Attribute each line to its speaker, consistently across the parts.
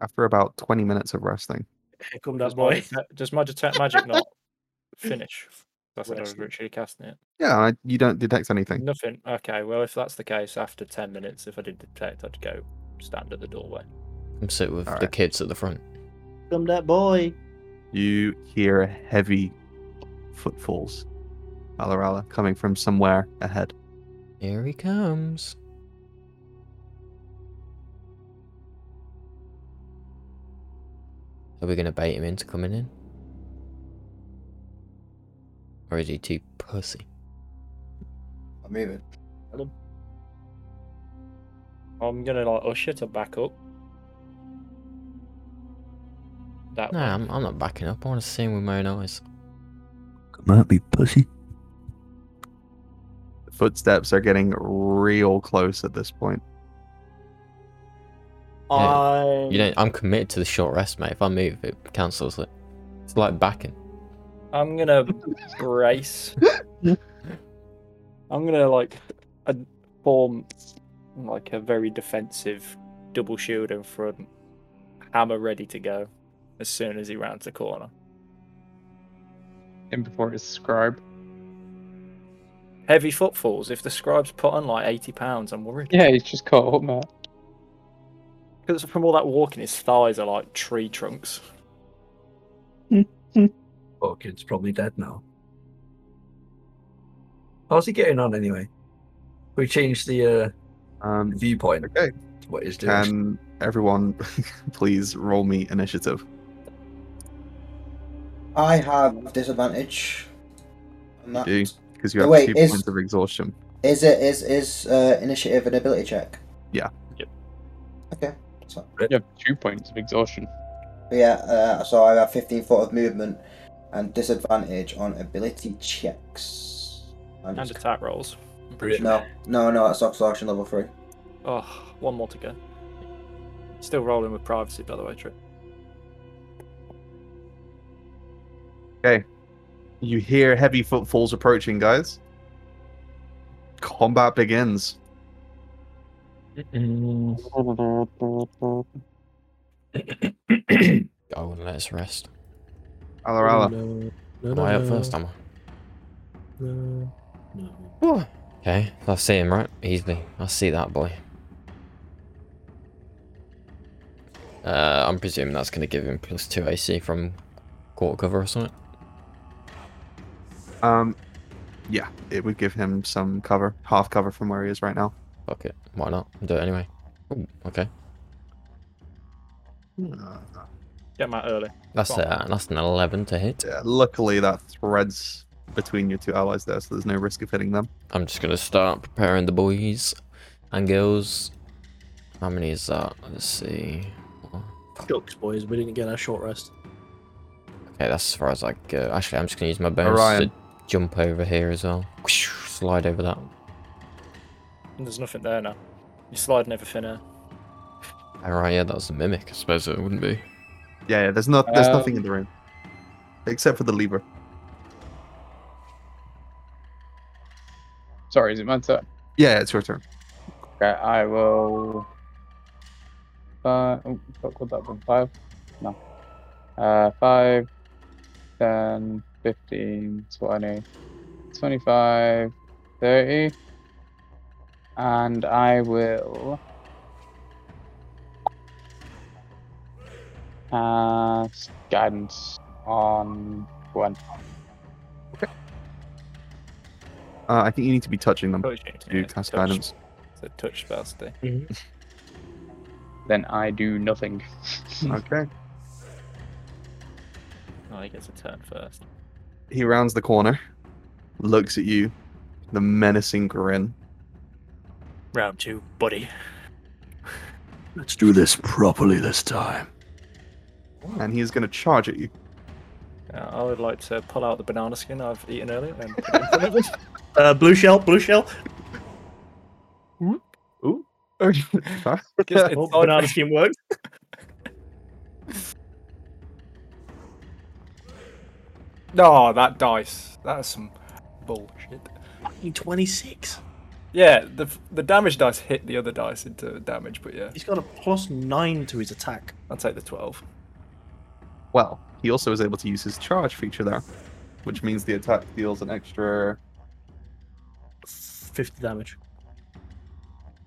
Speaker 1: after about 20 minutes of resting.
Speaker 2: Here come
Speaker 3: Does
Speaker 2: that
Speaker 3: my,
Speaker 2: boy.
Speaker 3: atta- does my detect magic not finish? That's what I was
Speaker 2: Wrestling.
Speaker 3: literally casting it.
Speaker 1: Yeah, I, you don't detect anything.
Speaker 3: Nothing. Okay, well, if that's the case, after 10 minutes, if I did detect, I'd go stand at the doorway.
Speaker 4: I'm sit with the
Speaker 1: Alright.
Speaker 4: kids at the front.
Speaker 2: Come that boy.
Speaker 1: You hear heavy footfalls, Alarala, coming from somewhere ahead.
Speaker 4: Here he comes. Are we gonna bait him into coming in? Or is he too pussy?
Speaker 5: I'm moving.
Speaker 3: I'm going to like usher to back up. That
Speaker 4: Nah, I'm, I'm not backing up. I want to see him with my own eyes.
Speaker 5: Come at me, pussy.
Speaker 1: The footsteps are getting real close at this point.
Speaker 2: I.
Speaker 4: You know, I'm committed to the short rest, mate. If I move, it cancels it. It's like backing.
Speaker 3: I'm gonna brace. I'm gonna like a, form like a very defensive double shield in front, hammer ready to go as soon as he rounds the corner.
Speaker 6: And before his scribe.
Speaker 3: Heavy footfalls. If the scribe's put on like 80 pounds, I'm worried.
Speaker 6: Yeah, he's just caught up, mate.
Speaker 3: Because from all that walking, his thighs are like tree trunks.
Speaker 5: Oh, kid's probably dead now. How's he getting on anyway? We changed the uh,
Speaker 1: Um,
Speaker 5: viewpoint.
Speaker 1: Okay. Um,
Speaker 5: to What he's doing?
Speaker 1: can everyone please roll me initiative?
Speaker 7: I have disadvantage. And
Speaker 1: You
Speaker 7: that
Speaker 1: do,
Speaker 7: is
Speaker 1: because you have
Speaker 7: Wait,
Speaker 1: two
Speaker 7: is-
Speaker 1: points of exhaustion.
Speaker 7: it is is uh, initiative an ability check?
Speaker 1: Yeah.
Speaker 3: Yep.
Speaker 7: Okay. So
Speaker 6: You have two points of exhaustion.
Speaker 7: but yeah, uh, so I have fifteen foot of movement and disadvantage on ability checks. I'm
Speaker 3: And
Speaker 7: just-
Speaker 3: attack rolls.
Speaker 5: Brilliant.
Speaker 7: No, no, no, that's exhaustion level three.
Speaker 3: Oh, one more to go. Still rolling with privacy, by the way, Trip.
Speaker 1: You hear heavy footfalls approaching, guys. Combat begins.
Speaker 4: I wouldn't let us rest.
Speaker 1: Alarala,
Speaker 4: Am I up first? Am I? Whew. Okay, I see him right easily. I see that boy. Uh, I'm presuming that's going to give him plus two AC from quarter cover or something.
Speaker 1: um, yeah, it would give him some cover, half cover from where he is right now.
Speaker 4: Fuck it, why not? I'll do it anyway. Ooh, okay,
Speaker 3: Get him out early.
Speaker 4: that's
Speaker 3: Go on.
Speaker 4: uh, that's an eleven to hit.
Speaker 1: Yeah, luckily, that threads between your two allies there, so there's no risk of hitting them.
Speaker 4: I'm just gonna start preparing the boys and girls. How many is that? Let's see.
Speaker 8: Shucks, boys, we didn't get our short rest.
Speaker 4: Okay, that's as far as I go. Actually, I'm just gonna use my bonus
Speaker 1: Orion.
Speaker 4: to jump over here as well. Slide over that.
Speaker 3: And there's nothing there now. You're sliding everything out.
Speaker 4: Alright, yeah, that was a mimic. I suppose it wouldn't be.
Speaker 1: Yeah, yeah there's not, there's
Speaker 6: Um,
Speaker 1: nothing in the room except for the lever.
Speaker 6: Sorry, is it my turn?
Speaker 1: Yeah, it's your turn.
Speaker 6: Okay, I will. Uh, oh, fuck, would that be five? No. Uh, five, 10, 15, 20, 25, 30. And I will. Cast uh, guidance on one.
Speaker 1: Uh, I think you need to be touching them
Speaker 3: Touch,
Speaker 1: to
Speaker 3: yeah,
Speaker 1: cast
Speaker 3: touch.
Speaker 1: guidance.
Speaker 3: It's a touch spell, Steve.
Speaker 6: Then I do nothing.
Speaker 1: Okay.
Speaker 3: Oh, he gets a turn first.
Speaker 1: He rounds the corner, looks at you, the menacing grin.
Speaker 3: Round two, buddy.
Speaker 5: Let's do this properly this time.
Speaker 1: and he's going to charge at you.
Speaker 3: Uh, I would like to pull out the banana skin I've eaten earlier and put it in front of him.
Speaker 8: Uh, blue shell, blue shell.
Speaker 3: Just
Speaker 8: Oh,
Speaker 3: inside
Speaker 8: banana skin works.
Speaker 3: No, that dice. That's some bullshit.
Speaker 8: Fucking 26.
Speaker 3: Yeah, the the damage dice hit the other dice into damage, but yeah.
Speaker 8: He's got a plus 9 to his attack.
Speaker 3: I'll take the 12.
Speaker 1: Well, he also is able to use his charge feature there, which means the attack deals an extra
Speaker 8: 50 damage.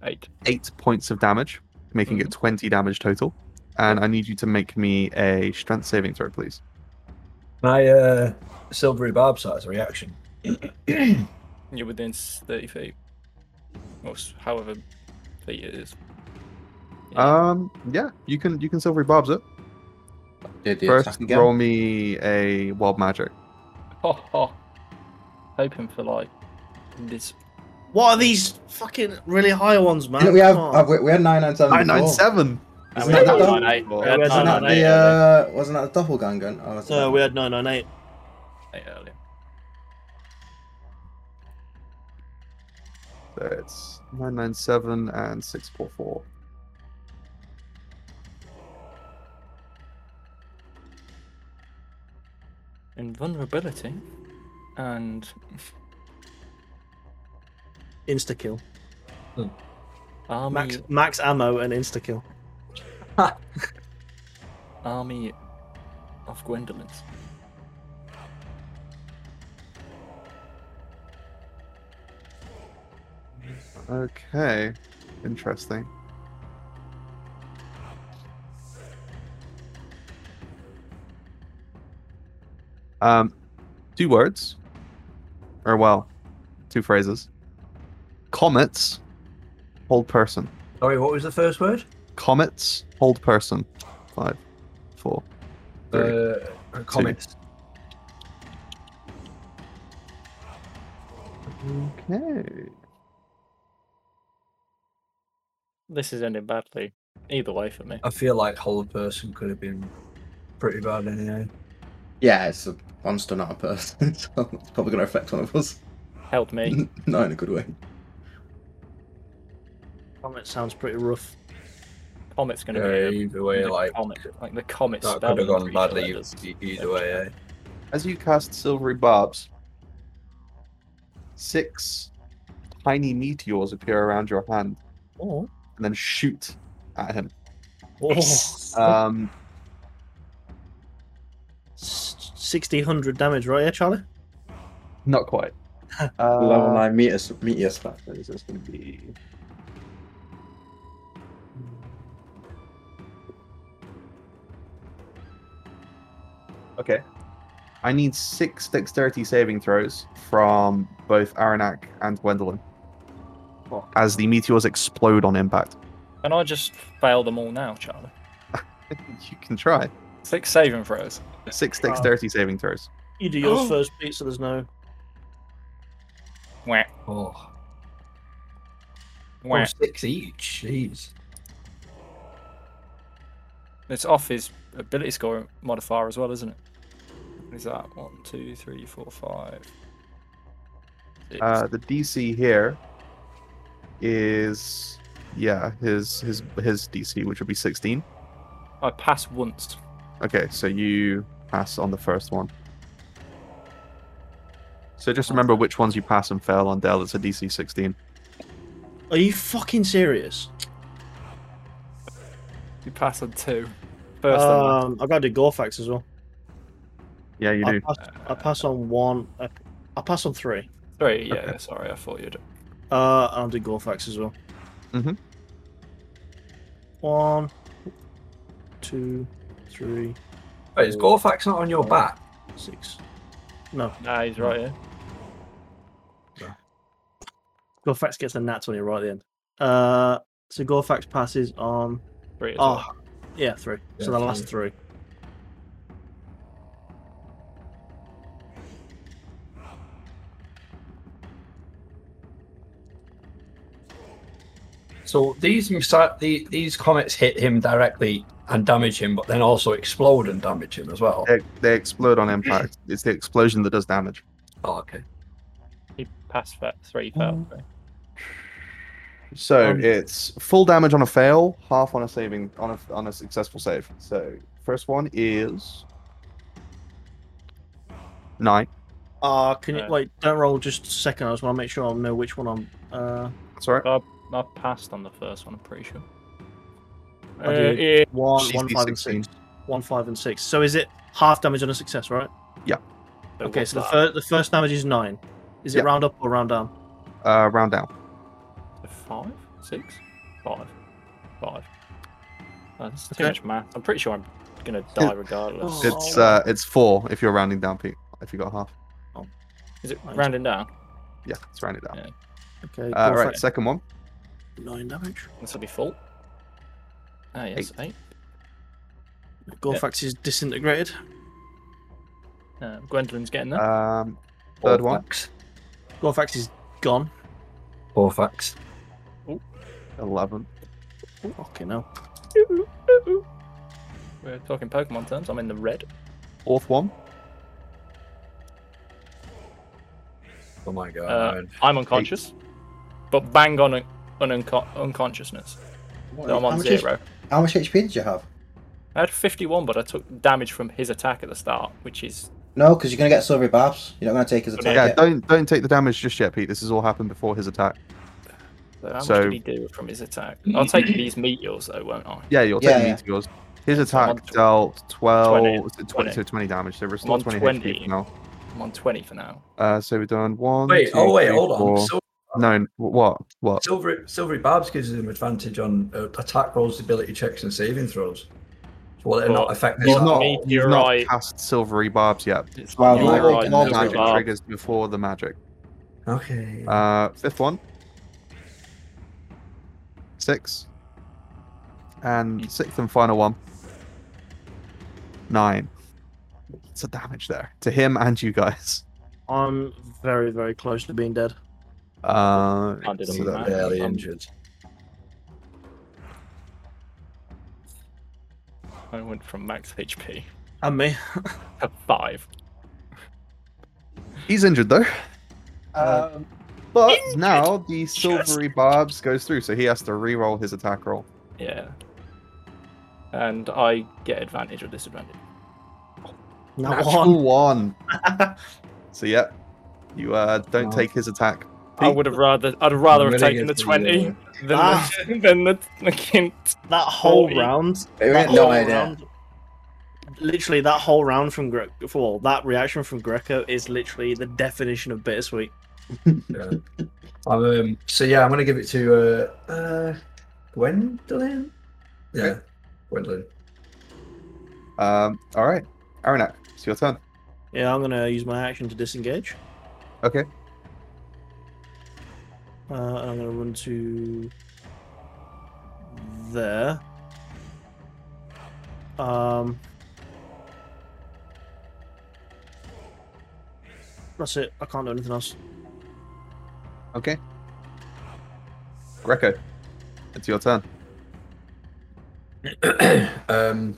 Speaker 3: 8.
Speaker 1: eight points of damage, making it 20 damage total. And I need you to make me a strength saving throw, please.
Speaker 9: My uh, silvery barb size reaction.
Speaker 3: You're within s- 30 feet. Or s- however feet it is.
Speaker 1: Um, yeah, you can you can silvery barbs it.
Speaker 10: Did the
Speaker 1: First,
Speaker 10: attack again?
Speaker 1: roll me a wild magic.
Speaker 3: Ho ho. Hoping for like this.
Speaker 2: What are these fucking really high ones, man?
Speaker 7: Didn't we have,
Speaker 2: Come on.
Speaker 7: have we, we had 997
Speaker 1: Nine nine seven.
Speaker 2: And
Speaker 7: Isn't
Speaker 2: we
Speaker 7: that
Speaker 2: had
Speaker 7: the,
Speaker 2: nine-
Speaker 7: double,
Speaker 6: Nine, eight.
Speaker 2: we had
Speaker 7: wasn't, that
Speaker 2: 998,
Speaker 7: the uh, wasn't that the doppelganger? Oh, that's-
Speaker 2: No, we had 998.
Speaker 3: Eight earlier.
Speaker 1: So it's nine nine seven and six four four.
Speaker 3: Invulnerability. And
Speaker 8: Insta kill.
Speaker 3: army,
Speaker 8: Max, max ammo and insta kill.
Speaker 3: army of Gwendolyn's.
Speaker 1: Okay, interesting. Um, two words, or well, two phrases. Comets, hold person.
Speaker 9: Sorry, what was the first word?
Speaker 1: Comets, hold person. Five, four, three.
Speaker 9: Uh, comments.
Speaker 1: okay.
Speaker 3: This is ending badly. Either way for me.
Speaker 9: I feel like whole person could have been pretty bad anyway.
Speaker 7: Yeah, it's a monster, not a person, so it's probably going to affect one of us.
Speaker 3: Help me.
Speaker 7: not in a good way.
Speaker 8: Comment sounds pretty rough.
Speaker 3: Comet's gonna
Speaker 9: Yeah,
Speaker 3: be
Speaker 9: either
Speaker 3: a,
Speaker 9: way,
Speaker 3: the
Speaker 9: like
Speaker 3: comet, like the comet
Speaker 9: that could
Speaker 3: spelling
Speaker 9: have gone
Speaker 3: creature
Speaker 9: badly
Speaker 3: that does-
Speaker 9: e- either way. Eh?
Speaker 1: As you cast Silvery Barbs, six tiny meteors appear around your hand
Speaker 2: Oh.
Speaker 1: and then shoot at him.
Speaker 8: Oh.
Speaker 1: Um,
Speaker 8: 60, 100 damage, right here, Charlie?
Speaker 1: not quite.
Speaker 7: Level
Speaker 1: Uh,
Speaker 7: 9 meter, meteor spat.
Speaker 1: What is this going to be? Okay. I need six dexterity saving throws from both Aranak and Gwendolyn
Speaker 6: Cool.
Speaker 1: as the meteors explode on impact.
Speaker 3: Can I just fail them all now, Charlie?
Speaker 1: you can try.
Speaker 3: Six saving throws.
Speaker 1: Six dexterity saving throws.
Speaker 8: You do
Speaker 2: Oh.
Speaker 8: yours first, Pete, so there's no.
Speaker 3: Wah,
Speaker 9: Oh,
Speaker 3: wah.
Speaker 9: oh, six each. Jeez.
Speaker 3: It's off his ability score modifier as well, isn't it? What is that? One, two, three, four, five. six.
Speaker 1: Uh, the DC here is yeah his his his DC, which would be sixteen.
Speaker 3: I pass once.
Speaker 1: Okay, so you pass on the first one. So just remember which ones you pass and fail on, Dell. It's a DC 16.
Speaker 8: Are you fucking serious?
Speaker 3: You pass on two. First one.
Speaker 2: Uh,
Speaker 8: um, I gotta do Gorfax as well.
Speaker 1: Yeah, you
Speaker 8: I
Speaker 1: do.
Speaker 8: pass, I pass on one. I, I pass on three.
Speaker 3: Three, yeah, sorry, I thought you'd.
Speaker 8: Uh, and I'll do Gorfax as well.
Speaker 1: Mhm.
Speaker 8: One, two, three,
Speaker 9: Wait, is Gorfax not on your back?
Speaker 8: six.
Speaker 3: Nah, he's right here.
Speaker 8: Gorfax gets a nat twenty right at the end. Uh, so Gorfax passes on.
Speaker 3: Three as
Speaker 8: Oh,
Speaker 3: well.
Speaker 8: yeah, three.
Speaker 9: Yeah,
Speaker 8: so the last three.
Speaker 9: So these missa- the, these comets hit him directly and damage him, but then also explode and damage him as well.
Speaker 1: They, they explode on impact. It's the explosion that does damage.
Speaker 9: Oh, okay.
Speaker 3: He passed that three, failed three.
Speaker 1: So
Speaker 8: Um,
Speaker 1: it's full damage on a fail, half on a saving on a on a successful save. So first one is nine. Ah,
Speaker 8: Uh, can you
Speaker 3: Uh,
Speaker 8: wait? Don't roll just a second. I just want to make sure I know which one I'm. Uh,
Speaker 1: That's all right.
Speaker 3: I, I passed on the first one, I'm pretty sure.
Speaker 2: I
Speaker 3: Uh,
Speaker 2: did
Speaker 3: yeah.
Speaker 2: one,
Speaker 1: She's
Speaker 2: one, five, and
Speaker 1: D16.
Speaker 2: six. One, five, and six. So is it half damage on a success, right?
Speaker 1: Yeah.
Speaker 2: Okay, so the,
Speaker 3: what's
Speaker 2: fir- the first damage is nine. Is it
Speaker 1: Yeah.
Speaker 2: round up or round down?
Speaker 1: Uh, round down.
Speaker 3: that? Five? Six? Five. Five. That's too
Speaker 2: Okay.
Speaker 3: much math. I'm pretty sure I'm gonna die regardless.
Speaker 1: It's uh, it's four if you're rounding down, Pete. If you got half,
Speaker 3: Is it rounding down?
Speaker 1: yeah, let's round it down.
Speaker 3: Yeah.
Speaker 2: Okay.
Speaker 1: Uh,
Speaker 2: go
Speaker 1: right,
Speaker 2: for it.
Speaker 1: second one.
Speaker 2: Nine damage.
Speaker 3: This will be full. Ah, yes, eight.
Speaker 2: Gorfax is disintegrated.
Speaker 3: Uh, Gwendolyn's getting there.
Speaker 1: Um, third
Speaker 9: Four
Speaker 1: one.
Speaker 9: facts.
Speaker 2: Gorfax is gone.
Speaker 9: Four facts.
Speaker 1: Eleven.
Speaker 2: Okay, no.
Speaker 3: We're talking Pokemon terms. I'm in the red.
Speaker 1: Fourth one.
Speaker 9: Oh my god.
Speaker 3: Uh, I'm unconscious, but bang on un- un- unco- unconsciousness. So I'm
Speaker 7: how
Speaker 3: on
Speaker 7: much is-
Speaker 3: zero.
Speaker 7: How much HP did you have?
Speaker 3: I had 51, but I took damage from his attack at the start, which is
Speaker 7: No, because you're gonna get silvery barbs. You're not gonna take his attack.
Speaker 1: Yeah,
Speaker 7: yet.
Speaker 1: don't don't take the damage just yet, Pete. This has all happened before his attack.
Speaker 3: how
Speaker 1: So-
Speaker 3: much did he do from his attack? I'll take these meteors though, won't I?
Speaker 1: Yeah, you'll
Speaker 7: Yeah,
Speaker 1: take
Speaker 7: yeah.
Speaker 1: yeah. meteors. His
Speaker 3: on
Speaker 1: attack
Speaker 3: tw-
Speaker 1: dealt 12,
Speaker 3: 20,
Speaker 1: 20,
Speaker 3: 20.
Speaker 1: so 20 damage, so
Speaker 3: I'm
Speaker 1: restore
Speaker 3: on
Speaker 1: 20,
Speaker 3: 20.
Speaker 1: HP for now.
Speaker 3: I'm on 20 for now.
Speaker 1: Uh, so we've done one.
Speaker 9: Wait,
Speaker 1: two,
Speaker 9: oh wait,
Speaker 1: three,
Speaker 9: hold on.
Speaker 1: four-
Speaker 9: Sil-
Speaker 1: No, what? What?
Speaker 9: Silvery, Silvery Barbs gives him advantage on uh, attack rolls, ability checks, and saving throws. So will it not
Speaker 3: But
Speaker 9: affect this
Speaker 1: He's
Speaker 9: at
Speaker 1: not,
Speaker 9: all?
Speaker 1: he's
Speaker 3: You're
Speaker 1: not
Speaker 3: right.
Speaker 1: cast silvery barbs yet.
Speaker 3: It's
Speaker 7: Wow,
Speaker 3: you're
Speaker 7: you're
Speaker 1: All-
Speaker 7: right,
Speaker 3: right,
Speaker 1: all
Speaker 7: that's
Speaker 1: magic
Speaker 3: Bar.
Speaker 1: triggers before the magic.
Speaker 9: Okay.
Speaker 1: Uh, fifth one. Six.
Speaker 3: Hmm.
Speaker 1: And sixth and final one. Nine. It's a damage there to him and you guys.
Speaker 2: I'm very, very close to being dead.
Speaker 1: Uh,
Speaker 3: Can't do the
Speaker 1: so that-
Speaker 3: math.
Speaker 9: barely
Speaker 3: I'm-
Speaker 9: injured.
Speaker 3: I went from max HP
Speaker 2: And me.
Speaker 3: to five.
Speaker 1: He's injured though. Um, but now the silvery barbs goes through, so he has to re-roll his attack roll.
Speaker 3: Yeah. And I get advantage or disadvantage.
Speaker 2: Now
Speaker 1: Natural
Speaker 2: one.
Speaker 1: one. so yeah, you uh, don't
Speaker 9: Wow.
Speaker 1: take his attack.
Speaker 3: I
Speaker 1: Pete?
Speaker 3: would have rather I'd rather have
Speaker 9: Really
Speaker 3: taken the
Speaker 9: good for
Speaker 3: 20
Speaker 9: you.
Speaker 3: than the, than the, the kint.
Speaker 2: That whole
Speaker 3: Forty.
Speaker 2: round.
Speaker 7: We
Speaker 2: That
Speaker 7: had
Speaker 2: whole
Speaker 7: no idea.
Speaker 2: round. Literally, that whole round from Greco, well, that reaction from Greco is literally the definition of bittersweet.
Speaker 9: Yeah. I'm, uh, um, so yeah, I'm going to give it to uh, uh, Gwendolyn. Yeah,
Speaker 1: Okay.
Speaker 9: Gwendolyn.
Speaker 1: Um, all right, Aranak, it's your turn.
Speaker 2: Yeah, I'm gonna use my action to disengage.
Speaker 1: Okay.
Speaker 2: Uh, and I'm gonna run to there. Um, that's it. I can't do anything else.
Speaker 1: Okay. Greco, it's your turn.
Speaker 9: um,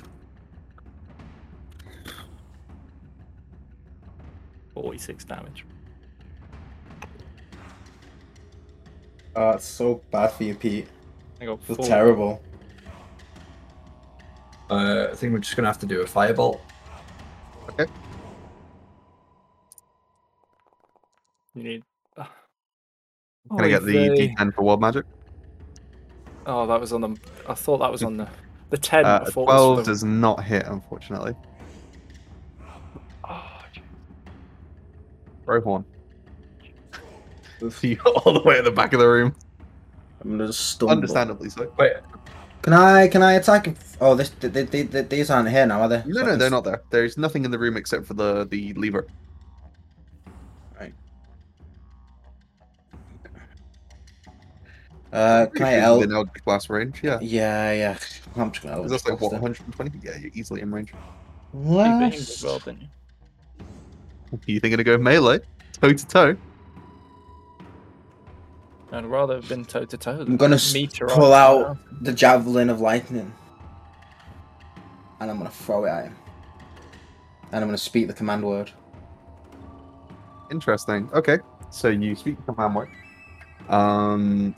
Speaker 3: 46 damage.
Speaker 11: Oh, it's so bad for you, Pete.
Speaker 3: I got
Speaker 11: It's
Speaker 3: four.
Speaker 11: terrible.
Speaker 9: uh, I think we're just going to have to do a fireball.
Speaker 3: You need. uh, oh, Can
Speaker 1: Can I get the D10 for world magic?
Speaker 3: Oh, that was on the. I thought that was on the. The 10.
Speaker 1: Uh,
Speaker 3: I
Speaker 1: a
Speaker 3: thought was for
Speaker 1: 12
Speaker 3: the-
Speaker 1: does not hit, unfortunately.
Speaker 7: Ah,
Speaker 3: Oh, gee.
Speaker 1: Rohorn. You're all the way at the back of the room.
Speaker 7: I'm gonna stumble.
Speaker 1: Understandably so.
Speaker 7: Can I? Can I attack? him? Oh, this. Th- th- th- th- these aren't here now, are they?
Speaker 1: No, no, they're not there. There's nothing in the room except for the the lever.
Speaker 7: Uh, can I help?
Speaker 1: Within Eldritch Blast range, yeah.
Speaker 7: Yeah, yeah. I'm just gonna.
Speaker 1: Because that's like, what, 120? Yeah, you're easily in range.
Speaker 3: You beat him
Speaker 7: Less.
Speaker 3: as well, didn't you?
Speaker 1: You think gonna go melee? Toe to toe?
Speaker 3: I'd rather have been toe to toe.
Speaker 7: I'm gonna s- pull out the javelin of lightning, and I'm gonna throw it at him, and I'm gonna speak the command word.
Speaker 1: Interesting. Okay. So you speak the command word. Um,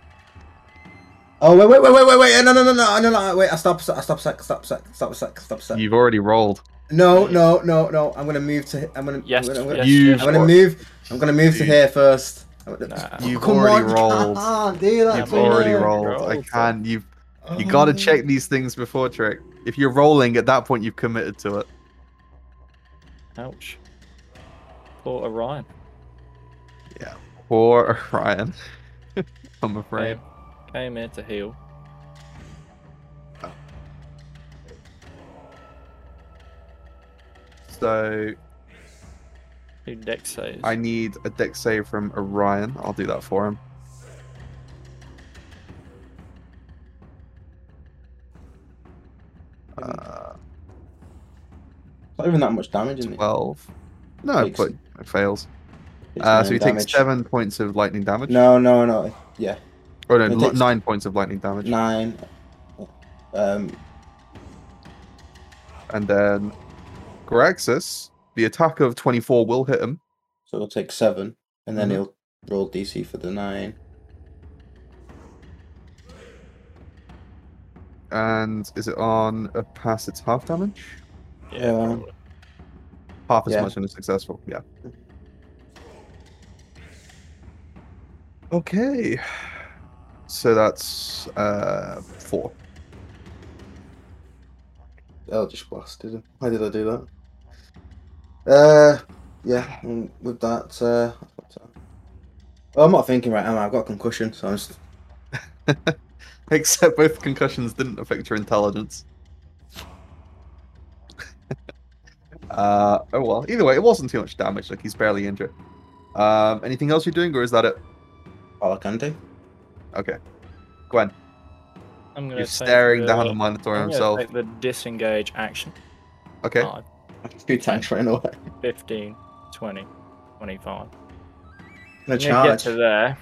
Speaker 7: Oh wait, wait, wait, wait, wait, wait! No, no, no, no, no, no! Wait, I stop, I stop, sec, stop, sec, stop, sec, stop, sec.
Speaker 1: you've already rolled.
Speaker 7: No, no, no, no! I'm gonna move to. I'm gonna.
Speaker 3: Yes,
Speaker 7: I'm gonna, I'm gonna,
Speaker 3: yes,
Speaker 1: You've
Speaker 3: yes.
Speaker 7: I'm gonna move. I'm gonna move to
Speaker 1: Dude.
Speaker 7: here first. I'm gonna-
Speaker 3: Nah.
Speaker 1: You've
Speaker 7: Oh, Come on,
Speaker 1: already
Speaker 7: ah, you
Speaker 1: rolled.
Speaker 7: can't do that
Speaker 1: You've
Speaker 7: to
Speaker 1: already
Speaker 7: me.
Speaker 1: rolled. I
Speaker 3: Rolled, so-
Speaker 1: can. You've You
Speaker 7: Oh. Uh-huh.
Speaker 1: gotta check these things before trick. If you're rolling, at that point you've committed to it.
Speaker 3: Ouch. Poor Orion.
Speaker 1: Poor Orion. I'm afraid.
Speaker 3: Came, came here to heal.
Speaker 1: So
Speaker 3: Who deck saves?
Speaker 1: I need a deck save from Orion. I'll do that for him. Uh,
Speaker 7: Not even that much damage, isn't it?
Speaker 1: 12. No,
Speaker 7: Takes-
Speaker 1: but it fails.
Speaker 7: It's
Speaker 1: Uh, so
Speaker 7: nine
Speaker 1: he
Speaker 7: damage.
Speaker 1: takes 7 points of lightning damage.
Speaker 7: No, no, no. Yeah,
Speaker 1: Or no,
Speaker 7: it
Speaker 1: li-
Speaker 7: takes-
Speaker 1: 9 points of lightning damage.
Speaker 7: nine. Um,
Speaker 1: And then Graxus, the attack of 24 will hit him.
Speaker 7: so he'll take seven, and then
Speaker 1: Mhm.
Speaker 7: he'll roll DC for the nine.
Speaker 1: And is it on a pass? It's half damage?
Speaker 7: Yeah.
Speaker 1: Half as
Speaker 7: Yeah.
Speaker 1: much and it's successful. Yeah. Okay. So that's uh, 4.
Speaker 7: Oh, just blasted him. Why did I do that? Uh, yeah. And with that, uh, what's that? Well, I'm not thinking right now. I've got concussion, so I'm just
Speaker 1: Except both concussions didn't affect your intelligence. uh, oh well. Either way, it wasn't too much damage. Like he's barely injured. Um, anything else you're doing, or is that it?
Speaker 7: all I can do.
Speaker 1: Okay. Gwen,
Speaker 3: I'm gonna
Speaker 1: you're
Speaker 3: take
Speaker 1: staring
Speaker 3: the,
Speaker 1: down the monitor
Speaker 3: I'm gonna
Speaker 1: himself.
Speaker 3: Take the disengage action.
Speaker 1: Okay.
Speaker 3: Five,
Speaker 7: Two times right away.
Speaker 3: 15, 20, 25.
Speaker 7: No
Speaker 3: I'm gonna get
Speaker 7: charge.
Speaker 3: to there,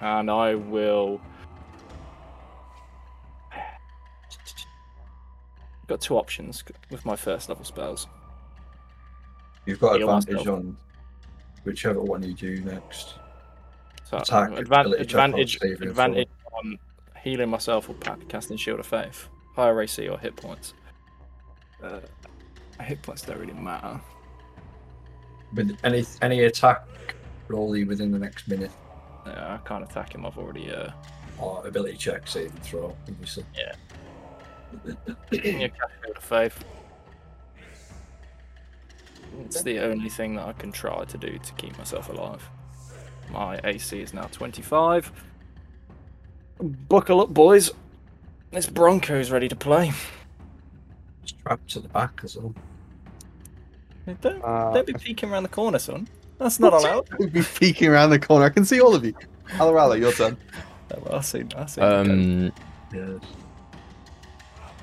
Speaker 3: and I will. Got two options with my first level spells.
Speaker 9: You've got
Speaker 3: Heal myself.
Speaker 9: advantage on whichever one you do next.
Speaker 3: So
Speaker 9: Attack,
Speaker 3: advan-
Speaker 9: ability check,
Speaker 3: advantage,
Speaker 9: or save info.
Speaker 3: advantage on healing myself or pa- casting Shield of Faith. Higher AC or hit points. Uh, hit points don't really matter.
Speaker 9: With any any attack roll you within the next minute
Speaker 3: Yeah, I can't attack him. I've already. Uh,
Speaker 9: or ability check, save and throw, obviously.
Speaker 3: Yeah, cast Shield of Faith. It's the only thing that I can try to do to keep myself alive. My AC is now 25. Buckle up, boys. This Bronco's ready to play.
Speaker 9: Strapped to the back as well.
Speaker 3: Don't,
Speaker 1: Uh,
Speaker 3: don't be peeking around the corner, son. That's not allowed.
Speaker 1: We'd be peeking around the corner. I can see all of you. Alarala, your turn.
Speaker 3: Oh, well, I've seen, I've seen it go.
Speaker 4: Um,
Speaker 9: Yeah.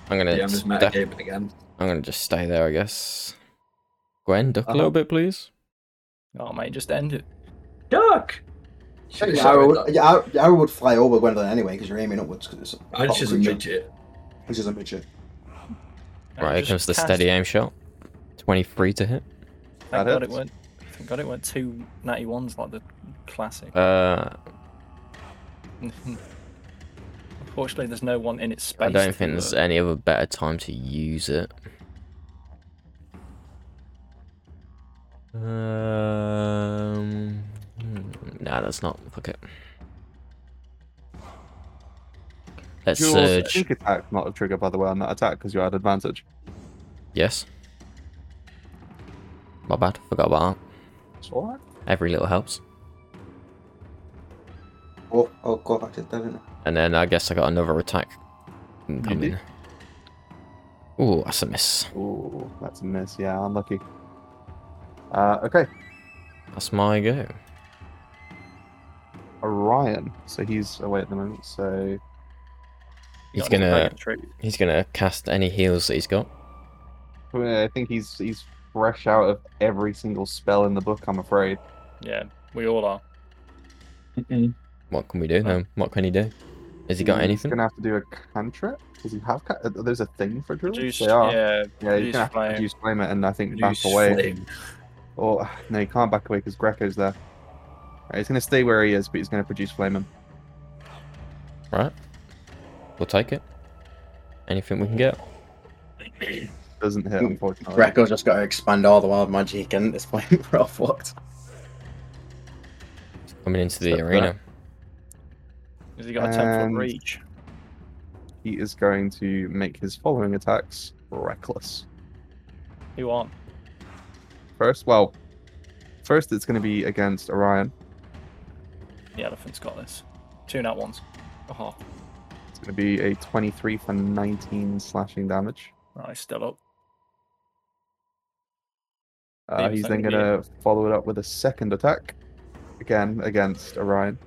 Speaker 4: I'm gonna
Speaker 9: Yeah, I'm just
Speaker 4: step-
Speaker 9: metagaming again.
Speaker 4: I'm gonna just stay there, I guess. Gwen,
Speaker 9: Uh-huh.
Speaker 4: duck a little bit, please.
Speaker 3: Oh, mate, just end it.
Speaker 9: Duck!
Speaker 7: Yeah, I would, yeah, I, yeah, I would fly over Gwendolyn anyway because you're aiming upwards. Cause it's a
Speaker 9: I'm
Speaker 7: top
Speaker 9: just a
Speaker 7: creature.
Speaker 9: midget.
Speaker 7: This is a midget.
Speaker 3: And
Speaker 4: Right, here
Speaker 3: just
Speaker 4: comes the
Speaker 3: cast-
Speaker 4: steady aim shot. 23 to hit.
Speaker 1: That
Speaker 3: Thank God it
Speaker 1: hurts.
Speaker 3: went. Thank God it went two ninety ones like the classic.
Speaker 4: Uh,
Speaker 3: Unfortunately, there's no one in its space.
Speaker 4: I don't
Speaker 3: to,
Speaker 4: think there's
Speaker 3: uh,
Speaker 4: any other better time to use it. Um, hmm, nah, that's not. Fuck it. Let's
Speaker 1: Your
Speaker 4: surge.
Speaker 1: sneak attack, not a trigger, by the way, on that attack because you're at advantage.
Speaker 4: Yes. My bad. Forgot about
Speaker 1: It's all right.
Speaker 4: that. Every little helps.
Speaker 7: Oh, oh, go back to that, isn't it?
Speaker 4: And then I guess I got another attack coming. Ooh, that's a miss.
Speaker 1: Ooh, that's a miss. Yeah, unlucky. Uh, okay.
Speaker 4: That's my go.
Speaker 1: Orion. So he's away at the moment. So
Speaker 4: He's
Speaker 3: got an
Speaker 4: gonna
Speaker 3: attack trick.
Speaker 4: he's gonna cast any heals that he's got.
Speaker 1: I think he's he's fresh out of every single spell in the book. I'm afraid.
Speaker 3: Yeah, we all are.
Speaker 4: What can we do then? What can he do? Has he got
Speaker 1: He's
Speaker 4: anything?
Speaker 1: gonna have to do a cantrip. Does he have? Ca- uh, there's a thing for druids.
Speaker 3: Reduced,
Speaker 1: They are. Yeah,
Speaker 3: yeah,
Speaker 1: he's
Speaker 3: reduced
Speaker 1: gonna have to
Speaker 3: flame.
Speaker 1: reduce flame it and I think back
Speaker 9: Use
Speaker 1: away.
Speaker 9: flame.
Speaker 1: Or no, he can't back away because Greco's there. Right, he's gonna stay where he is, but he's gonna produce flame him.
Speaker 4: Right. We'll take it. Anything we can get.
Speaker 1: Doesn't hit,
Speaker 7: Mm,
Speaker 1: unfortunately.
Speaker 7: Greco's just got to expand all the wild magic, and at this point, we're all fucked.
Speaker 4: Coming into the
Speaker 1: Except
Speaker 4: arena.
Speaker 3: Has he got a ten
Speaker 1: And-
Speaker 3: foot reach?
Speaker 1: He is going to make his following attacks reckless.
Speaker 3: Who aren't?
Speaker 1: First, well, first it's going to be against Orion.
Speaker 3: The elephant's got this. Two nat ones. Oh,
Speaker 1: It's going to be a 23 for 19 slashing damage.
Speaker 3: nice. Still up.
Speaker 1: Uh,
Speaker 3: Maybe
Speaker 1: he's then going
Speaker 3: something
Speaker 1: to follow it up with a second attack, again against Orion.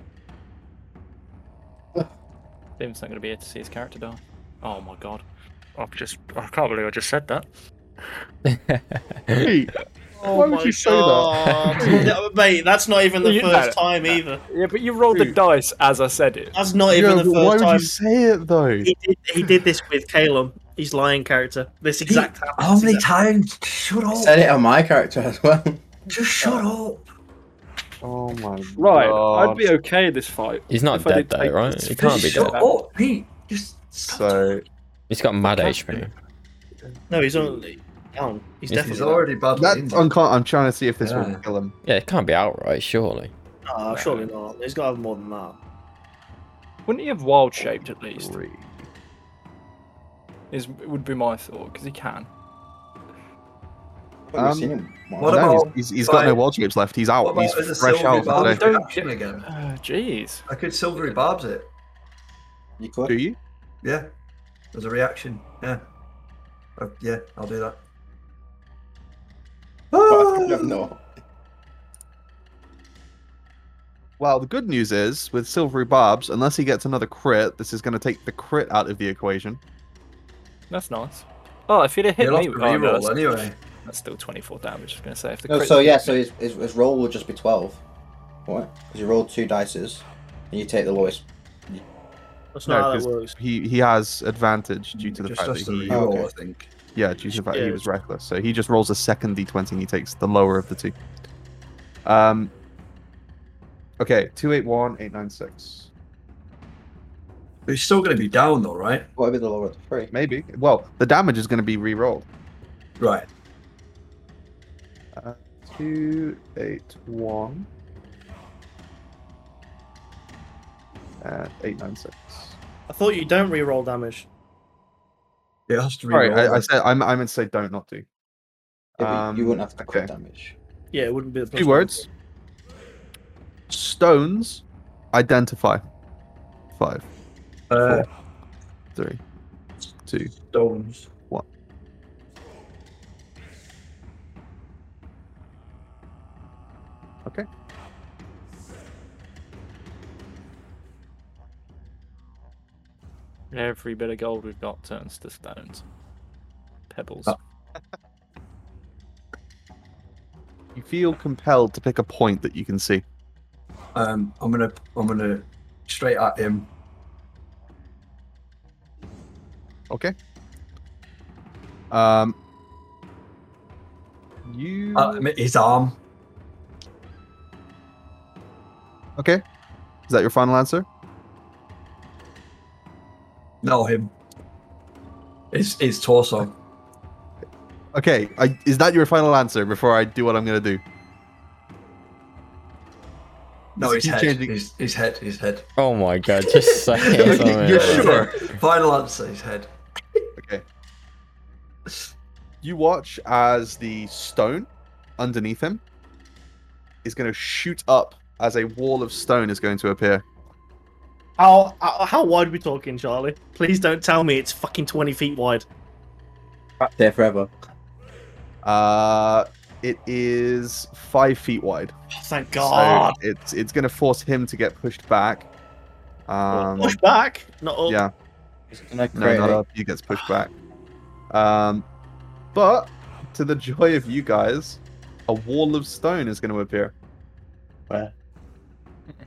Speaker 3: Bim's not going to be here to see his character die. Oh my god. I've just. I can't believe I just said that.
Speaker 2: Oh Why would you say that? Mate, that's not even the
Speaker 3: You know
Speaker 2: first
Speaker 3: it.
Speaker 2: time either.
Speaker 3: Yeah, but you rolled the dice as I said it.
Speaker 2: That's not even
Speaker 1: Yeah,
Speaker 2: the
Speaker 1: but why
Speaker 2: first
Speaker 1: would
Speaker 2: time.
Speaker 1: you say it though?
Speaker 2: He did, he did this with Calum, his lion character. This exact happens.
Speaker 9: How many times? Shut up.
Speaker 7: Said it on my character as well.
Speaker 9: Just shut up.
Speaker 1: Oh my
Speaker 3: Right,
Speaker 1: god.
Speaker 3: I'd be okay in this fight.
Speaker 4: He's not
Speaker 3: If I
Speaker 4: dead
Speaker 3: did
Speaker 4: though,
Speaker 3: take
Speaker 4: right?
Speaker 3: this
Speaker 4: He can't be
Speaker 9: Just shut
Speaker 4: dead.
Speaker 9: up, Pete. Just
Speaker 1: So
Speaker 4: He's got mad HP.
Speaker 2: No, he's only down. He's
Speaker 4: He's-
Speaker 2: definitely
Speaker 9: he's
Speaker 2: down.
Speaker 9: already badly
Speaker 1: that's
Speaker 9: injured.
Speaker 1: uncon- I'm trying to see if this will
Speaker 9: Yeah.
Speaker 1: kill him.
Speaker 4: Yeah, it can't be outright, surely.
Speaker 2: Nah, surely not. He's got to have more than that.
Speaker 3: Wouldn't he have wild shaped at least?
Speaker 1: Three.
Speaker 3: Is would be my thought because he can.
Speaker 7: I've
Speaker 1: Um,
Speaker 7: seen him.
Speaker 9: What
Speaker 1: no,
Speaker 9: about-
Speaker 1: he's, he's, he's got no
Speaker 9: like-
Speaker 1: wall shapes left. He's out.
Speaker 9: What about
Speaker 1: He's
Speaker 9: as a
Speaker 1: fresh
Speaker 9: silvery
Speaker 1: out
Speaker 9: barb
Speaker 1: today.
Speaker 9: reduction again?
Speaker 3: Uh, Jeez.
Speaker 9: I could silvery barbs it.
Speaker 7: You
Speaker 1: Do
Speaker 7: could.
Speaker 1: you?
Speaker 9: Yeah. As a reaction. Yeah. Uh, yeah, I'll do that. Ah!
Speaker 10: Fuck, no.
Speaker 1: Well, the good news is with silvery barbs, unless he gets another crit, this is going to take the crit out of the equation.
Speaker 3: That's nice. Oh, if he'd have hit
Speaker 9: You'll
Speaker 3: me,
Speaker 9: have to
Speaker 3: oh, no,
Speaker 9: reroll
Speaker 3: that's-
Speaker 9: anyway.
Speaker 3: That's still 24 damage. I was gonna say if the
Speaker 7: No,
Speaker 3: crit-
Speaker 7: so yeah, so his, his, his roll would just be 12. What? Because you rolled two dices and you take the lowest.
Speaker 2: That's
Speaker 1: No,
Speaker 2: not how
Speaker 1: 'cause
Speaker 2: that works.
Speaker 1: He he has advantage due to the
Speaker 9: Just
Speaker 1: fact that
Speaker 9: has to
Speaker 1: he
Speaker 7: Oh,
Speaker 9: reroll,
Speaker 7: okay.
Speaker 9: I think.
Speaker 1: yeah due to the fact that he
Speaker 2: Yeah.
Speaker 1: was reckless. So he just rolls a second d20 and he takes the lower of the two. Um. Okay, two eight one eight nine six.
Speaker 9: But he's still going to be down though, right?
Speaker 7: What would be the lower of the three?
Speaker 1: Maybe. Well, the damage is going to be re-rolled.
Speaker 9: Right.
Speaker 1: Uh, two, eight, one. Uh, eight, nine, six.
Speaker 2: I thought you don't re-roll damage.
Speaker 9: It has to reroll.
Speaker 1: Sorry, I, I said I, I meant to say don't not do.
Speaker 7: Yeah, but you
Speaker 1: Um,
Speaker 7: wouldn't have to crit
Speaker 1: okay.
Speaker 7: damage.
Speaker 2: Yeah, it wouldn't be the first
Speaker 1: Two
Speaker 2: time.
Speaker 1: words. Stones identify. Five,
Speaker 9: uh,
Speaker 1: three, two.
Speaker 9: stones.
Speaker 3: every bit of gold we've got turns to stones, pebbles.
Speaker 9: Oh.
Speaker 1: You feel compelled to pick a point that you can see.
Speaker 9: Um, I'm gonna, I'm gonna straight at him.
Speaker 1: Okay. Um. You
Speaker 9: At him- Uh, his arm.
Speaker 1: okay? Is that your final answer?
Speaker 9: No, him. His his torso.
Speaker 1: Okay, I, is that your final answer before I do what I'm gonna do?
Speaker 9: No,
Speaker 1: Just
Speaker 9: his
Speaker 1: keep
Speaker 9: head.
Speaker 1: changing-
Speaker 9: His, his head. His head.
Speaker 4: Oh my god, just say it.
Speaker 1: Okay,
Speaker 4: something
Speaker 1: you're
Speaker 4: like that.
Speaker 1: sure?
Speaker 9: Final answer. His head.
Speaker 1: Okay. You watch as the stone underneath him is gonna shoot up as a wall of stone is going to appear.
Speaker 2: How how- how wide are we talking, Charlie? Please don't tell me it's fucking twenty feet wide.
Speaker 7: Back there forever.
Speaker 1: Uh, it is five feet wide.
Speaker 2: Oh, thank
Speaker 1: so
Speaker 2: God.
Speaker 1: it's it's gonna force him to get pushed back. Um,
Speaker 2: Push back, not up.
Speaker 1: yeah.
Speaker 7: He's gonna
Speaker 1: No,
Speaker 7: crit.
Speaker 1: not up. He gets pushed back. Um, but to the joy of you guys, a wall of stone is going to appear.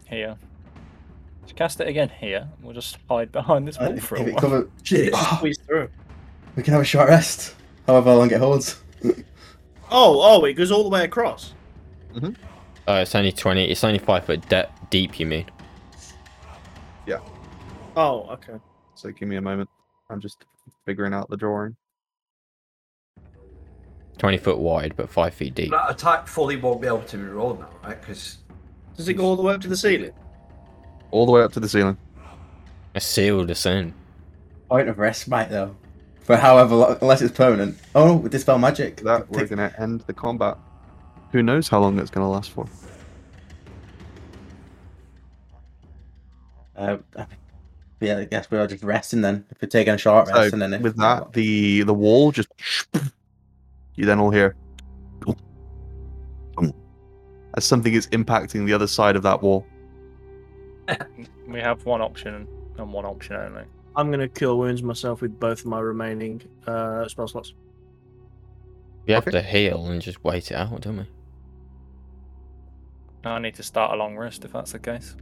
Speaker 3: Here. Just cast it again here. and We'll just hide behind this
Speaker 7: Uh,
Speaker 3: wall
Speaker 7: if
Speaker 3: for a
Speaker 7: it
Speaker 3: while.
Speaker 7: cover-
Speaker 9: Shit.
Speaker 2: Squeeze through.
Speaker 7: we can have a short rest. However long it holds.
Speaker 2: Oh, oh, it goes all the way across.
Speaker 4: Oh, it's only 20. It's only 5 foot de- deep, you mean?
Speaker 2: Oh, okay.
Speaker 1: So give me a moment. I'm just figuring out the drawing.
Speaker 4: 20 foot wide, but 5 feet deep.
Speaker 9: That attack fully won't be able to be rolled now, right? Because
Speaker 2: Does it go all the way up to the ceiling?
Speaker 1: All the way up to the ceiling.
Speaker 4: A seal descend.
Speaker 7: point of respite though. For however long, unless it's permanent. Oh, dispel magic.
Speaker 1: That we're
Speaker 7: Tick-
Speaker 1: gonna end the combat. Who knows how long that's gonna last for?
Speaker 7: Uh, I mean, yeah, I guess we are just resting then. If we're taking a short rest,
Speaker 1: So,
Speaker 7: and then if,
Speaker 1: with that, the the wall just you then all hear as something is impacting the other side of that wall.
Speaker 3: We have one option and one option only.
Speaker 2: I'm gonna cure wounds myself with both of my remaining uh, spell slots.
Speaker 4: We have
Speaker 1: Okay.
Speaker 4: to heal and just wait it out, don't we?
Speaker 3: I need to start a long rest if that's the case.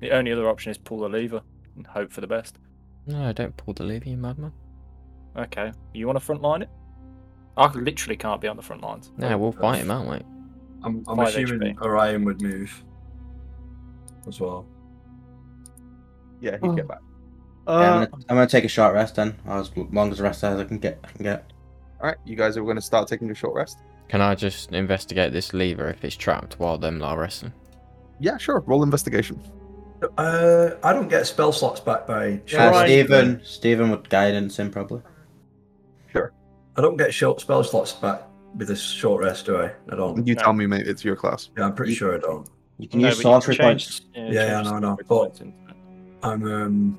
Speaker 3: The only other option is pull the lever and hope for the best.
Speaker 4: No, don't pull the lever, you madman.
Speaker 3: Okay, you want to frontline it? I literally can't be on the front lines.
Speaker 4: No, we'll fight him, aren't we?
Speaker 9: I'm, I'm
Speaker 3: Five
Speaker 9: assuming
Speaker 3: HP.
Speaker 9: Orion would move as well.
Speaker 1: Yeah,
Speaker 4: Oh.
Speaker 1: he'd get back.
Speaker 7: yeah, I'm,
Speaker 2: Uh,
Speaker 7: gonna, I'm gonna take a short rest then, or as long as a rest as I can get. I can get.
Speaker 1: All right, you guys are gonna start taking a short rest.
Speaker 4: Can I just investigate this lever if it's trapped while them are resting?
Speaker 1: Yeah, sure. Roll investigation.
Speaker 9: Uh, I don't get spell slots back by.
Speaker 7: Uh,
Speaker 9: short-
Speaker 2: Right.
Speaker 7: Stephen, Stephen would guidance him probably.
Speaker 9: I don't get short spell slots back with this short rest, do I? I don't.
Speaker 1: You
Speaker 3: No.
Speaker 1: tell me, mate. It's your class.
Speaker 9: Yeah, I'm pretty sure I don't.
Speaker 7: You can
Speaker 3: No,
Speaker 7: use
Speaker 3: but you can
Speaker 7: sorcery
Speaker 3: change-
Speaker 7: points.
Speaker 9: Yeah,
Speaker 3: change
Speaker 9: I know, I know,
Speaker 3: the
Speaker 9: but-
Speaker 3: points into it.
Speaker 9: I'm um.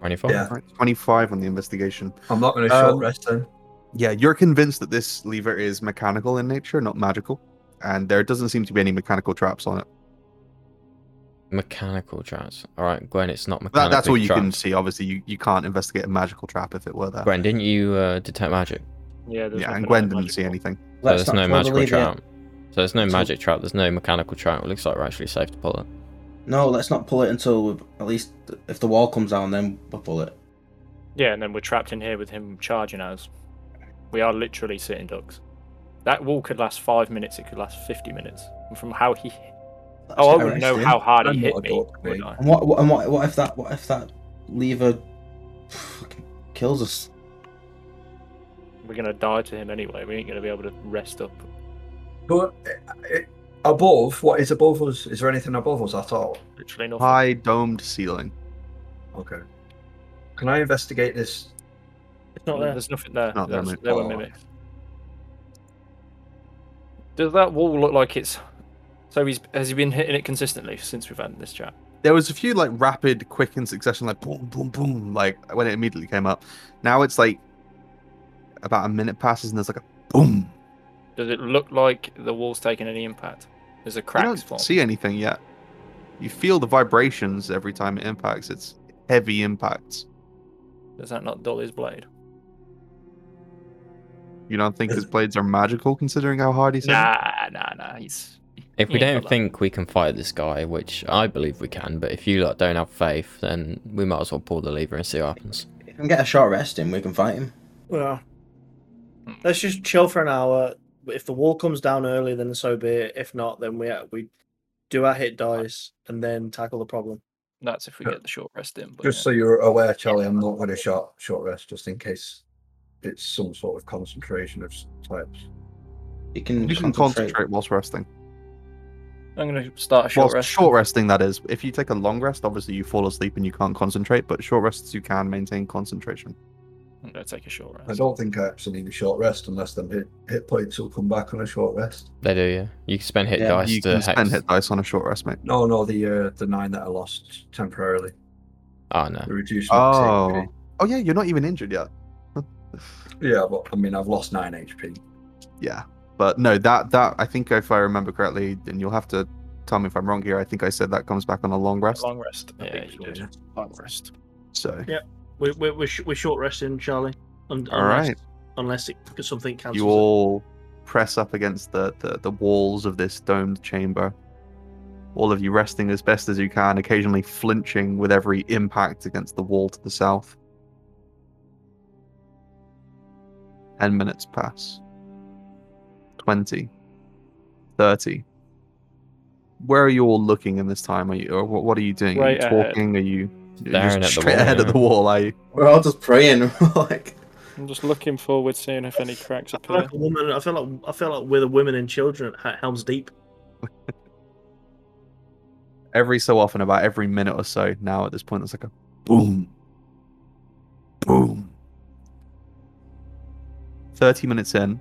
Speaker 4: 24?
Speaker 9: Yeah.
Speaker 1: All right, Twenty-five on the investigation.
Speaker 9: I'm not going to
Speaker 1: Um,
Speaker 9: short rest then.
Speaker 1: Yeah, you're convinced that this lever is mechanical in nature, not magical, and there doesn't seem to be any mechanical traps on it.
Speaker 4: Mechanical traps. Alright, Gwen, it's not mechanical.
Speaker 1: That, that's all you can
Speaker 4: traps.
Speaker 1: see. Obviously, you, you can't investigate a magical trap if it were there.
Speaker 4: Gwen, didn't you uh, detect magic?
Speaker 3: Yeah, there's
Speaker 1: yeah,
Speaker 3: nothing
Speaker 1: and
Speaker 3: on
Speaker 1: Gwen
Speaker 3: the
Speaker 1: didn't
Speaker 3: magic
Speaker 1: see
Speaker 3: wall.
Speaker 1: anything.
Speaker 4: So there's no
Speaker 7: pull the
Speaker 4: magical
Speaker 7: lever yet.
Speaker 4: trap. So there's no
Speaker 7: Let's not-
Speaker 4: magic trap, there's no mechanical trap. It looks like we're actually safe to pull it.
Speaker 7: No, let's not pull it until we've, at least if the wall comes down, then we'll pull it.
Speaker 3: Yeah, and then we're trapped in here with him charging us. We are literally sitting ducks. That wall could last five minutes. It could last fifty minutes. And from how he,
Speaker 7: Let's
Speaker 3: oh, I
Speaker 7: get a
Speaker 3: wouldn't
Speaker 7: rest
Speaker 3: know
Speaker 7: in.
Speaker 3: how hard
Speaker 9: I'm
Speaker 3: he hit
Speaker 9: not a
Speaker 3: me.
Speaker 9: duck,
Speaker 3: Would
Speaker 9: mate.
Speaker 3: I?
Speaker 7: And what, what? And what? What if that? What if that lever fucking kills us?
Speaker 3: We're gonna die to him anyway. We ain't gonna be able to rest up.
Speaker 9: But uh, uh, above, what is above us? Is there anything above us at all?
Speaker 3: Literally nothing.
Speaker 1: High domed ceiling.
Speaker 9: Okay. Can I investigate this?
Speaker 2: it's not there.
Speaker 3: There's nothing there.
Speaker 1: Not there,
Speaker 3: There's-
Speaker 1: mate.
Speaker 3: there were
Speaker 1: Oh.
Speaker 3: mimics. Does that wall look like it's? So he's has he been hitting it consistently since we've had this chat?
Speaker 1: There was a few like rapid, quick in succession, like boom, boom, boom, like when it immediately came up. Now it's like about a minute passes and there's like a boom.
Speaker 3: Does it look like the wall's taking any impact? There's a
Speaker 1: You
Speaker 3: crack
Speaker 1: don't
Speaker 3: formed.
Speaker 1: see anything yet. You feel the vibrations every time it impacts. It's heavy impacts.
Speaker 3: Does that not dull his blade?
Speaker 1: You don't think his blades are magical considering how hard he's hitting?
Speaker 3: Nah, nah, nah. He's
Speaker 4: If we
Speaker 3: Yeah,
Speaker 4: don't
Speaker 3: but-
Speaker 4: think we can fight this guy, which I believe we can, but if you lot don't have faith, then we might as well pull the lever and see what happens.
Speaker 7: If we can get a short rest in, we can fight him.
Speaker 2: Well, let's just chill for an hour. If the wall comes down early, then so be it. If not, then we we do our hit dice and then tackle the problem.
Speaker 3: that's if we get the short rest in. But
Speaker 9: Just so
Speaker 3: yeah.
Speaker 9: you're aware, Charlie, I'm not going to short short rest just in case it's some sort of concentration of types.
Speaker 7: You can,
Speaker 1: You can concentrate whilst resting.
Speaker 3: I'm gonna start a short
Speaker 1: Whilst
Speaker 3: rest.
Speaker 1: short resting, that is. If you take a long rest, obviously you fall asleep and you can't concentrate, but short rests you can maintain concentration.
Speaker 3: I'm gonna take a short
Speaker 9: I
Speaker 3: rest.
Speaker 9: don't think I actually need a short rest unless them hit hit points will come back on a short rest.
Speaker 4: They do, yeah. You can spend hit
Speaker 7: Yeah,
Speaker 4: dice
Speaker 1: You
Speaker 4: to
Speaker 1: can
Speaker 4: hex.
Speaker 1: spend hit dice on a short rest, mate.
Speaker 9: No, no, the uh, the nine that I lost temporarily.
Speaker 4: Oh no.
Speaker 9: The reduced.
Speaker 1: Oh.
Speaker 9: HP.
Speaker 1: Oh yeah, you're not even injured yet.
Speaker 9: Yeah, but I mean, I've lost nine HP.
Speaker 1: Yeah. But no, that that I think if I remember correctly, and you'll have to tell me if I'm wrong here, I think I said that comes back on a long rest.
Speaker 3: Long rest.
Speaker 9: I
Speaker 3: Yeah,
Speaker 9: think
Speaker 3: you
Speaker 9: so,
Speaker 3: did.
Speaker 9: yeah.
Speaker 3: Long rest.
Speaker 1: So
Speaker 2: We we we're, sh- we're short resting, Charlie. Un-
Speaker 1: All
Speaker 2: unless,
Speaker 1: right.
Speaker 2: Unless it, something cancels.
Speaker 1: you
Speaker 2: it.
Speaker 1: all press up against the, the, the walls of this domed chamber. All of you resting as best as you can, occasionally flinching with every impact against the wall to the south. Ten minutes pass. Twenty. Thirty. Where are you all looking in this time? Are you? Or what, what are you doing?
Speaker 3: Right
Speaker 1: are you
Speaker 3: ahead.
Speaker 1: talking? Are you? you're
Speaker 4: Staring at
Speaker 1: just
Speaker 4: the
Speaker 1: straight
Speaker 4: wall,
Speaker 1: ahead
Speaker 4: yeah.
Speaker 1: of the wall. Are you?
Speaker 7: We're all just praying. like,
Speaker 3: I'm just looking forward, seeing if any cracks
Speaker 2: I feel
Speaker 3: appear.
Speaker 2: like a woman. I feel like I feel like we're the women and children at Helm's Deep.
Speaker 1: every so often, about every minute or so now at this point, it's like a boom.
Speaker 5: Boom.
Speaker 1: 30 minutes in,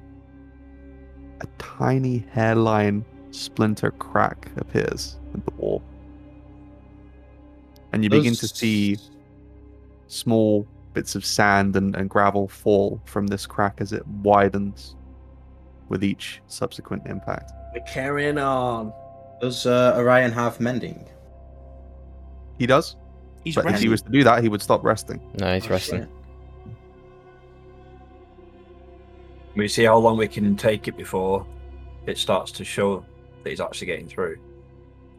Speaker 1: a tiny hairline splinter crack appears in the wall. And you begin to
Speaker 10: Those-
Speaker 1: see small bits of sand and, and gravel fall from this crack as it widens with each subsequent impact.
Speaker 2: We're carrying on.
Speaker 10: Does uh, Orion have
Speaker 1: Oh,
Speaker 10: mending?
Speaker 1: He does,
Speaker 2: He's
Speaker 1: but if he
Speaker 2: resting.
Speaker 1: was to do that, he would stop resting.
Speaker 4: No, he's
Speaker 10: Oh,
Speaker 4: resting.
Speaker 10: shit.
Speaker 9: We see how long we can take it before it starts to show that he's actually getting through.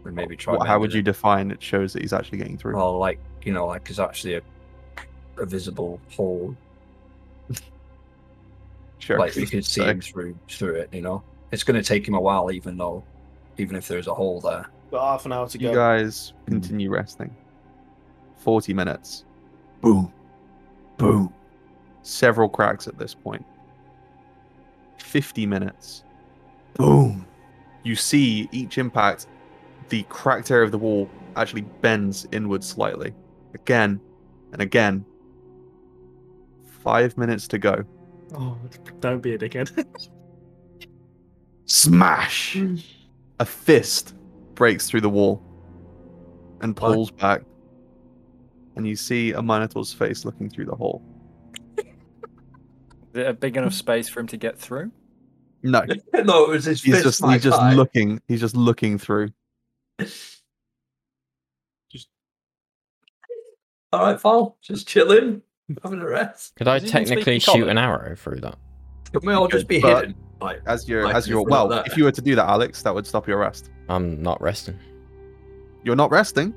Speaker 9: And maybe try.
Speaker 1: What- how
Speaker 9: mending
Speaker 1: would
Speaker 9: it.
Speaker 1: you define it shows that he's actually getting through?
Speaker 9: Well, like you know, like there's actually a, a visible hole.
Speaker 1: sure.
Speaker 9: Like you can see
Speaker 1: So-
Speaker 9: him through through it. You know, it's going to take him a while, even though, even if there's a hole there.
Speaker 2: Got half an hour to
Speaker 1: You
Speaker 2: go.
Speaker 1: guys
Speaker 9: Mm-hmm.
Speaker 1: continue resting. 40 minutes.
Speaker 5: Boom. Boom.
Speaker 1: Several cracks at this point. 50 minutes.
Speaker 5: Boom.
Speaker 1: You see each impact, the cracked area of the wall actually bends inward slightly. Again and again. Five minutes to go.
Speaker 2: Oh, don't be a dickhead.
Speaker 1: Smash! A fist breaks through the wall and pulls back. And you see a Minotaur's face looking through the hole.
Speaker 3: Is it a big enough space for him to get through?
Speaker 1: No,
Speaker 9: no, it was his
Speaker 1: he's just he's just looking he's just looking through
Speaker 9: All right, pal, just chilling, having a rest.
Speaker 4: Could I
Speaker 3: Does he even speak
Speaker 4: technically
Speaker 3: in
Speaker 4: shoot
Speaker 3: common?
Speaker 4: an arrow through that?
Speaker 9: Can we all just be
Speaker 1: But-
Speaker 9: hidden? Like,
Speaker 1: as you're
Speaker 9: Like,
Speaker 1: as
Speaker 9: if
Speaker 1: you're
Speaker 9: we're not
Speaker 1: well
Speaker 9: there.
Speaker 1: if you were to do that alex that would stop your rest
Speaker 4: I'm not resting.
Speaker 1: you're not resting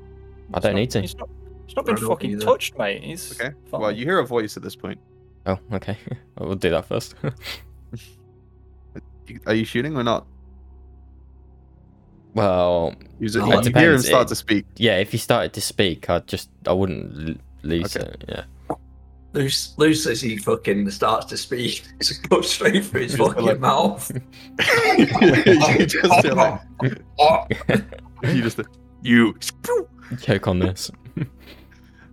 Speaker 4: I don't
Speaker 3: He's not-
Speaker 4: need to.
Speaker 3: He's not, he's not been
Speaker 9: I don't
Speaker 3: fucking
Speaker 9: either.
Speaker 3: touched, mate. He's
Speaker 1: okay
Speaker 3: fine.
Speaker 1: well you hear a voice at this point
Speaker 4: Oh, okay. we'll do that first.
Speaker 1: You- are you shooting or not
Speaker 4: well,
Speaker 1: Is
Speaker 9: Oh,
Speaker 1: it,
Speaker 9: it
Speaker 1: you hear him
Speaker 4: depends.
Speaker 1: start
Speaker 4: It-
Speaker 1: to speak
Speaker 4: yeah. If he started to speak, I just I wouldn't l- lose
Speaker 1: Okay.
Speaker 4: it. Yeah.
Speaker 9: Luce, Luce as he fucking starts to speak, it just goes straight through his fucking
Speaker 1: like-
Speaker 9: mouth.
Speaker 1: you just hear like, you just you
Speaker 4: Choke on this.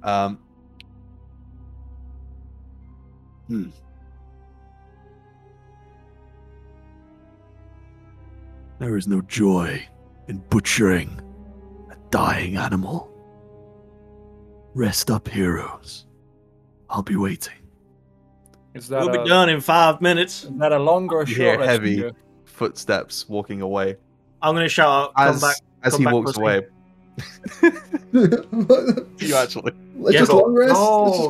Speaker 1: um
Speaker 5: Hmm. There is no joy in butchering a dying animal. Rest up, heroes. I'll be waiting.
Speaker 3: Is that
Speaker 2: we'll
Speaker 3: a-
Speaker 2: be done in five minutes.
Speaker 3: Is that a long or a
Speaker 1: You
Speaker 3: short
Speaker 1: hear
Speaker 3: rest
Speaker 1: heavy-
Speaker 3: you-
Speaker 1: footsteps walking away
Speaker 2: I'm gonna shout out. Come
Speaker 1: as
Speaker 2: back.
Speaker 1: as
Speaker 2: come
Speaker 1: he
Speaker 2: back,
Speaker 1: walks
Speaker 2: pussy.
Speaker 1: away
Speaker 7: Let's
Speaker 1: you actually
Speaker 2: Yeah,
Speaker 7: just
Speaker 2: but- Oh,
Speaker 7: long rest. Let's
Speaker 9: No,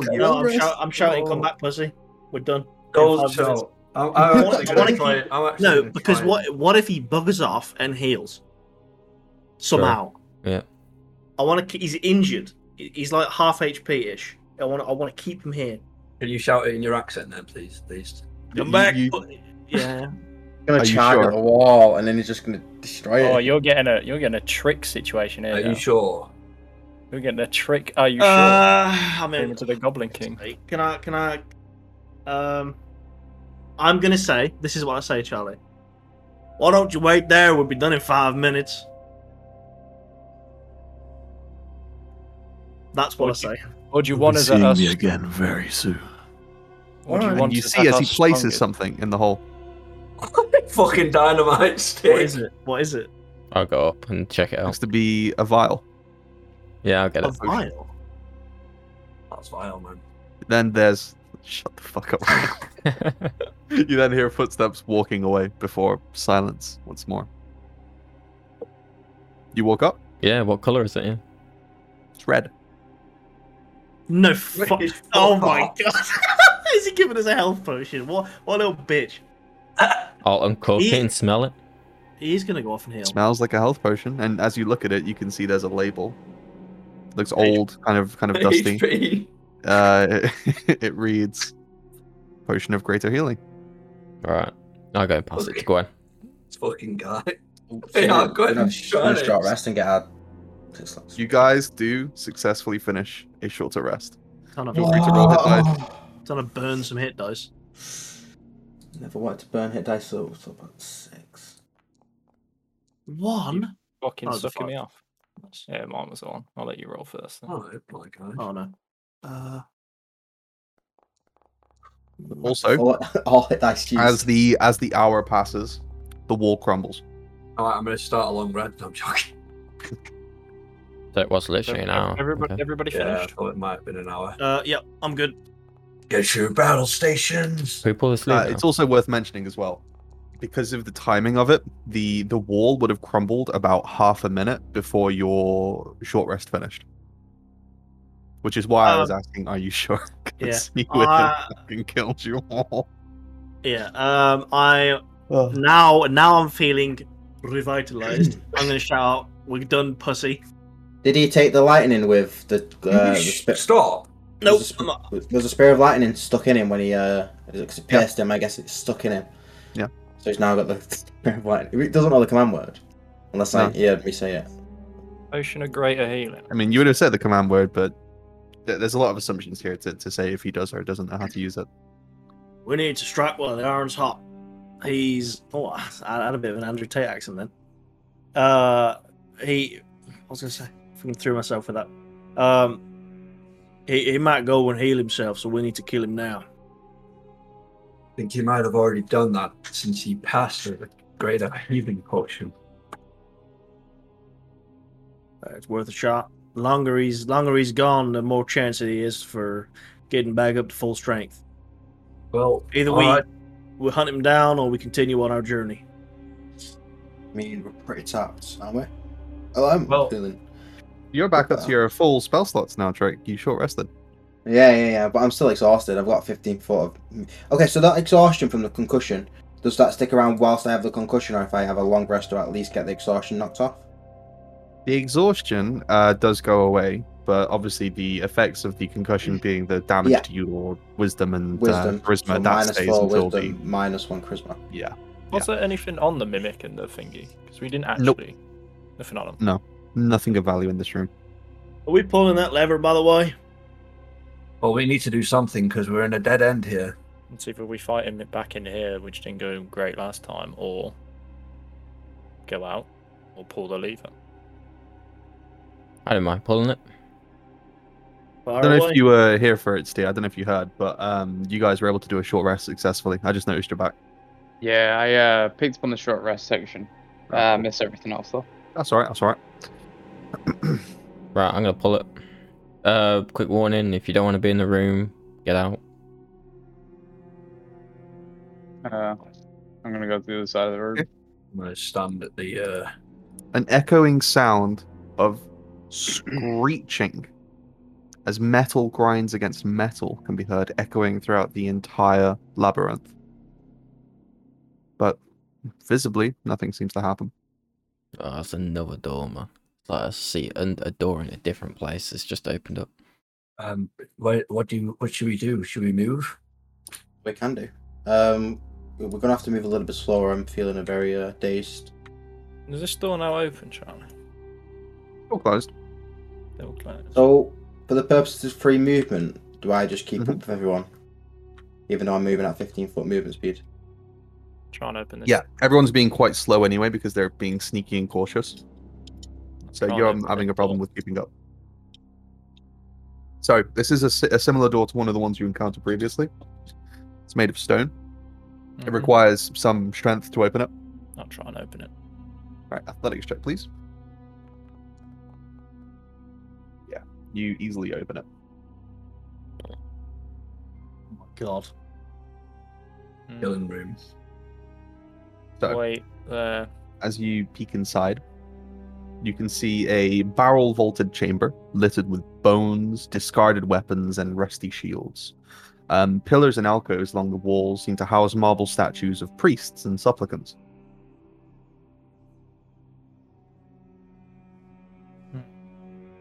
Speaker 7: just get long
Speaker 2: You know, I'm,
Speaker 7: rest.
Speaker 2: shout, I'm shouting,
Speaker 9: Oh.
Speaker 2: "Come back, pussy! We're done."
Speaker 9: Don't
Speaker 2: Five minutes.
Speaker 9: shout. I'm, I'm
Speaker 2: I
Speaker 9: actually
Speaker 2: wanna
Speaker 9: gonna
Speaker 2: keep-
Speaker 9: try. it. I'm actually
Speaker 2: No,
Speaker 9: gonna
Speaker 2: because
Speaker 9: try it.
Speaker 2: what what if he buggers off and heals somehow?
Speaker 4: Yeah.
Speaker 2: I want to. He's injured. He- He's like half HP ish. I want. I want to keep him here.
Speaker 9: Can you shout it in your accent then, please? Please.
Speaker 1: You-
Speaker 2: Come back. Oh,
Speaker 1: you- you-
Speaker 2: pu- Yeah.
Speaker 7: He's
Speaker 1: Are
Speaker 7: gonna
Speaker 1: you
Speaker 7: charge
Speaker 1: sure?
Speaker 7: at the wall, and then he's just gonna destroy it.
Speaker 3: Oh, you're getting a you're getting a trick situation here.
Speaker 9: Are
Speaker 3: now.
Speaker 9: you sure?
Speaker 3: You're getting a trick. Are you sure?
Speaker 2: Uh, I
Speaker 3: Came
Speaker 2: mean,
Speaker 3: into the Goblin King.
Speaker 2: can I? Can I? Um, I'm gonna say this is what I say, Charlie. Why don't you wait there? We'll be done in five minutes. That's what I
Speaker 3: Would you-
Speaker 2: say.
Speaker 3: Or do you
Speaker 5: You'll
Speaker 3: want
Speaker 5: be
Speaker 3: us at
Speaker 5: seeing
Speaker 3: us?
Speaker 5: me again very soon.
Speaker 3: Or do you
Speaker 1: and
Speaker 3: want
Speaker 1: you
Speaker 3: us
Speaker 1: see
Speaker 3: at
Speaker 1: as he
Speaker 3: our
Speaker 1: places
Speaker 3: strongest?
Speaker 1: something in the hole
Speaker 9: fucking dynamite stick.
Speaker 2: What is it? What is it?
Speaker 4: I'll go up and check
Speaker 3: Oh.
Speaker 4: it
Speaker 1: looks
Speaker 4: out.
Speaker 1: to be a vial
Speaker 4: Yeah, I'll get
Speaker 2: A
Speaker 4: it.
Speaker 2: vial.
Speaker 9: That's vile, man.
Speaker 1: then there's shut the fuck up you then hear footsteps walking away before silence once more. You walk up,
Speaker 4: yeah. What color is it? Yeah.
Speaker 1: it's red.
Speaker 2: No fuck.
Speaker 9: Fuck
Speaker 2: Oh my
Speaker 9: off.
Speaker 2: god. Is he giving us a health potion? What what little bitch.
Speaker 4: I'll uncork
Speaker 2: He-
Speaker 4: it and Oh, smell it.
Speaker 2: He is gonna go off and heal.
Speaker 1: It smells like a health potion, and as you look at it, you can see there's a label. looks old, kind of kind of dusty.
Speaker 9: HP.
Speaker 1: Uh, it, it reads Potion of Greater Healing.
Speaker 4: All right. I'll go pass it to
Speaker 9: Okay.
Speaker 4: Gwen.
Speaker 9: This fucking guy.
Speaker 7: So
Speaker 9: Yeah,
Speaker 7: we're
Speaker 9: go ahead
Speaker 7: gonna-
Speaker 9: and
Speaker 7: we're
Speaker 9: shut
Speaker 7: gonna
Speaker 9: it.
Speaker 7: short rest and get our. Six slots.
Speaker 1: You guys do successfully finish a shorter rest.
Speaker 2: Trying
Speaker 1: Feel
Speaker 2: to,
Speaker 1: free to roll hit dice.
Speaker 2: trying to burn some hit dice.
Speaker 7: Never wanted to burn hit dice, so it's about six.
Speaker 2: One?
Speaker 3: Fucking
Speaker 2: Oh, the
Speaker 3: sucking me
Speaker 2: fuck.
Speaker 3: off. Yeah, mine was on. I'll let you roll first. then.
Speaker 9: Oh my god.
Speaker 2: Oh no. Uh
Speaker 1: Also,
Speaker 7: All, all hit dice juice.
Speaker 1: as the as the hour passes, the wall crumbles.
Speaker 9: Alright, I'm going to start a long rest. No, I'm joking.
Speaker 4: So it was literally an hour.
Speaker 3: Everybody,
Speaker 4: okay.
Speaker 3: everybody
Speaker 9: Yeah, I
Speaker 3: finished.
Speaker 9: thought it might have been an hour.
Speaker 2: Uh, yep, I'm good.
Speaker 9: Get your battle stations.
Speaker 4: People asleep.
Speaker 1: Uh, it's also worth mentioning as well, because of the timing of it, the the wall would have crumbled about half a minute before your short rest finished. Which is why I was asking, are you sure? 'Cause he would have
Speaker 2: Uh,
Speaker 1: fucking killed you all.
Speaker 2: yeah. Um, I now now I'm feeling revitalized. I'm gonna shout, out, "We're done, pussy!"
Speaker 7: Did he take the lightning with the? Uh, the
Speaker 9: Shh,
Speaker 7: spe-
Speaker 9: Stop.
Speaker 2: Nope.
Speaker 7: There's a,
Speaker 2: I'm not.
Speaker 7: sp- there's a spear of lightning stuck in him when he uh, because it
Speaker 1: Yeah.
Speaker 7: pierced him. I guess it's stuck in him.
Speaker 1: Yeah.
Speaker 7: So he's now got the spear of lightning. It doesn't know the command word, unless I
Speaker 1: No.
Speaker 7: yeah me say it.
Speaker 3: Potion of greater healing.
Speaker 1: I mean, you would have said the command word, but th- there's a lot of assumptions here to, to say if he does or doesn't know how to use it.
Speaker 2: We need to strike while the iron's hot. He's oh, I had a bit of an Andrew Tate accent then. Uh, he, I was gonna say, fucking threw myself with that. Um, he he might go and heal himself, so we need to kill him now.
Speaker 9: I think he might have already done that since he passed the greater healing potion.
Speaker 2: Uh, it's worth a shot. The longer he's longer he's gone, the more chance he is for getting back up to full strength.
Speaker 9: Well,
Speaker 2: Either
Speaker 9: all
Speaker 2: we
Speaker 9: right,
Speaker 2: we hunt him down, or we continue on our journey.
Speaker 7: I mean, we're pretty tapped, aren't we? Oh, I'm
Speaker 9: Well-
Speaker 7: feeling.
Speaker 1: You're back up to your full spell slots now, Drake. You short rested.
Speaker 7: Yeah, yeah, yeah. But I'm still exhausted. I've got 15 foot of. Okay, so that exhaustion from the concussion does that stick around whilst I have the concussion, or if I have a long rest, or at least get the exhaustion knocked off?
Speaker 1: The exhaustion uh, does go away, but obviously the effects of the concussion being the damage
Speaker 7: Mm. Yeah.
Speaker 1: to your wisdom and
Speaker 7: Wisdom.
Speaker 1: uh, charisma
Speaker 7: so
Speaker 1: that
Speaker 7: minus
Speaker 1: stays
Speaker 7: four
Speaker 1: until
Speaker 7: wisdom, minus one charisma.
Speaker 1: the yeah.
Speaker 3: Was there anything on the mimic and the thingy? Because we didn't
Speaker 1: Nope.
Speaker 3: actually. Nothing on him.
Speaker 1: Nothing of value in this room.
Speaker 2: Are we pulling that lever, by the way?
Speaker 9: well, we need to do something because we're in a dead end here.
Speaker 3: It's either we fight him back in here, which didn't go great last time, or go out or pull the lever.
Speaker 4: I don't mind pulling it.
Speaker 2: Far
Speaker 1: I don't know
Speaker 2: away.
Speaker 1: if you were here for it, Steve. I don't know if you heard, but um, you guys were able to do a short rest successfully. I just noticed you're back.
Speaker 6: Yeah, I uh, picked up on the short rest section. Uh, missed everything else though.
Speaker 1: That's all right. That's all right.
Speaker 4: Right, I'm gonna pull it. Uh, quick warning: if you don't want to be in the room, get out.
Speaker 6: Uh, I'm gonna go to the other side of the room.
Speaker 9: I'm going to stand at the. Uh,
Speaker 1: an echoing sound of screeching as metal grinds against metal can be heard echoing throughout the entire labyrinth. But visibly, nothing seems to happen.
Speaker 4: Oh, that's another door, man. It's like I see a, a door in a different place. It's just opened up.
Speaker 9: um, what, what do you, what should we do? Should we move?
Speaker 7: We can do. Um, we're gonna have to move a little bit slower. I'm feeling a very uh, dazed.
Speaker 3: Is this door now open, Charlie?
Speaker 1: All closed.
Speaker 3: They'll close.
Speaker 7: So,
Speaker 1: Oh,
Speaker 7: for the purposes of free movement, do I just keep
Speaker 1: Mhm.
Speaker 7: up with everyone, even though I'm moving at 15 foot movement speed?
Speaker 3: Try and open this.
Speaker 1: Yeah, everyone's being quite slow anyway because they're being sneaky and cautious. So
Speaker 3: Try and
Speaker 1: you're
Speaker 3: open
Speaker 1: having
Speaker 3: this
Speaker 1: a problem
Speaker 3: door.
Speaker 1: with keeping up. So this is a, si- a similar door to one of the ones you encountered previously. It's made of stone. It
Speaker 3: Mhm.
Speaker 1: requires some strength to open it.
Speaker 3: I'll try and open it.
Speaker 1: Right, athletics check, please. Yeah, you easily open it.
Speaker 2: Oh my God,
Speaker 3: Mm.
Speaker 9: Killing room.
Speaker 1: So-
Speaker 3: Wait, uh, there.
Speaker 1: As you peek inside, you can see a barrel vaulted chamber littered with bones, discarded weapons, and rusty shields. Um, pillars and alcoves along the walls seem to house marble statues of priests and supplicants.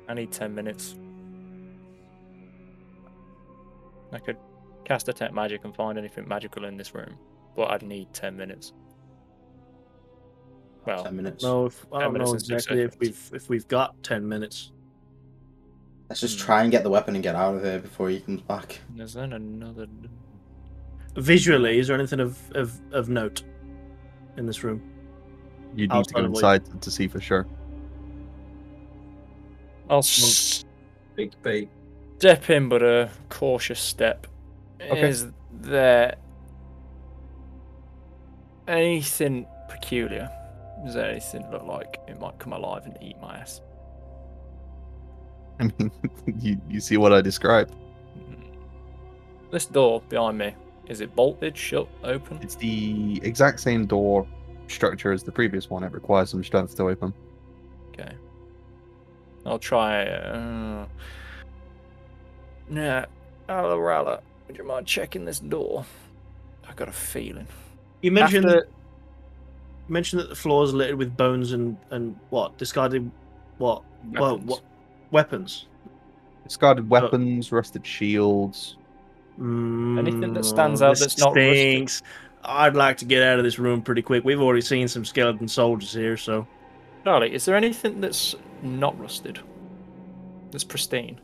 Speaker 3: I need 10 minutes. I could cast Detect Magic and find anything magical in this room, but I'd need 10 minutes. Well,
Speaker 7: 10 minutes.
Speaker 2: no, if, I
Speaker 3: Ten
Speaker 2: don't
Speaker 3: minutes
Speaker 2: know
Speaker 3: and six
Speaker 2: exactly if
Speaker 3: seconds.
Speaker 2: we've if we've got ten minutes.
Speaker 7: Let's just try and get the weapon and get out of here before he comes back.
Speaker 3: there's then another. d-
Speaker 2: Visually, is there anything of of, of note in this room?
Speaker 1: You'd
Speaker 2: I'll
Speaker 1: need to go
Speaker 2: totally-
Speaker 1: inside to, to see for sure.
Speaker 3: I'll step
Speaker 9: Big bait.
Speaker 3: in, but a cautious step.
Speaker 1: Okay.
Speaker 3: Is there anything peculiar? Does there anything look like it might come alive and eat my ass?
Speaker 1: I mean, you, you see what I described.
Speaker 3: This door behind me, is it bolted, shut, open?
Speaker 1: It's the exact same door structure as the previous one. It requires some strength to open.
Speaker 3: Okay. I'll try. Uh, yeah, Alarala, would you mind checking this door? I got a feeling.
Speaker 2: You mentioned
Speaker 3: After-
Speaker 2: that, you mentioned that the floor is littered with bones and and what discarded, what well
Speaker 6: Weapons.
Speaker 2: what weapons.
Speaker 1: Discarded weapons, rusted shields.
Speaker 3: Anything that
Speaker 2: Mm,
Speaker 3: stands out
Speaker 2: this
Speaker 3: that's not rusted.
Speaker 2: stinks. I'd like to get out of this room pretty quick. We've already seen some skeleton soldiers here, so
Speaker 3: Charlie, is there anything that's not rusted? That's pristine.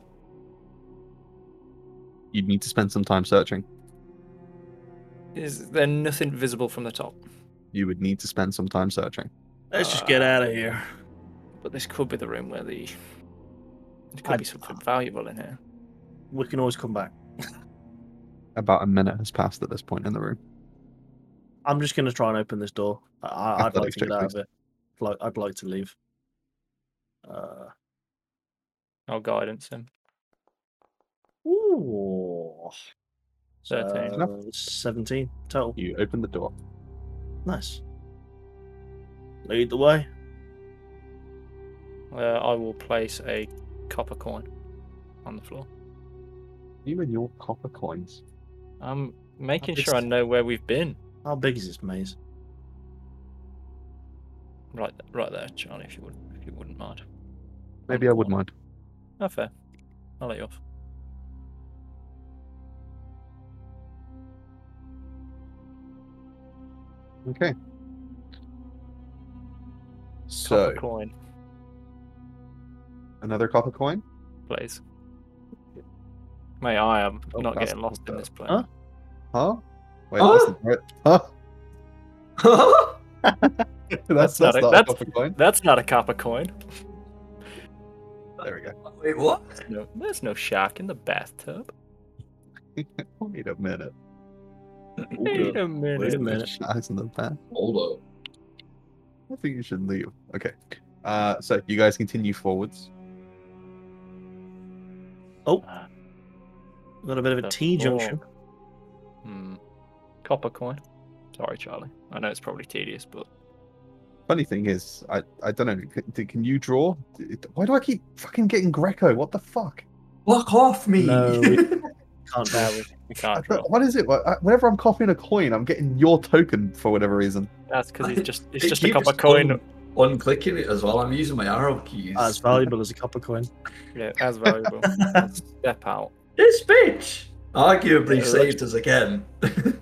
Speaker 1: You'd need to spend some time searching.
Speaker 3: Is there nothing visible from the top?
Speaker 1: You would need to spend some time searching.
Speaker 2: let's just get
Speaker 3: Uh,
Speaker 2: out of here.
Speaker 3: But this could be the room where the. There could be something valuable in here.
Speaker 2: We can always come back.
Speaker 1: About a minute has passed at this point in the room.
Speaker 2: I'm just gonna try and open this door. I- I, I'd like
Speaker 1: Athletics
Speaker 2: to
Speaker 1: check,
Speaker 2: get out
Speaker 1: please.
Speaker 2: of it. Like I'd like to leave. Uh,
Speaker 3: I'll guidance him.
Speaker 2: ooh,
Speaker 3: 13.
Speaker 2: uh, seventeen total.
Speaker 1: You open the door.
Speaker 2: Nice. Lead the way.
Speaker 3: Uh, I will place a copper coin on the floor.
Speaker 1: You and your copper coins.
Speaker 3: I'm making
Speaker 2: big's
Speaker 3: sure I
Speaker 2: this-
Speaker 3: know where we've been.
Speaker 2: How big is this maze?
Speaker 3: Right, th- right there, Charlie. If you would, if you wouldn't mind.
Speaker 1: Maybe I would mind.
Speaker 3: Oh, fair. I'll let you off.
Speaker 1: Okay. So
Speaker 3: Copper coin,
Speaker 1: another copper coin.
Speaker 3: please. Mate, I am
Speaker 1: Oh,
Speaker 3: not
Speaker 1: that's
Speaker 3: getting lost in
Speaker 1: copper.
Speaker 3: this place.
Speaker 2: Huh?
Speaker 1: Huh? Wait, that's the right. Huh? that's,
Speaker 3: That's not
Speaker 1: that's
Speaker 3: it.
Speaker 1: not a
Speaker 3: That's-
Speaker 1: copper coin.
Speaker 3: That's not a copper coin.
Speaker 1: There we go.
Speaker 9: Wait, what?
Speaker 3: There's no, there's no shark in the bathtub.
Speaker 1: Wait a minute.
Speaker 3: Wait a minute.
Speaker 1: Wait a minute. Eyes in the back.
Speaker 10: Hold
Speaker 1: I think you should leave. Okay. Uh, so you guys continue forwards.
Speaker 2: Oh,
Speaker 3: Ah,
Speaker 2: got a bit of a
Speaker 3: the
Speaker 2: T
Speaker 3: floor.
Speaker 2: junction.
Speaker 3: Hmm. Copper coin. Sorry, Charlie. I know it's probably tedious, but
Speaker 1: Funny thing is, I I don't know. Can, can you draw? It- Why do I keep fucking getting Greco? What the fuck?
Speaker 9: Look off me!
Speaker 2: No, Can't
Speaker 3: now
Speaker 2: tell.
Speaker 3: we, we
Speaker 1: I
Speaker 3: can't
Speaker 1: don't-
Speaker 3: draw.
Speaker 1: what is it? I- Whenever I'm copying a coin, I'm getting your token for whatever reason.
Speaker 3: That's because it's just it's
Speaker 9: Hey,
Speaker 3: just a
Speaker 9: you
Speaker 3: copper
Speaker 9: just
Speaker 3: coin.
Speaker 9: un- unclicking it as well. I'm using my arrow keys.
Speaker 2: As valuable as a copper coin.
Speaker 3: Yeah, as valuable. Let's Step out.
Speaker 9: This bitch arguably
Speaker 3: Yeah,
Speaker 9: saved us again.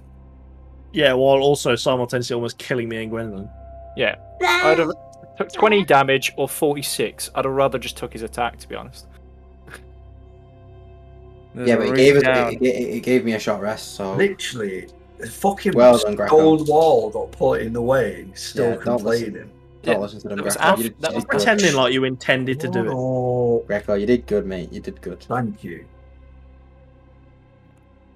Speaker 2: Yeah, while also simultaneously almost killing me and Gwendolyn.
Speaker 3: I'd have took 20 damage or 46. I'd have rather just took his attack, to be honest. There's
Speaker 7: Yeah,
Speaker 3: a
Speaker 7: but it
Speaker 3: route
Speaker 7: gave, us,
Speaker 3: down.
Speaker 7: it, it, it gave me a short rest, so.
Speaker 9: Literally, the fucking
Speaker 7: Well done, Greco.
Speaker 9: gold wall got put in the way.
Speaker 7: Yeah,
Speaker 9: Still
Speaker 7: don't listen.
Speaker 9: complaining.
Speaker 7: Don't
Speaker 3: Yeah,
Speaker 7: listen to them,
Speaker 3: that was
Speaker 7: Greco.
Speaker 3: af-
Speaker 7: You did-
Speaker 3: that
Speaker 7: you
Speaker 3: was
Speaker 7: did good.
Speaker 2: Pretending like you intended to do it.
Speaker 9: Oh,
Speaker 7: Greco, you did good, mate. You did good.
Speaker 9: thank you.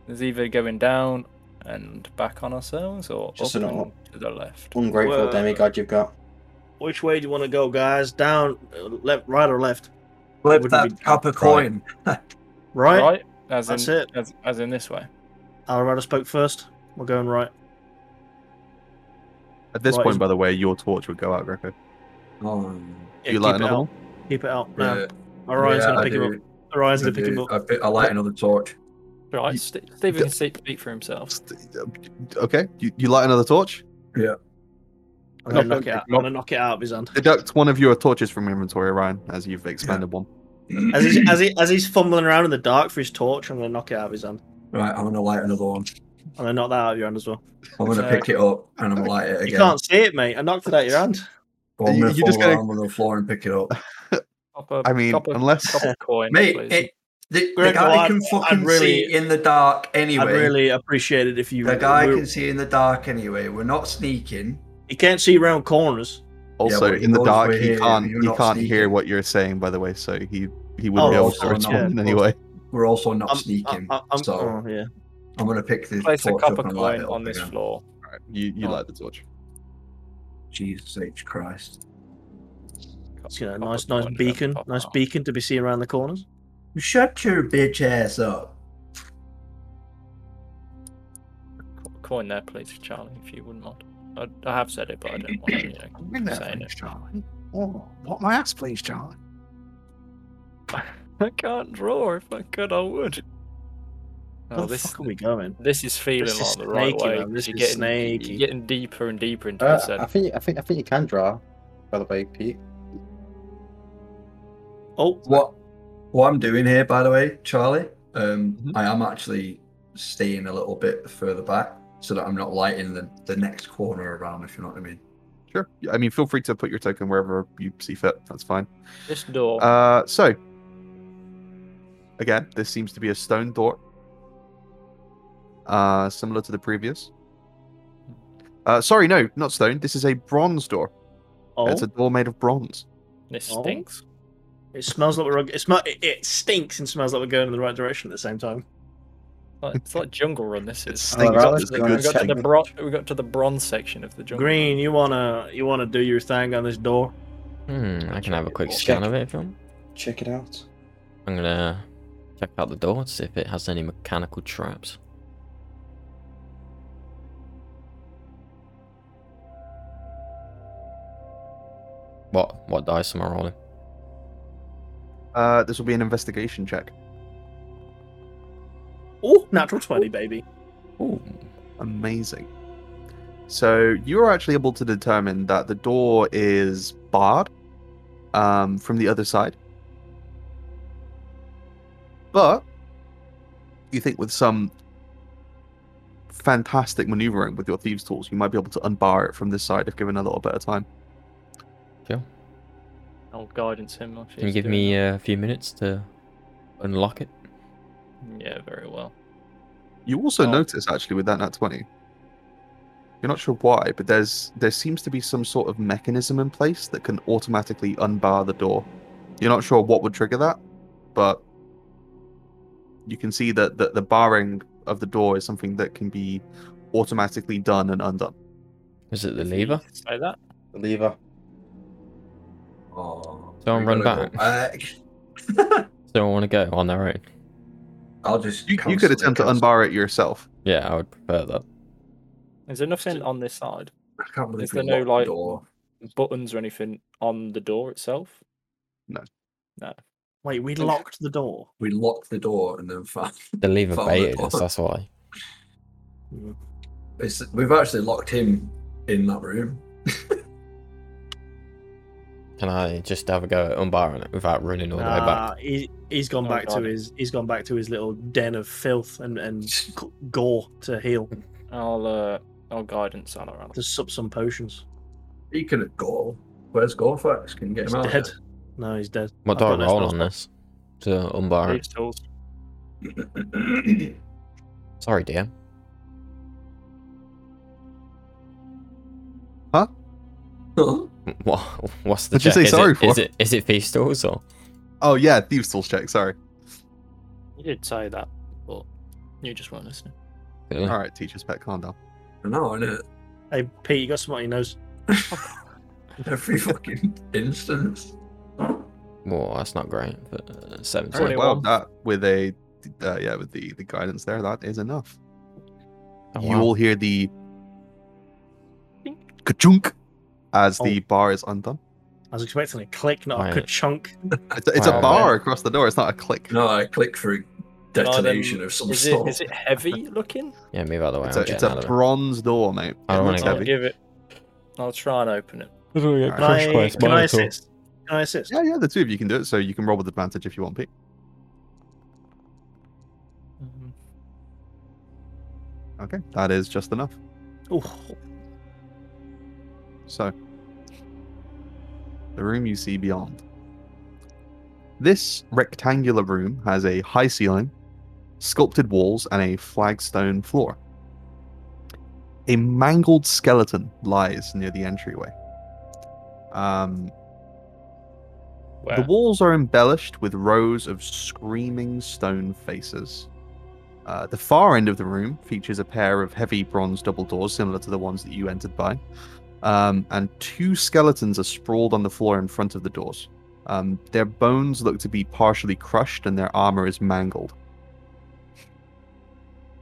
Speaker 3: There's either going down and back on ourselves or
Speaker 7: Just
Speaker 3: up
Speaker 7: an
Speaker 3: and to the left.
Speaker 7: Ungrateful
Speaker 2: Well-
Speaker 7: demigod you've got.
Speaker 2: Which way do you want to go, guys? Down, uh, left, right, or left?
Speaker 9: Flip
Speaker 2: Wouldn't
Speaker 9: that
Speaker 2: be-
Speaker 9: copper coin.
Speaker 2: Right.
Speaker 3: Right? As
Speaker 2: That's
Speaker 3: in,
Speaker 2: it.
Speaker 3: As, as in this way.
Speaker 2: Alvarado spoke first. We're going right.
Speaker 1: At this
Speaker 2: Right,
Speaker 1: point,
Speaker 2: is-
Speaker 1: by the way, your torch would go out, Greco.
Speaker 9: Oh,
Speaker 2: Yeah,
Speaker 1: you
Speaker 2: keep it
Speaker 1: like another
Speaker 2: out.
Speaker 1: one?
Speaker 2: Keep it out.
Speaker 9: yeah.
Speaker 2: No. Orion's
Speaker 9: Yeah,
Speaker 2: gonna
Speaker 9: I
Speaker 2: pick him
Speaker 9: do.
Speaker 2: up. Orion's
Speaker 9: I
Speaker 2: gonna pick him
Speaker 9: do.
Speaker 2: up.
Speaker 9: I, pick- I light another torch.
Speaker 3: Right?
Speaker 1: You-
Speaker 3: Ste Stephen can see- speak for himself.
Speaker 1: St- uh, Okay, you, you light another torch.
Speaker 2: I'm gonna
Speaker 1: Okay.
Speaker 2: knock it out. I'm gonna knock it out of his hand.
Speaker 1: Deduct one of your torches from your inventory, Ryan, as you've expended one.
Speaker 2: As he's as, he, as he's fumbling around in the dark for his torch, I'm gonna knock it out of his hand.
Speaker 9: Right, I'm gonna light another one.
Speaker 2: I'm gonna knock that out of your hand as well.
Speaker 9: I'm gonna
Speaker 3: Uh,
Speaker 9: pick it up and I'm gonna light it again.
Speaker 2: You can't see it, mate. I knocked it out of your hand.
Speaker 9: Well, I'm
Speaker 1: You-
Speaker 9: gonna
Speaker 1: you just
Speaker 9: fall
Speaker 1: gotta-
Speaker 9: down on the floor and pick it up.
Speaker 3: Copper,
Speaker 1: I mean,
Speaker 3: copper,
Speaker 1: unless-
Speaker 3: copper coin,
Speaker 9: Mate,
Speaker 3: please.
Speaker 9: it, the, the
Speaker 2: Greg, well,
Speaker 9: guy
Speaker 2: I'd-
Speaker 9: can
Speaker 2: I'd
Speaker 9: fucking
Speaker 2: really-
Speaker 9: see in the dark
Speaker 2: I'd
Speaker 9: anyway.
Speaker 2: really appreciate it if you.
Speaker 9: the guy
Speaker 2: we-
Speaker 9: can see in the dark anyway. We're not sneaking.
Speaker 2: He can't see round corners.
Speaker 1: Also,
Speaker 9: but he
Speaker 1: in the
Speaker 9: knows
Speaker 1: dark,
Speaker 9: we're
Speaker 1: he
Speaker 9: here,
Speaker 1: can't
Speaker 9: you're
Speaker 1: he
Speaker 9: not
Speaker 1: can't hear
Speaker 9: sneaking.
Speaker 1: what you're saying, by the way. So he he wouldn't
Speaker 2: Oh,
Speaker 1: be able
Speaker 2: also
Speaker 1: to respond
Speaker 9: not.
Speaker 1: in any way.
Speaker 9: We're also not
Speaker 2: I'm,
Speaker 9: sneaking.
Speaker 2: I, I, I'm,
Speaker 9: so
Speaker 2: oh, yeah.
Speaker 11: I'm gonna pick this
Speaker 3: Place a
Speaker 11: torch
Speaker 3: copper
Speaker 11: up and light
Speaker 3: coin
Speaker 11: it up
Speaker 3: on this
Speaker 11: again.
Speaker 3: floor.
Speaker 1: You you
Speaker 11: Oh.
Speaker 1: light the torch.
Speaker 11: Jesus H Christ.
Speaker 2: It's, you know, nice, nice beacon, nice beacon to be seen around the corners.
Speaker 11: Shut your bitch ass up.
Speaker 3: Co- Coin there, please, for Charlie, if you wouldn't mind. I, I have said it, but I don't want to, you
Speaker 11: Bring
Speaker 3: know,
Speaker 11: that
Speaker 3: saying
Speaker 11: thing,
Speaker 3: it.
Speaker 11: Charlie. Oh, want my ass, please, Charlie.
Speaker 3: I can't draw. If I could, I would.
Speaker 2: Where the fuck are we going?
Speaker 3: This is feeling
Speaker 2: This
Speaker 3: like
Speaker 2: is
Speaker 3: the right
Speaker 2: snaky,
Speaker 3: way.
Speaker 2: man, this
Speaker 3: 'cause you're
Speaker 2: is
Speaker 3: getting,
Speaker 2: snaky.
Speaker 3: You're getting deeper and deeper into the
Speaker 7: Uh, I
Speaker 3: center.
Speaker 7: think I think I think you can draw. By the way, Pete.
Speaker 2: Oh,
Speaker 11: What what I'm doing here, by the way, Charlie, um,
Speaker 3: Mm-hmm.
Speaker 11: I am actually staying a little bit further back so that I'm not lighting the, the next corner around, if you know what I mean.
Speaker 1: Sure. I mean, feel free to put your token wherever you see fit. That's fine.
Speaker 3: This door.
Speaker 1: Uh, so again, this seems to be a stone door, uh, similar to the previous. Uh, sorry, no, not stone. This is a bronze door.
Speaker 2: Oh,
Speaker 1: It's a door made of bronze.
Speaker 3: this
Speaker 2: Oh.
Speaker 3: stinks.
Speaker 2: it smells like we're. It, smell, it, it stinks and smells like we're going in the right direction at the same time.
Speaker 3: Like, it's like jungle run. This is.
Speaker 1: stinks
Speaker 7: right,
Speaker 1: up
Speaker 7: let's
Speaker 1: this
Speaker 7: go
Speaker 1: good
Speaker 3: we
Speaker 7: and
Speaker 3: got
Speaker 7: check.
Speaker 3: to the bro- we got to the bronze section of the jungle.
Speaker 2: Green, you wanna you wanna do your thing on this door?
Speaker 4: Hmm, I can have a quick
Speaker 7: Check.
Speaker 4: scan of it if you want.
Speaker 7: Check it out.
Speaker 4: I'm gonna check out the door to see if it has any mechanical traps. What what dice am I rolling?
Speaker 1: Uh, this will be an investigation check.
Speaker 2: Oh, natural twenty, baby.
Speaker 4: Ooh,
Speaker 1: Amazing. So you are actually able to determine that the door is barred um, from the other side, but you think with some fantastic maneuvering with your thieves' tools, you might be able to unbar it from this side if given a little bit of time.
Speaker 3: I'll Oh, guidance him. if
Speaker 4: can you
Speaker 3: he's
Speaker 4: give
Speaker 3: doing
Speaker 4: me
Speaker 3: that.
Speaker 4: uh, a few minutes to unlock it?
Speaker 3: Yeah, very well.
Speaker 1: You also
Speaker 3: Oh.
Speaker 1: notice actually with that nat twenty. You're not sure why, but there's there seems to be some sort of mechanism in place that can automatically unbar the door. You're not sure what would trigger that, but you can see that the, the barring of the door is something that can be automatically done and undone.
Speaker 4: Is it the
Speaker 3: If
Speaker 4: lever?
Speaker 3: you Say that.
Speaker 7: The lever.
Speaker 11: Oh, Uh,
Speaker 4: Don't
Speaker 11: we
Speaker 4: run
Speaker 11: gotta go back.
Speaker 4: Still want to go on their own?
Speaker 11: I'll just.
Speaker 1: You, you could
Speaker 11: constantly
Speaker 1: attempt to
Speaker 11: cast-
Speaker 1: unbar it yourself.
Speaker 4: Yeah, I would prefer that.
Speaker 3: Is there nothing on this side?
Speaker 11: I can't believe
Speaker 3: Is there
Speaker 11: we
Speaker 3: no
Speaker 11: locked the
Speaker 3: like
Speaker 11: door.
Speaker 3: buttons or anything on the door itself?
Speaker 1: No.
Speaker 3: No.
Speaker 2: Wait, we locked the door.
Speaker 11: We locked the door and then found.
Speaker 4: The lever
Speaker 11: Follow the
Speaker 4: baited
Speaker 11: door.
Speaker 4: us. That's why.
Speaker 11: It's, we've actually locked him in that room.
Speaker 4: Can I just have a go at unbarring it without running all the way back?
Speaker 2: Nah, Uh, he, he's gone
Speaker 3: Oh,
Speaker 2: back
Speaker 3: God.
Speaker 2: to his he's gone back to his little den of filth and and g- gore to heal
Speaker 3: I'll uh, I'll guidance on around.
Speaker 2: to sup some potions.
Speaker 11: He could have gone. Where's Gorfax? Can you get
Speaker 2: He's
Speaker 11: him out? of
Speaker 2: dead.
Speaker 11: there?
Speaker 2: No, he's dead.
Speaker 4: What
Speaker 2: I've
Speaker 4: do I
Speaker 2: got no
Speaker 4: roll
Speaker 2: spells.
Speaker 4: on this to unbar it?
Speaker 3: These tools.
Speaker 4: Sorry, DM. What what's the
Speaker 1: What'd you
Speaker 4: check?
Speaker 1: say
Speaker 4: is
Speaker 1: sorry
Speaker 4: it, is
Speaker 1: for?
Speaker 4: it is it thieves tools or
Speaker 1: Oh yeah, thieves tools check. Sorry.
Speaker 3: You did say that, but you just weren't listening.
Speaker 4: Yeah.
Speaker 1: All right, teacher's pet, calm down.
Speaker 11: no, innit?
Speaker 2: Hey Pete, you got something on your nose?
Speaker 11: Every fucking instance.
Speaker 4: Well, that's not great. But uh,
Speaker 1: All right,
Speaker 4: seventeen.
Speaker 1: well,
Speaker 3: 21.
Speaker 1: that with a uh, yeah with the the guidance there, that is enough.
Speaker 4: Oh,
Speaker 1: you
Speaker 4: wow.
Speaker 1: all hear the
Speaker 3: Ding.
Speaker 1: ka-chunk as the
Speaker 4: Oh.
Speaker 1: bar is undone.
Speaker 2: I was expecting a click, not
Speaker 4: Right.
Speaker 2: a chunk.
Speaker 1: It's, it's a
Speaker 4: Wow.
Speaker 1: bar across the door. It's not a click.
Speaker 11: No, I click for a
Speaker 3: Can I then-
Speaker 11: detonation of some
Speaker 3: Is
Speaker 11: sort.
Speaker 3: it is it heavy looking?
Speaker 4: Yeah, move out of the way.
Speaker 1: it's
Speaker 4: I'm
Speaker 1: a, it's
Speaker 4: getting
Speaker 1: a
Speaker 4: out of it.
Speaker 1: bronze door, mate.
Speaker 4: I don't
Speaker 1: It
Speaker 4: wanna
Speaker 1: looks
Speaker 4: go.
Speaker 3: I'll
Speaker 1: heavy.
Speaker 3: give it. I'll try and open it.
Speaker 1: All
Speaker 4: Can
Speaker 1: right.
Speaker 2: Can I, can I assist? Can I assist?
Speaker 1: Yeah, yeah, the two of you can do it. So you can roll with advantage if you want, Pete. Okay, that is just enough.
Speaker 2: Ooh,
Speaker 1: So, the room you see beyond. This rectangular room has a high ceiling, sculpted walls, and a flagstone floor. A mangled skeleton lies near the entryway. Um,
Speaker 3: Where?
Speaker 1: the walls are embellished with rows of screaming stone faces. Uh, the far end of the room features a pair of heavy bronze double doors, similar to the ones that you entered by. Um, and two skeletons are sprawled on the floor in front of the doors. Um, their bones look to be partially crushed, and their armor is mangled.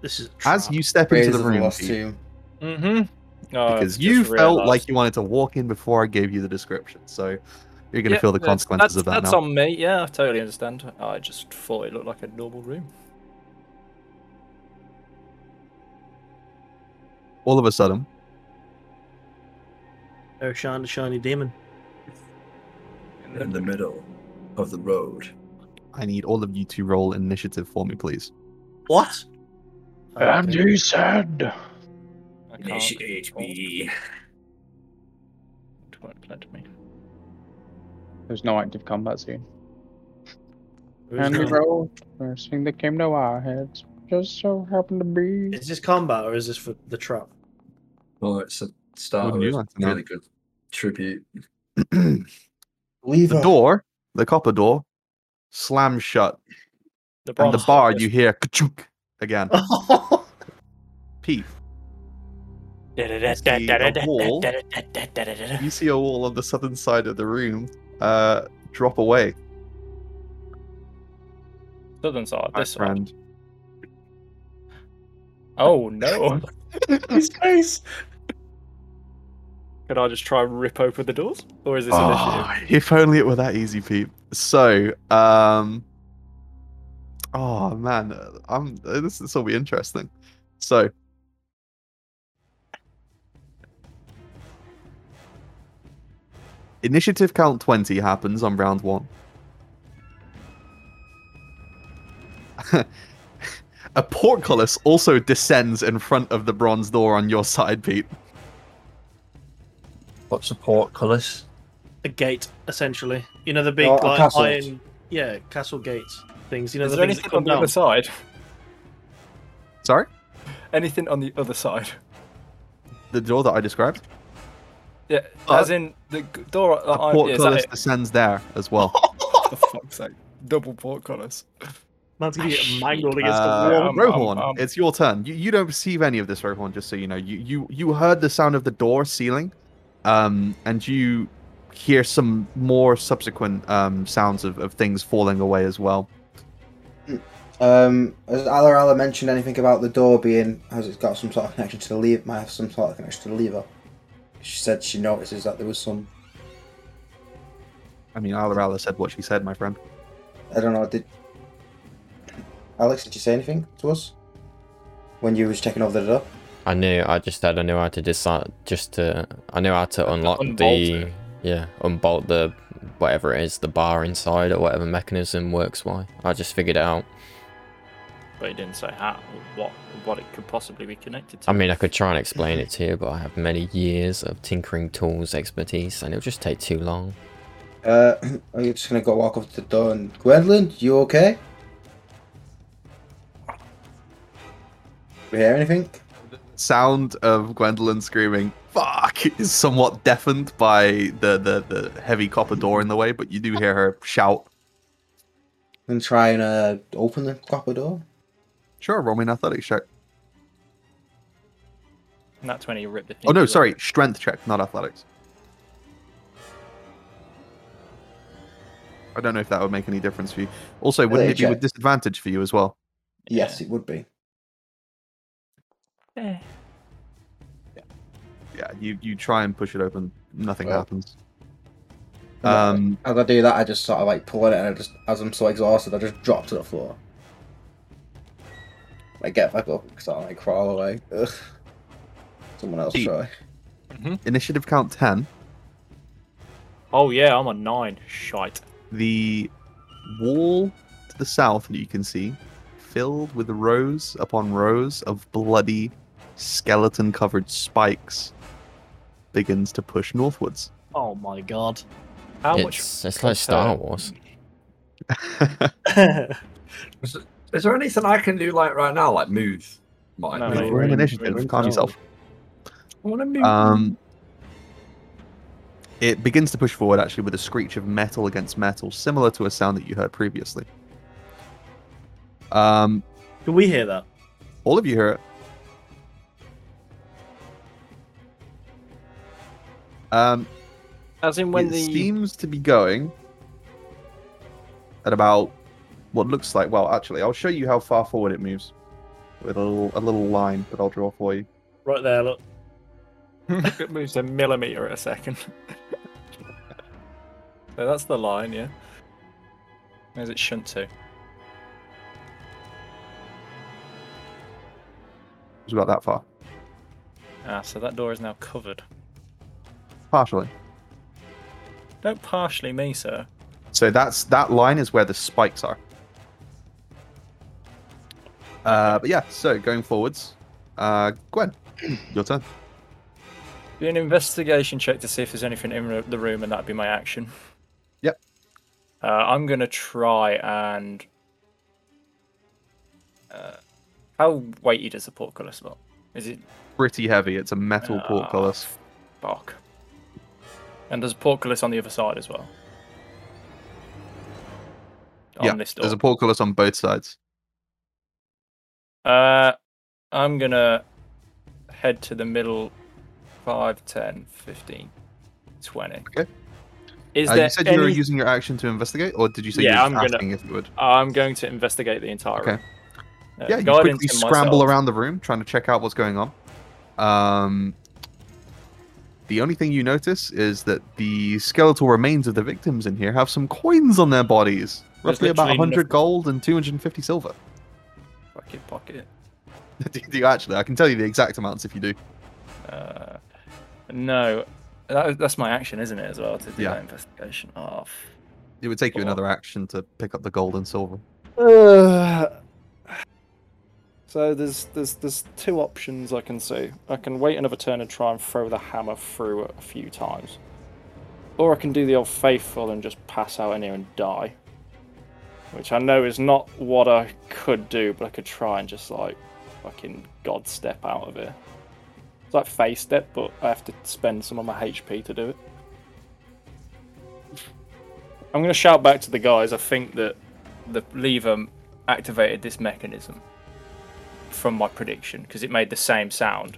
Speaker 2: This is
Speaker 3: Ah,
Speaker 1: As you step into the room, Pete,
Speaker 3: Mm-hmm.
Speaker 1: because you felt like you wanted to walk in before I gave you the description, so you're going to feel the consequences
Speaker 3: that's,
Speaker 1: of that
Speaker 3: That's
Speaker 1: now.
Speaker 3: on me. Yeah, I totally understand. I just thought it looked like a normal room.
Speaker 1: All of a sudden,
Speaker 2: Oh, shine the shiny demon.
Speaker 11: in the middle of the road.
Speaker 1: I need all of you to roll initiative for me, please.
Speaker 2: What?
Speaker 6: And you said.
Speaker 3: I can't
Speaker 9: Initiate me.
Speaker 3: do what it planned to me.
Speaker 6: There's no active combat soon.
Speaker 2: There's
Speaker 6: and we
Speaker 2: no-
Speaker 6: rolled. First thing that came to our heads just so happened to be.
Speaker 2: Is this combat or is this for the trap?
Speaker 11: Oh, it's a start of
Speaker 1: Wouldn't you
Speaker 11: a
Speaker 1: like to know?
Speaker 11: really good tribute.
Speaker 1: the door, the copper door, slams shut,
Speaker 3: The
Speaker 1: and the bard you hear ka-chunk again.
Speaker 2: Oh.
Speaker 1: Pete, a wall. you see a wall on the southern side of the room uh, drop away,
Speaker 3: Southern side.
Speaker 1: my
Speaker 3: This one.
Speaker 1: friend.
Speaker 3: Oh no!
Speaker 2: His face.
Speaker 3: Could I just try and rip open the doors, or is this an issue?
Speaker 1: Oh, if only it were that easy, Pete. So, um, oh man, I'm this. This will be interesting. So, initiative count twenty happens on round one. A portcullis also descends in front of the bronze door on your side, Pete.
Speaker 9: What's the portcullis?
Speaker 2: A gate, essentially. You know the big
Speaker 7: Oh, a
Speaker 2: like,
Speaker 7: castle.
Speaker 2: iron, yeah, castle gates things. You know
Speaker 3: Is
Speaker 2: the
Speaker 3: there
Speaker 2: things that
Speaker 3: anything
Speaker 2: come
Speaker 3: on the
Speaker 2: down.
Speaker 3: other side?
Speaker 1: Sorry,
Speaker 3: Anything on the other side?
Speaker 1: the door that I described.
Speaker 3: Yeah,
Speaker 1: Uh,
Speaker 3: as in the g- door.
Speaker 1: A
Speaker 3: that I- yeah, is that
Speaker 1: portcullis
Speaker 3: it?
Speaker 1: descends there as well.
Speaker 3: For fuck's sake! Double portcullis.
Speaker 2: Man's gonna get mangled against
Speaker 1: Uh,
Speaker 2: the wall.
Speaker 3: Um,
Speaker 1: Rohorn,
Speaker 3: um, um.
Speaker 1: it's your turn. You, you don't perceive any of this, Rohorn. Just so you know, you you you heard the sound of the door sealing, um, and you hear some more subsequent um sounds of, of things falling away as well.
Speaker 7: Um, has Ala Ala mentioned anything about the door being? Has it got some sort of connection to the lever? Might have some sort of connection to the lever. She said she notices that there was some.
Speaker 1: I mean, Alarala said what she said, my friend.
Speaker 7: I don't know. Did Alex? Did you say anything to us when you was checking over the door?
Speaker 4: I knew. I just said I knew how to decide. Just to, I knew how to unlock
Speaker 3: unbolt
Speaker 4: the,
Speaker 3: it.
Speaker 4: yeah, unbolt the whatever it is, the bar inside or whatever mechanism works. Why? I just figured it out.
Speaker 3: But he didn't say how, what, what it could possibly be connected to.
Speaker 4: I mean, I could try and explain it to you, but I have many years of tinkering tools expertise, and it'll just take too long.
Speaker 7: Uh, are you just gonna go walk up to the door and Gwendolyn, you okay? We hear anything?
Speaker 1: Sound of Gwendolyn screaming "fuck" is somewhat deafened by the the the heavy copper door in the way, but you do hear her shout.
Speaker 7: And try and uh, open the copper door.
Speaker 1: Sure, roll me an athletics check.
Speaker 3: And that's when he ripped the.
Speaker 1: Oh no,
Speaker 3: fingers off.
Speaker 1: sorry, strength check, not athletics. I don't know if that would make any difference for you. Also, wouldn't it be with
Speaker 7: check.
Speaker 1: disadvantage for you as well?
Speaker 7: Yes, it would be.
Speaker 1: Yeah, you you try and push it open, nothing
Speaker 7: Well.
Speaker 1: happens. Um,
Speaker 7: As I do that, I just sort of like pull on it, and I just, as I'm so exhausted, I just drop to the floor. Like get back up, sort of like crawl away. Ugh. Someone else
Speaker 1: Pete.
Speaker 7: try.
Speaker 1: initiative count ten.
Speaker 3: Oh yeah, I'm on nine. Shite.
Speaker 1: The wall to the south that you can see, filled with rows upon rows of bloody skeleton-covered spikes, begins to push northwards.
Speaker 2: Oh my god.
Speaker 3: How much? uh,
Speaker 4: it's it's like Star Wars.
Speaker 9: Is, is there anything I can do like right now? Like move? Mike,
Speaker 2: Oh,
Speaker 3: No,
Speaker 9: move.
Speaker 3: no.
Speaker 1: We're in
Speaker 3: Wait,
Speaker 1: initiative.
Speaker 3: wait,
Speaker 1: Calm
Speaker 3: no.
Speaker 1: yourself.
Speaker 9: I want to move.
Speaker 1: Um, it begins to push forward actually with a screech of metal against metal, similar to a sound that you heard previously. Um,
Speaker 2: Can we hear that?
Speaker 1: All of you hear it. Um,
Speaker 3: As in when
Speaker 1: it
Speaker 3: the
Speaker 1: seems to be going at about what looks like. Well, actually, I'll show you how far forward it moves with a little a little line that I'll draw for you.
Speaker 2: Right there, look.
Speaker 3: it moves a millimeter a second. so that's the line, yeah. Where's it shunt to?
Speaker 1: It's about that far,
Speaker 3: Ah, so that door is now covered.
Speaker 1: partially.
Speaker 3: Don't partially me, sir.
Speaker 1: So that's that line is where the spikes are. Uh, but yeah, so going forwards, uh, Gwen, your turn.
Speaker 3: Do an investigation check to see if there's anything in the room, and that'd be my action.
Speaker 1: Yep.
Speaker 3: Uh, I'm gonna try and. Uh, how weighty does the portcullis look? Is it
Speaker 1: Pretty heavy. It's a metal
Speaker 3: Ah,
Speaker 1: portcullis.
Speaker 3: bark? And there's a portcullis on the other side as well. On
Speaker 1: yeah,
Speaker 3: this door.
Speaker 1: there's a portcullis on both sides.
Speaker 3: Uh, I'm gonna head to the middle 5, 10, 15, 20.
Speaker 1: Okay.
Speaker 3: Is
Speaker 1: Uh,
Speaker 3: there
Speaker 1: you said
Speaker 3: any...
Speaker 1: you were using your action to investigate, or did you say
Speaker 3: Yeah,
Speaker 1: you
Speaker 3: I'm
Speaker 1: were just
Speaker 3: gonna-
Speaker 1: asking if you would?
Speaker 3: I'm going to investigate the entire
Speaker 1: Okay.
Speaker 3: room. Uh,
Speaker 1: yeah, you
Speaker 3: guidance
Speaker 1: quickly
Speaker 3: in
Speaker 1: scramble
Speaker 3: myself.
Speaker 1: around the room trying to check out what's going on. Um, the only thing you notice is that the skeletal remains of the victims in here have some coins on their bodies,
Speaker 3: There's
Speaker 1: roughly about
Speaker 3: literally
Speaker 1: 100
Speaker 3: nothing.
Speaker 1: gold and 250 silver.
Speaker 3: Fucking pocket.
Speaker 1: do you actually? I can tell you the exact amounts if you do.
Speaker 3: Uh, no, that, that's my action, isn't it, as well, to do
Speaker 1: Yeah.
Speaker 3: that investigation. Oh, f-
Speaker 1: It would
Speaker 3: Oh,
Speaker 1: take you another action to pick up the gold and silver.
Speaker 3: Uh, so there's there's there's two options I can see. I can wait another turn and try and throw the hammer through it a few times, or I can do the old faithful and just pass out in here and die. Which I know is not what I could do, but I could try and just like fucking god step out of here. It's like face step, but I have to spend some of my HP to do it. I'm going to shout back to the guys. I think that the lever activated this mechanism from my prediction because it made the same sound,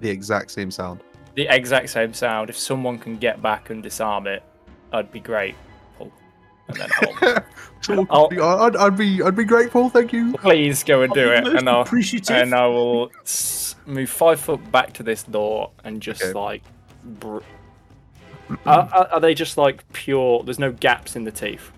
Speaker 1: The exact same sound.
Speaker 3: the exact same sound. If someone can get back and disarm it, I'd be grateful. And then I'll,
Speaker 1: So
Speaker 3: I'll
Speaker 1: I'd, I'd be I'd be grateful, thank you.
Speaker 3: please go and do
Speaker 2: I'll be
Speaker 3: it,
Speaker 2: most
Speaker 3: and I'll
Speaker 2: appreciative.
Speaker 3: and uh, I will s- move five foot back to this door and just
Speaker 1: Okay.
Speaker 3: like. Br- are, are- are they just like pure? There's no gaps in the teeth.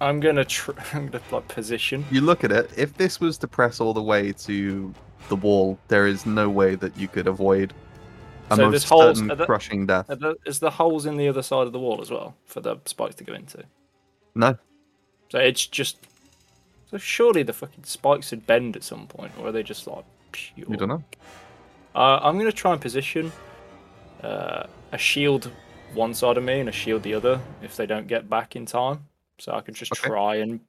Speaker 3: I'm gonna tr- I'm gonna like position.
Speaker 1: You look at it. If this was to press all the way to the wall, there is no way that you could avoid a
Speaker 3: So there's
Speaker 1: most
Speaker 3: holes-
Speaker 1: certain
Speaker 3: are uh, there-
Speaker 1: crushing death.
Speaker 3: Are there, is the holes in the other side of the wall as well for the spikes to go into?
Speaker 1: No,
Speaker 3: So it's just. So surely the fucking spikes would bend at some point, or are they just like pure?
Speaker 1: you don't know.
Speaker 3: Uh, I'm gonna try and position uh, a shield one side of me and a shield the other if they don't get back in time. So I can just
Speaker 1: Okay.
Speaker 3: try and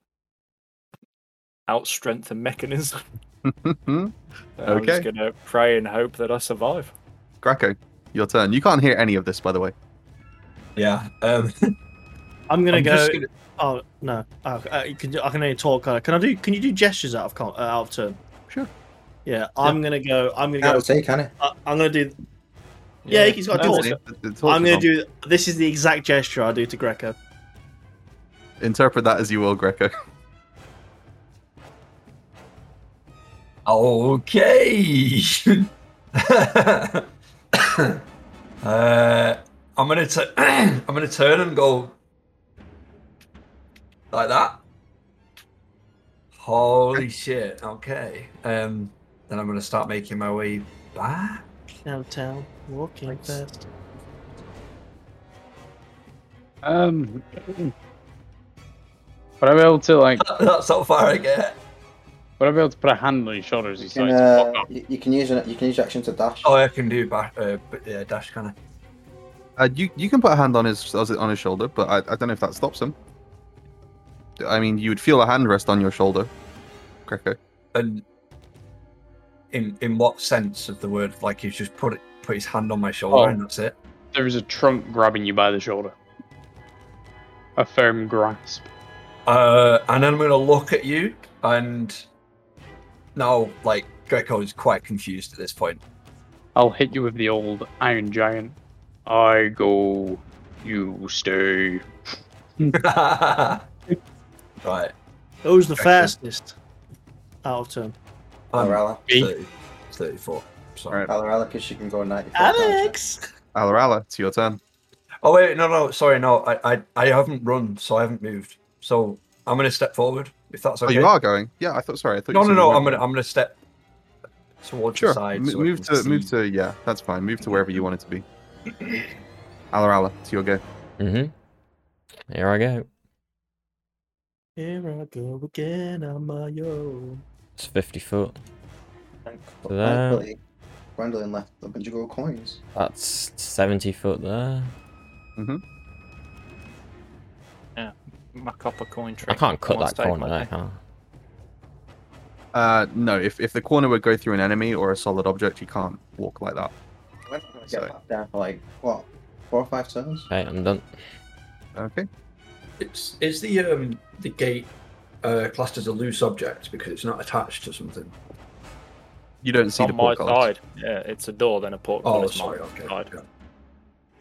Speaker 3: outstrength the mechanism.
Speaker 1: Hmm,
Speaker 3: And I'm just
Speaker 1: Okay.
Speaker 3: gonna pray and hope that I survive.
Speaker 1: Greco, your turn. You can't hear any of this, by the way.
Speaker 9: Yeah. Um,
Speaker 2: I'm gonna
Speaker 9: I'm
Speaker 2: go.
Speaker 9: just gonna-
Speaker 2: Oh no, oh, I I can I can only talk. uh, Can I, can I do? Can you do gestures out of con- uh, out of turn?
Speaker 1: Sure.
Speaker 2: Yeah, I'm gonna go. I'm gonna
Speaker 7: Can't
Speaker 2: go.
Speaker 7: say, can it?
Speaker 2: I, I'm gonna do. Yeah,
Speaker 3: Yeah.
Speaker 2: he's got a
Speaker 1: Don't
Speaker 2: talk.
Speaker 1: see it. The- the torch
Speaker 2: I'm
Speaker 1: is
Speaker 2: gonna
Speaker 1: on.
Speaker 2: do. This is the exact gesture I do to Greco.
Speaker 1: Interpret that as you will, Greco.
Speaker 9: Okay. uh, I'm gonna t- I'm gonna turn and go like that. Holy shit! Okay. Um. Then I'm gonna start making my way back.
Speaker 2: Downtown, walking fast.
Speaker 6: Um, would I be able to like?
Speaker 9: That's how far I get.
Speaker 6: Would I be able to put a hand on your shoulders?
Speaker 7: You
Speaker 6: and
Speaker 7: can,
Speaker 6: say, "Fuck
Speaker 7: uh,
Speaker 6: off?"
Speaker 7: you, you can use an, you can use your action to dash.
Speaker 9: Oh, I can do back. Uh, b- yeah, dash kind of.
Speaker 1: Uh, you you can put a hand on his on his shoulder, but I, I don't know if that stops him. I mean, you would feel a hand rest on your shoulder, Greco.
Speaker 9: And in in what sense of the word? Like he's just put it, put his hand on my shoulder,
Speaker 6: Oh.
Speaker 9: and that's it.
Speaker 6: There is a trunk grabbing you by the shoulder. A firm grasp.
Speaker 9: Uh, and then I'm going to look at you and now, like Greco is quite confused at this point.
Speaker 6: I'll hit you with the old Iron Giant. I go, you stay.
Speaker 9: Right.
Speaker 2: Who's the fastest? Out of turn.
Speaker 9: I'm
Speaker 7: Alarala.
Speaker 9: 30, 34. Sorry.
Speaker 7: Alarala, because she can go 94.
Speaker 2: Alex!
Speaker 1: Alarala, it's your turn.
Speaker 9: Oh wait, no, no, sorry, no. I, I, I haven't run, so I haven't moved. So I'm gonna step forward if that's
Speaker 1: Oh,
Speaker 9: okay.
Speaker 1: you are going. Yeah, I thought. Sorry, I thought.
Speaker 9: No,
Speaker 1: you
Speaker 9: no,
Speaker 1: said
Speaker 9: no.
Speaker 1: you
Speaker 9: I'm
Speaker 1: were-
Speaker 9: gonna, I'm gonna step towards
Speaker 1: Sure.
Speaker 9: your side.
Speaker 1: M-
Speaker 9: so I
Speaker 1: move
Speaker 9: can
Speaker 1: to, move
Speaker 9: see.
Speaker 1: to. Yeah, that's fine. Move to wherever you want it to be. Alarala, it's your go.
Speaker 4: Mm-hmm. Here I go.
Speaker 2: Here I go again on my own.
Speaker 4: It's 50 foot. To there.
Speaker 7: Thankfully, Gwendolyn left a bunch of gold coins.
Speaker 4: That's 70 foot there.
Speaker 3: Yeah, my copper coin
Speaker 4: I
Speaker 3: trick.
Speaker 4: can't cut
Speaker 3: Once
Speaker 4: that
Speaker 3: taken,
Speaker 4: corner
Speaker 3: I
Speaker 4: there,
Speaker 3: think.
Speaker 4: can I?
Speaker 1: Uh, no. If if the corner would go through an enemy or a solid object, you can't walk like that.
Speaker 7: We're not going to
Speaker 1: Sorry.
Speaker 7: get back down for like, what, four or five turns?
Speaker 4: Okay, I'm done.
Speaker 1: Okay.
Speaker 11: It's is the um the gate uh, classed as a loose object because it's not attached to something.
Speaker 1: You don't
Speaker 3: It's
Speaker 1: see the
Speaker 3: on my
Speaker 1: portcullis.
Speaker 3: side. Yeah, it's a door, then a
Speaker 11: Oh,
Speaker 3: portcullis.
Speaker 11: sorry.
Speaker 3: on my
Speaker 11: Okay.
Speaker 3: side.
Speaker 11: okay.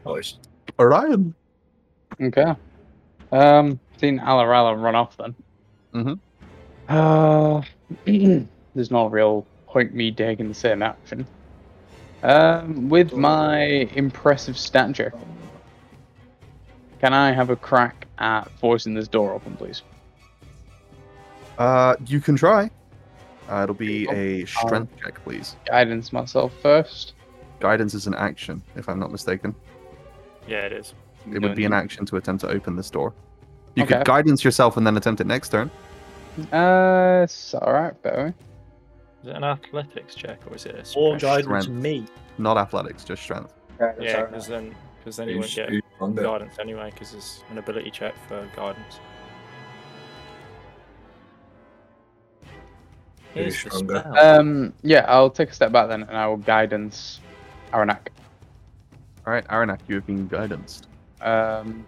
Speaker 11: Oh, it's
Speaker 1: Orion.
Speaker 6: Okay. Um, seen Alarala run off then.
Speaker 1: Mhm.
Speaker 6: Uh, there's no real point me taking the same action. Um, with my impressive stature, can I have a crack at forcing this door open, please?
Speaker 1: Uh, you can try. Uh, it'll be a
Speaker 3: Um,
Speaker 1: strength check, please.
Speaker 6: Guidance myself first.
Speaker 1: Guidance is an action, if I'm not mistaken.
Speaker 3: Yeah, it is.
Speaker 1: It would be an action to attempt to open this door. You
Speaker 6: Okay.
Speaker 1: could guidance yourself and then attempt it next turn.
Speaker 6: Uh, it's alright, Bowie.
Speaker 3: Is it an athletics check or is it a
Speaker 2: Or
Speaker 3: strength?
Speaker 2: guidance
Speaker 1: Strength.
Speaker 2: me.
Speaker 1: Not athletics, just strength.
Speaker 7: Guidance,
Speaker 3: Yeah,
Speaker 7: alright.
Speaker 3: because then, because then you won't
Speaker 11: it's
Speaker 3: get
Speaker 11: on there.
Speaker 3: guidance anyway, because it's an ability check for guidance.
Speaker 11: Maybe
Speaker 3: Here's the
Speaker 11: stronger.
Speaker 3: spell.
Speaker 6: Um, yeah, I'll take a step back then, and I will guidance Aranak.
Speaker 1: All right, Aranak, you have been guidanced.
Speaker 6: Um,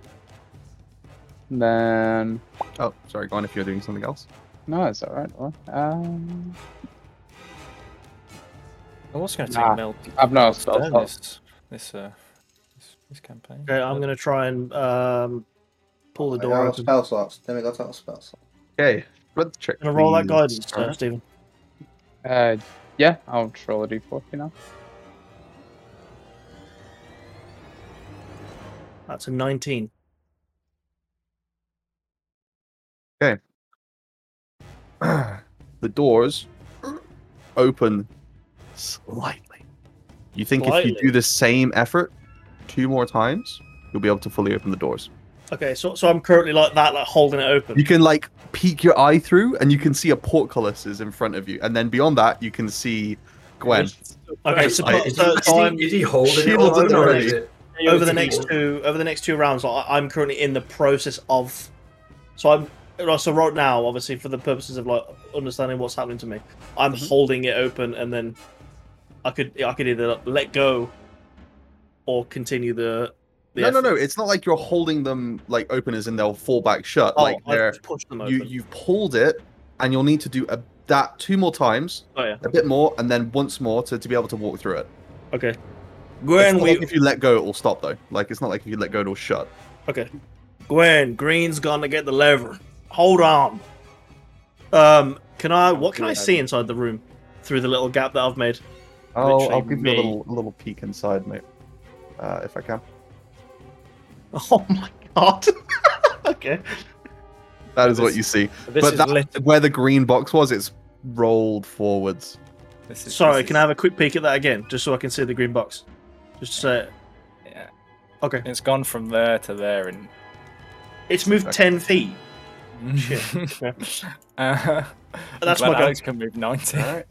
Speaker 6: then
Speaker 1: Oh, sorry, go on if you're doing something else.
Speaker 6: no, it's alright. well, Um,
Speaker 3: I was going to
Speaker 6: Nah,
Speaker 3: take Mel
Speaker 6: I've not spell
Speaker 3: down
Speaker 6: slots.
Speaker 3: this this uh this, this campaign.
Speaker 2: Okay, I'm going to try and um, pull the
Speaker 7: I
Speaker 2: door
Speaker 7: got
Speaker 2: open.
Speaker 7: spell slots. Then we got out of spell slots.
Speaker 1: Okay, let's check.
Speaker 2: Gonna roll that
Speaker 1: please.
Speaker 2: guidance,
Speaker 1: All
Speaker 2: turn,
Speaker 1: right.
Speaker 2: Stephen.
Speaker 6: Uh, yeah, I'll just roll a d4 you know.
Speaker 2: That's a 19.
Speaker 1: the doors open slightly. You think if
Speaker 2: Slightly?
Speaker 1: you do the same effort two more times, you'll be able to fully open the doors.
Speaker 2: Okay, so so I'm currently like that, like holding it open.
Speaker 1: You can like peek your eye through, and you can see a portcullis is in front of you, and then beyond that, you can see Gwen.
Speaker 2: Okay, so,
Speaker 1: Like,
Speaker 11: is,
Speaker 2: so,
Speaker 11: he,
Speaker 2: so
Speaker 11: is,
Speaker 2: I'm
Speaker 11: he, is he holding it
Speaker 1: Shields
Speaker 11: on
Speaker 1: at the
Speaker 11: or
Speaker 1: ready.
Speaker 11: is it?
Speaker 2: over the next two over the next two rounds. I, I'm currently in the process of. So I'm so right now, obviously, for the purposes of like understanding what's happening to me, I'm
Speaker 1: Mm-hmm.
Speaker 2: holding it open, and then I could I could either let go or continue the. the
Speaker 1: No, no,
Speaker 2: effort.
Speaker 1: no. It's not like you're holding them like open as in they'll fall back shut.
Speaker 2: Oh,
Speaker 1: like
Speaker 2: I
Speaker 1: they're
Speaker 2: just pushed them open.
Speaker 1: you you've pulled it, and you'll need to do a, that two more times,
Speaker 2: Oh yeah.
Speaker 1: a bit more, and then once more to, to be able to walk through it.
Speaker 2: Okay.
Speaker 1: It's
Speaker 2: Gwen,
Speaker 1: not
Speaker 2: we
Speaker 1: like if you let go, it will stop though. Like it's not like if you let go, it'll shut.
Speaker 2: Okay. Gwen, Green's gonna get the lever. Hold on. Um, can I? What can I see inside the room through the little gap that I've made?
Speaker 1: I'll, Oh, I'll
Speaker 2: Literally
Speaker 1: give you a
Speaker 2: me.
Speaker 1: little a little peek inside, mate, uh, if I can.
Speaker 2: Oh my god. okay.
Speaker 1: That is what
Speaker 3: This-
Speaker 1: you see.
Speaker 3: This
Speaker 1: but
Speaker 3: is
Speaker 1: that,
Speaker 3: lit-
Speaker 1: where the green box was, it's rolled forwards.
Speaker 3: this is-
Speaker 2: Sorry,
Speaker 3: this
Speaker 2: can
Speaker 3: is-
Speaker 2: I have a quick peek at that again, just so I can see the green box? Just to say,
Speaker 3: Yeah.
Speaker 2: okay.
Speaker 3: It's gone from there to there and.
Speaker 2: It's moved ten feet.
Speaker 3: uh,
Speaker 2: That's
Speaker 3: that's my
Speaker 2: my go.
Speaker 3: Alex can move ninety.
Speaker 1: Alright.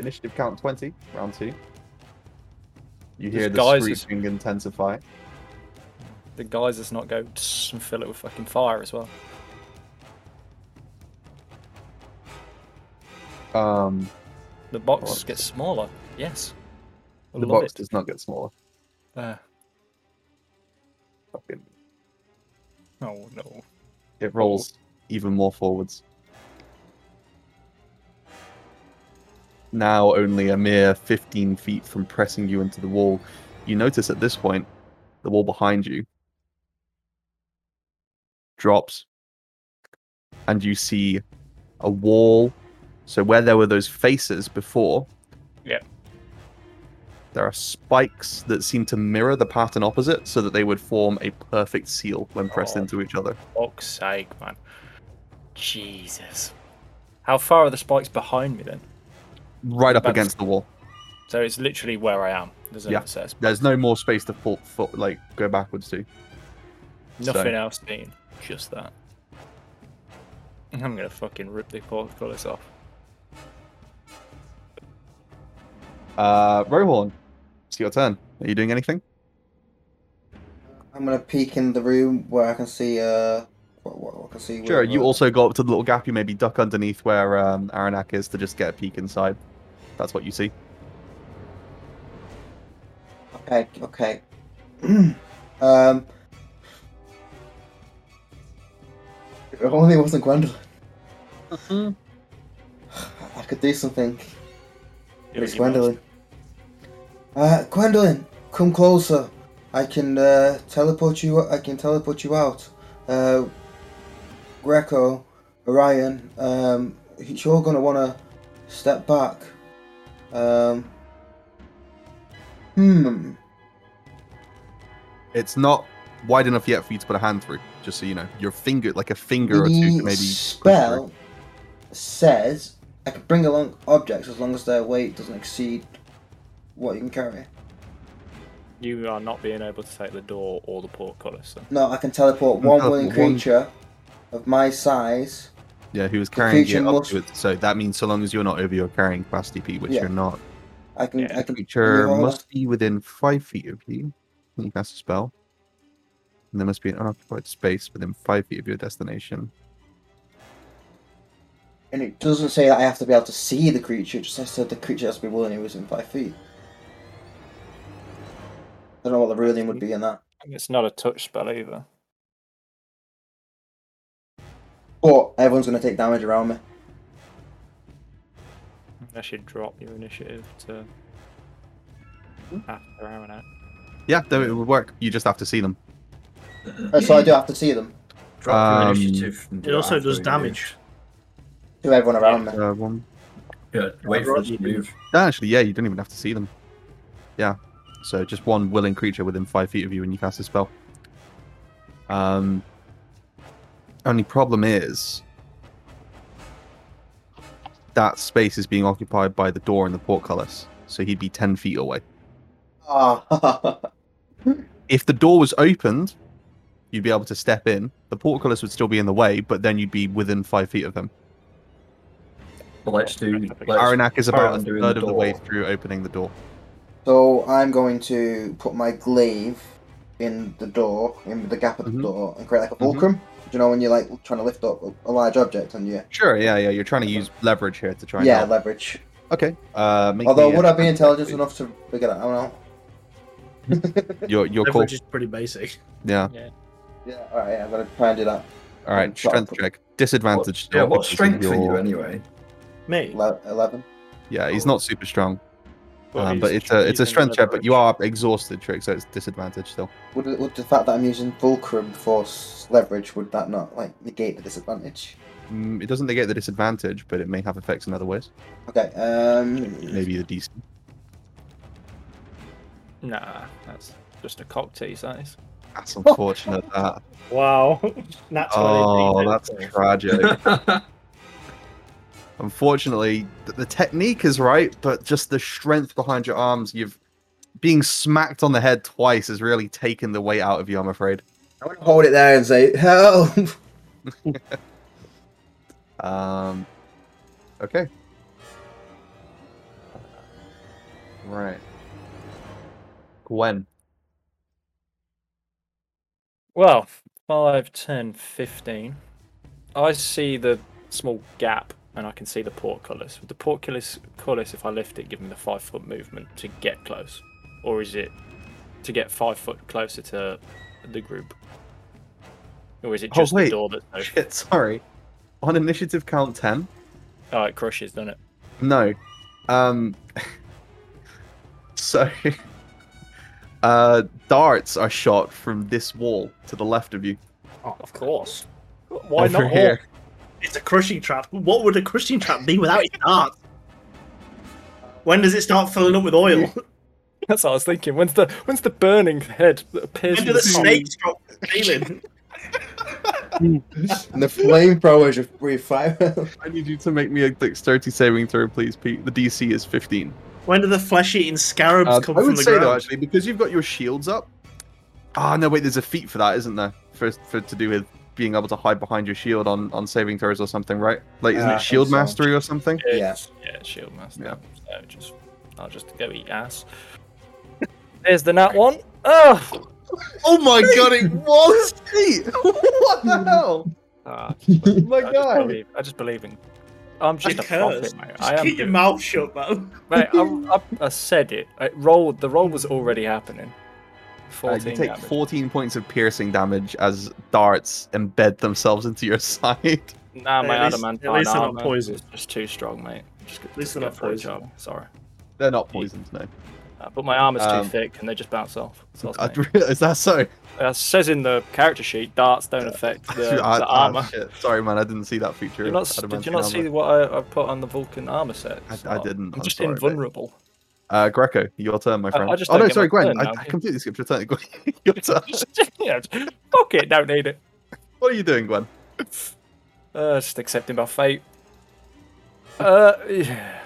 Speaker 1: Initiative count 20, round two. You
Speaker 3: This
Speaker 1: hear the
Speaker 3: guy's
Speaker 1: screeching intensify.
Speaker 3: The guys does not go "Tss," and fill it with fucking fire as well.
Speaker 1: Um,
Speaker 3: The box
Speaker 1: Box.
Speaker 3: gets smaller. Yes. Uh, I
Speaker 1: the
Speaker 3: love
Speaker 1: box
Speaker 3: it.
Speaker 1: does not get smaller.
Speaker 3: There.
Speaker 1: Fucking-
Speaker 3: Oh no.
Speaker 1: It rolls even more forwards. now only a mere 15 feet from pressing you into the wall, you notice at this point the wall behind you drops and you see a wall. So where there were those faces before,
Speaker 12: Yeah.
Speaker 1: there are spikes that seem to mirror the pattern opposite so that they would form a perfect seal when pressed
Speaker 12: Oh.
Speaker 1: into each other.
Speaker 12: Fuck's sake, man. Jesus.
Speaker 3: How far are the spikes behind me then?
Speaker 1: Right up
Speaker 3: That's-
Speaker 1: against the wall.
Speaker 3: So it's literally where I am. There's another
Speaker 1: Yeah.
Speaker 3: set of spikes.
Speaker 1: There's no more space to fall, fall, like go backwards to. So-
Speaker 3: Nothing else seen, just that. I'm gonna fucking rip the portcullis off.
Speaker 1: Uh, Rohorn, it's your turn. Are you doing anything?
Speaker 11: I'm gonna peek in the room where I can see. Uh, what, what, what I can see. where-
Speaker 1: Sure. You
Speaker 11: where-
Speaker 1: also go up to the little gap. You maybe duck underneath where um, Aranak is to just get a peek inside. That's what you see.
Speaker 11: Okay, okay. um. If only it wasn't Gwendolyn. I could do something.
Speaker 3: It
Speaker 11: It's
Speaker 3: was
Speaker 11: Gwendolyn. Uh, Gwendolyn, come closer. I can uh, teleport you. I can teleport you out. Uh, Greco, Orion, um, you're gonna wanna step back. Um, hmm.
Speaker 1: It's not wide enough yet for you to put a hand through. Just so you know, your finger, like a finger or two,
Speaker 11: The
Speaker 1: can maybe. push through.
Speaker 11: spell says I can bring along objects as long as their weight doesn't exceed what you can carry.
Speaker 3: You are not being able to take the door or the portcullis. Then.
Speaker 11: No, I can teleport
Speaker 1: can
Speaker 11: one
Speaker 1: teleport
Speaker 11: willing
Speaker 1: one-
Speaker 11: creature of my size.
Speaker 1: Yeah, who was carrying
Speaker 11: creature
Speaker 1: it up
Speaker 11: must-
Speaker 1: to it. So that means so long as you're not over your carrying capacity, Pete, which
Speaker 11: Yeah.
Speaker 1: you're not,
Speaker 11: I can. I can.
Speaker 1: creature
Speaker 11: you know,
Speaker 1: must be within five feet of you. You cast a spell. And there must be an unoccupied space within five feet of your destination.
Speaker 11: And it doesn't say that I have to be able to see the creature. It just says that the creature has to be willing who is in five feet. I don't know what the ruling would be in that.
Speaker 3: It's not a touch spell either.
Speaker 11: But everyone's going to take damage around me.
Speaker 3: Unless you drop your initiative to after hour out.
Speaker 1: Um, Yeah, though it would work. You just have to see them.
Speaker 11: Uh, So I do have to see them.
Speaker 2: Drop your
Speaker 1: Um,
Speaker 2: initiative. and do
Speaker 13: It
Speaker 2: that
Speaker 13: also
Speaker 2: after
Speaker 13: does
Speaker 2: you
Speaker 13: damage.
Speaker 11: To everyone around me.
Speaker 1: Uh, one,
Speaker 5: Yeah, wait for us to move.
Speaker 1: No, Actually, yeah, you don't even have to see them. Yeah. So just one willing creature within five feet of you when you cast a spell. Um. Only problem is that space is being occupied by the door and the portcullis, so he'd be ten feet away.
Speaker 11: Ah.
Speaker 1: If the door was opened, you'd be able to step in. The portcullis would still be in the way, but then you'd be within five feet of him.
Speaker 5: But let's do. Let's
Speaker 1: Aranak is
Speaker 5: carry
Speaker 1: about
Speaker 5: on
Speaker 1: a
Speaker 5: doing
Speaker 1: third of the way
Speaker 5: door.
Speaker 1: through opening the door.
Speaker 11: So I'm going to put my glaive in the door, in the gap of the
Speaker 1: Mm-hmm.
Speaker 11: door, and create like a fulcrum. Do you know when you're like trying to lift up a, a large object and you?
Speaker 1: Sure, yeah, yeah. You're trying to use leverage here to try and
Speaker 11: yeah,
Speaker 1: help.
Speaker 11: leverage.
Speaker 1: Okay. Uh, make
Speaker 11: Although,
Speaker 1: me
Speaker 11: would
Speaker 1: a-
Speaker 11: I be intelligent enough to figure that out?
Speaker 1: Your your call.
Speaker 13: Leverage is pretty basic.
Speaker 1: Yeah.
Speaker 11: Yeah, all right. I'm gonna try and do that.
Speaker 1: All right. Strength check. Disadvantage.
Speaker 5: Yeah,
Speaker 1: still
Speaker 5: what
Speaker 1: because of
Speaker 5: strength for you
Speaker 1: your-
Speaker 5: anyway?
Speaker 13: Me.
Speaker 11: Le- Eleven.
Speaker 1: Yeah, he's not super strong.
Speaker 3: Well,
Speaker 1: um, but
Speaker 3: he's-
Speaker 1: it's a it's
Speaker 3: he's
Speaker 1: a
Speaker 3: in
Speaker 1: strength check. But you are exhausted, trick, so it's disadvantage still.
Speaker 11: Would, it- would the fact that I'm using fulcrum force leverage would that not like negate the disadvantage?
Speaker 1: Mm, it doesn't negate the disadvantage, but it may have effects in other ways.
Speaker 11: Okay. Um.
Speaker 1: Maybe the DC.
Speaker 3: Nah, that's just a cock tease, that is.
Speaker 1: That's unfortunate. that.
Speaker 13: Wow. Not 20.
Speaker 1: Oh, that's
Speaker 13: Nathan.
Speaker 1: tragic. Unfortunately, th- the technique is right, but just the strength behind your arms, you've being smacked on the head twice has really taken the weight out of you, I'm afraid.
Speaker 11: I'm gonna hold it there and say help.
Speaker 1: Um, okay. Right. Gwen.
Speaker 3: Well, 5, 10, 15. I see the small gap and I can see the portcullis. With the portcullis, cullis, if I lift it, give me the five foot movement to get close. Or is it to get five foot closer to the group? Or is it
Speaker 1: Oh,
Speaker 3: just
Speaker 1: wait.
Speaker 3: the door that's open?
Speaker 1: Shit, sorry. On initiative count 10?
Speaker 3: Oh, it crushes, doesn't it?
Speaker 1: No. Um, so, uh, darts are shot from this wall to the left Oh, of you.
Speaker 2: Of course.
Speaker 1: Why Over not all? here.
Speaker 2: It's a crushing trap. What would a crushing trap be without its heart? When does it start filling up with oil?
Speaker 3: That's what I was thinking. When's the when's the burning head that appears?
Speaker 2: When
Speaker 3: from
Speaker 2: do the
Speaker 3: tomb?
Speaker 2: snakes stop feeling?
Speaker 7: and the flamethrowers are free fire.
Speaker 1: I need you to make me a dexterity saving throw, please, Pete. The DC is 15.
Speaker 2: When do the flesh-eating scarabs
Speaker 1: Uh,
Speaker 2: come
Speaker 1: I
Speaker 2: from
Speaker 1: would
Speaker 2: the
Speaker 1: say
Speaker 2: ground?
Speaker 1: though, actually, because you've got your shields up. Ah, no, wait. There's a feat for that, isn't there? For, for to do with being able to hide behind your shield on on saving throws or something, right? Like, isn't
Speaker 2: Uh,
Speaker 3: Yeah, I
Speaker 1: it
Speaker 3: think
Speaker 1: shield
Speaker 3: so.
Speaker 1: mastery or something?
Speaker 3: Yeah. Yeah, shield master. So Uh, just I'll just go eat ass. There's the nat one. Oh,
Speaker 1: oh my god, it was Pete. what the
Speaker 2: Hmm.
Speaker 1: hell? Oh my
Speaker 3: Ah,
Speaker 2: Oh
Speaker 3: I
Speaker 1: God.
Speaker 3: Just believe, I just believe in. I'm just a
Speaker 2: Just
Speaker 3: prophet,
Speaker 2: curse.
Speaker 3: mate.
Speaker 2: Just
Speaker 3: I am
Speaker 2: keep your
Speaker 3: doing-
Speaker 2: mouth shut, man.
Speaker 3: Mate, I, I, I said it. It rolled. The roll was already happening.
Speaker 1: Uh,
Speaker 3: Fourteen.
Speaker 1: you take
Speaker 3: damage.
Speaker 1: 14 points of piercing damage as darts embed themselves into your side.
Speaker 3: Nah,
Speaker 2: At
Speaker 3: my
Speaker 2: least-
Speaker 3: adamantine
Speaker 2: at least they're not
Speaker 3: armor
Speaker 2: poisoned.
Speaker 3: is just too strong, mate. Just, at
Speaker 2: least they're not poisoned.
Speaker 3: Sorry,
Speaker 1: They're not poisoned, no.
Speaker 3: uh, but my armor's
Speaker 1: Um,
Speaker 3: too thick and they just bounce off. So that's
Speaker 1: I'd re- Is that so?
Speaker 3: Uh, it says in the character sheet, darts don't affect the,
Speaker 1: Ah,
Speaker 3: the
Speaker 1: ah,
Speaker 3: armor.
Speaker 1: shit. Sorry, man, I didn't see that feature.
Speaker 3: Did you not,
Speaker 1: of
Speaker 3: did you
Speaker 1: adamantine
Speaker 3: not
Speaker 1: armor.
Speaker 3: see what I, I put on the Vulcan armor set?
Speaker 1: I-
Speaker 3: It's
Speaker 1: I
Speaker 3: not-
Speaker 1: didn't,
Speaker 3: I'm
Speaker 1: I'm
Speaker 3: just
Speaker 1: sorry, mate.
Speaker 3: invulnerable.
Speaker 1: Uh, Greco, your turn,
Speaker 3: I-
Speaker 1: my
Speaker 3: I
Speaker 1: friend.
Speaker 3: just
Speaker 1: oh
Speaker 3: don't
Speaker 1: no,
Speaker 3: get
Speaker 1: sorry,
Speaker 3: my turn
Speaker 1: Gwen.
Speaker 3: now.
Speaker 1: I, I completely skipped your turn. Gwen, your turn.
Speaker 3: yeah, fuck it, don't need it.
Speaker 1: What are you doing, Gwen?
Speaker 3: Uh, just accepting by fate. Uh, yeah.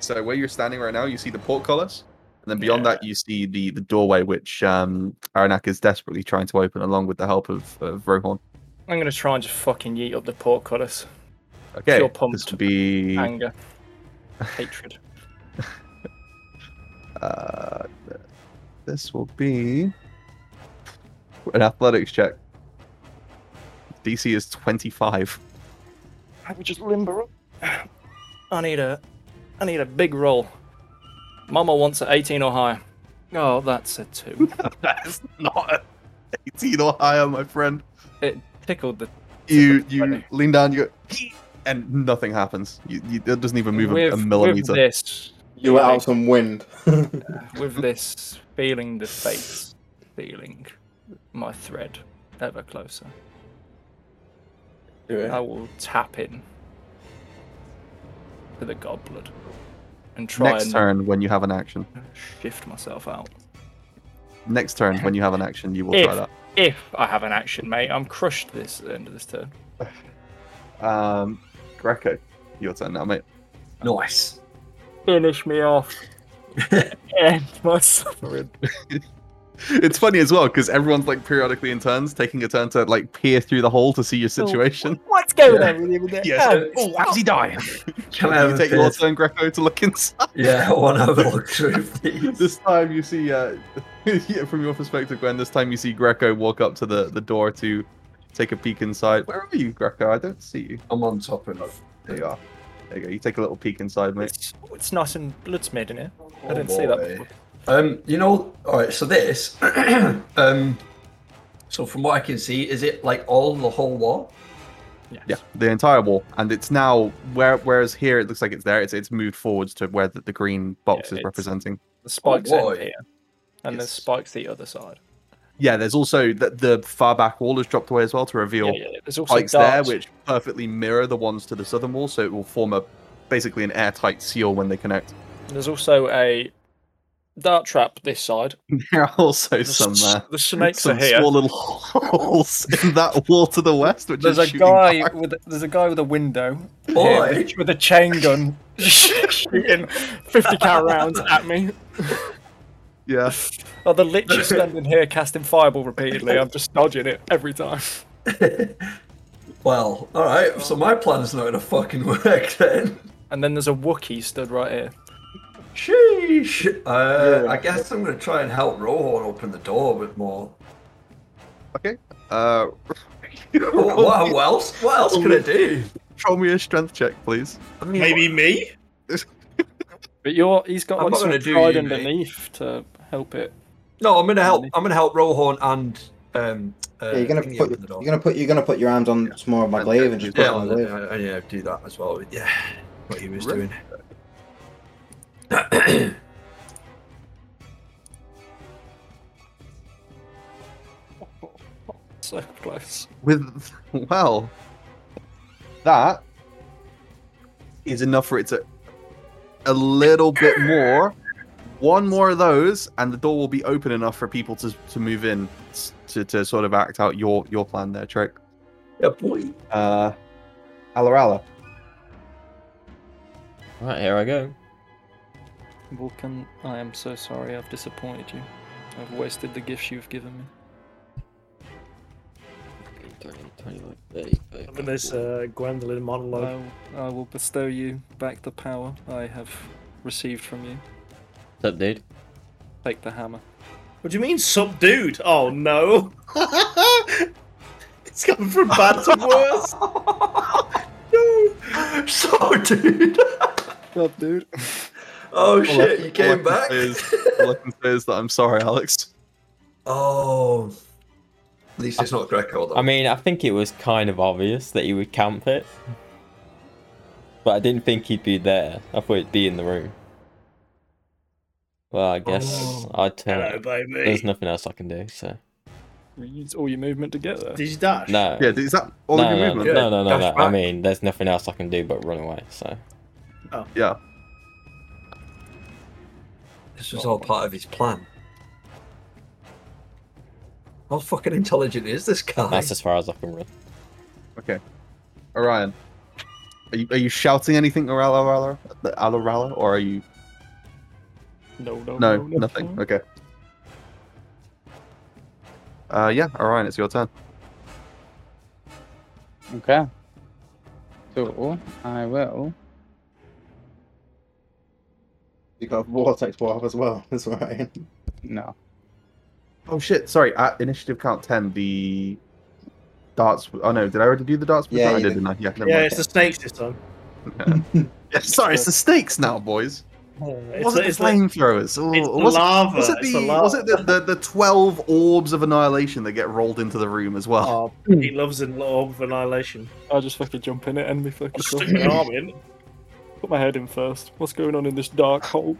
Speaker 1: So where you're standing right now, you see the portcullis, and then beyond that, you see the the doorway which um, Aranak is desperately trying to open, along with the help of, of Rohorn.
Speaker 3: I'm gonna try and just fucking yeet up the portcullis.
Speaker 1: Okay,
Speaker 3: Pure pumped
Speaker 1: this would be
Speaker 3: anger, hatred.
Speaker 1: uh, this will be an athletics check. DC is 25.
Speaker 3: I would just limber up. I need a, I need a big roll. Mama wants a 18 or higher. Oh, that's a two.
Speaker 1: that's not a 18 or higher, my friend.
Speaker 3: It tickled the.
Speaker 1: You you lean down, you go, and nothing happens. You, you, it doesn't even move a-
Speaker 3: With-
Speaker 1: a,
Speaker 3: with
Speaker 1: millimeter.
Speaker 3: this,
Speaker 7: You let out some wind.
Speaker 3: with this feeling the fates, feeling my thread ever closer.
Speaker 7: Do it.
Speaker 3: I will tap in to the goblet and try
Speaker 1: Next
Speaker 3: and
Speaker 1: turn, when you have an action.
Speaker 3: shift myself out.
Speaker 1: Next turn, when you have an action, you will try
Speaker 3: If,
Speaker 1: that.
Speaker 3: if I have an action, mate, I'm crushed this at the end of this turn.
Speaker 1: Um, Greco, your turn now, mate.
Speaker 9: Nice.
Speaker 3: Finish me off. End my suffering.
Speaker 1: It's funny as well because everyone's like periodically in turns, taking a turn to like peer through the hole to see your situation.
Speaker 3: What's going on with you with that?
Speaker 9: Uh,
Speaker 1: Yes.
Speaker 3: Oh,
Speaker 1: Oh, how's he dying?
Speaker 9: Can I have
Speaker 1: you
Speaker 9: a
Speaker 1: take your
Speaker 9: peer-
Speaker 1: turn, Greco, to look inside?
Speaker 9: Yeah, I want to have a look through, please.
Speaker 1: this time you see uh yeah, from your perspective gwen this time you see greco walk up to the the door to take a peek inside where are you greco i don't see you
Speaker 9: I'm on top of.
Speaker 1: there you are there you go you take a little peek inside mate
Speaker 3: It's, it's nice and bloodsmead in here. I
Speaker 9: Oh,
Speaker 3: didn't see that
Speaker 9: boy.
Speaker 3: before.
Speaker 9: Um, you know, all right. So this, um, so from what I can see, is it like all the whole wall?
Speaker 1: yeah the entire wall and it's now where whereas here it looks like it's there it's it's moved forwards to where the, the green box is
Speaker 3: it's-
Speaker 1: representing
Speaker 3: The spikes
Speaker 9: boy.
Speaker 3: end here, and the
Speaker 1: Oh, Yes.
Speaker 3: spikes the other side.
Speaker 1: yeah there's also the, the far back wall has dropped away as well to reveal
Speaker 3: Yeah, yeah, there's also
Speaker 1: spikes there
Speaker 3: darts.
Speaker 1: which perfectly mirror the ones to the southern wall so it will form a basically an airtight seal when they connect
Speaker 3: There's also a dart trap this side.
Speaker 1: There are also some
Speaker 3: s-
Speaker 1: uh,
Speaker 3: the snakes
Speaker 1: some
Speaker 3: are here.
Speaker 1: small little holes in that wall to the west, which
Speaker 3: There's
Speaker 1: is
Speaker 3: a
Speaker 1: shooting
Speaker 3: guy
Speaker 1: back.
Speaker 3: with there's a guy with a window here
Speaker 9: Boy.
Speaker 3: with- with a chain gun shooting 50 cal rounds at me.
Speaker 1: Yeah,
Speaker 3: Oh, the lich is standing here casting fireball repeatedly. I'm just dodging it every time.
Speaker 9: Well, all right. So my plan's not gonna fucking work then.
Speaker 3: And then there's a Wookiee stood right here.
Speaker 9: Sheesh. Uh, I guess I'm gonna try and help Rohan open the door with more.
Speaker 1: okay. Uh,
Speaker 9: What, what else? What else can I do?
Speaker 1: roll me a strength check, please.
Speaker 9: I mean,
Speaker 2: Maybe me?
Speaker 3: But you're he's got
Speaker 9: I'm
Speaker 3: like
Speaker 9: not
Speaker 3: some
Speaker 9: gonna do
Speaker 3: pride
Speaker 9: you, mate.
Speaker 3: underneath to help it.
Speaker 9: No, I'm gonna help. I'm gonna help Rohan and um. Uh,
Speaker 7: Yeah, you're gonna
Speaker 9: thingy
Speaker 7: put
Speaker 9: open the door.
Speaker 7: you're gonna put you're gonna put your arms on some more of my glaive and just put
Speaker 9: Yeah,
Speaker 7: it on my glaive.
Speaker 9: yeah, yeah, do that as well. Yeah, what he was
Speaker 1: Really?
Speaker 9: doing.
Speaker 14: So close.
Speaker 1: With well, that is enough for it to a little bit more. One more of those, and the door will be open enough for people to, to move in s- to, to sort of act out your your plan there, Trick.
Speaker 9: Yeah, boy.
Speaker 1: Uh, Alarala.
Speaker 4: Right, here I go.
Speaker 3: Vulcan, I am so sorry I've disappointed you. I've wasted the gifts you've given me.
Speaker 4: 20, 20, like 30, 30,
Speaker 2: Look at this uh, Gwendolyn monologue.
Speaker 3: I, I will bestow you back the power I have received from you.
Speaker 4: That dude.
Speaker 3: Take the hammer.
Speaker 2: What do you mean subdued? Oh no. it's gone from bad to worse.
Speaker 11: So, dude.
Speaker 3: Up, dude.
Speaker 11: Oh
Speaker 1: All I-
Speaker 11: shit, you
Speaker 1: all I
Speaker 11: came
Speaker 1: can
Speaker 11: back.
Speaker 1: say is- all I can say is that I'm sorry, Alex.
Speaker 11: Oh. At least it's not Greco though.
Speaker 4: I mean, I think it was kind of obvious that he would camp it, but I didn't think he'd be there. I thought he'd be in the room. Well, I guess I turn.
Speaker 2: Oh. Hello, baby.
Speaker 4: There's nothing else I can do. So
Speaker 3: You used all your movement to get there.
Speaker 2: Did you dash?
Speaker 4: no.
Speaker 1: Yeah, is that all
Speaker 4: no,
Speaker 1: of your
Speaker 4: no,
Speaker 1: movement?
Speaker 4: No, no, no,
Speaker 1: Dash
Speaker 4: no. I
Speaker 1: back.
Speaker 4: mean, there's nothing else I can do but run away. So
Speaker 1: Yeah.
Speaker 11: This was all part of his plan. How fucking intelligent is this guy?
Speaker 4: that's as far as I can run.
Speaker 1: Okay. Orion, are you, are you shouting anything, Alarala, Alarala, or are you?
Speaker 3: No, no,
Speaker 1: No,
Speaker 3: no, no,
Speaker 1: nothing.
Speaker 3: no.
Speaker 1: Okay. Uh, yeah, Orion, it's your turn.
Speaker 6: Okay. So I will.
Speaker 7: You got a vortex warp as well. That's right.
Speaker 6: No.
Speaker 1: Oh shit! Sorry, at initiative count ten, the darts. Oh no, did I already do the darts?
Speaker 7: Yeah,
Speaker 1: I
Speaker 7: you
Speaker 1: did,
Speaker 7: did.
Speaker 1: didn't I? Yeah, never
Speaker 2: Yeah,
Speaker 1: mind.
Speaker 2: it's the snakes this time.
Speaker 1: Yeah, sorry, it's the snakes now, boys.
Speaker 2: It's
Speaker 1: was
Speaker 2: the-
Speaker 1: it the
Speaker 2: it's the-
Speaker 1: flamethrowers? Oh, Or-
Speaker 2: it's the
Speaker 1: or was it-
Speaker 2: lava,
Speaker 1: Was it
Speaker 2: it's
Speaker 1: the,
Speaker 2: the lava.
Speaker 1: was it the, the, the 12 orbs of annihilation that get rolled into the room as well?
Speaker 2: Oh, he loves an orb of annihilation.
Speaker 3: I just fucking jump in it and we fucking
Speaker 2: Stick an arm in.
Speaker 3: Put my head in first. What's going on in this dark hole?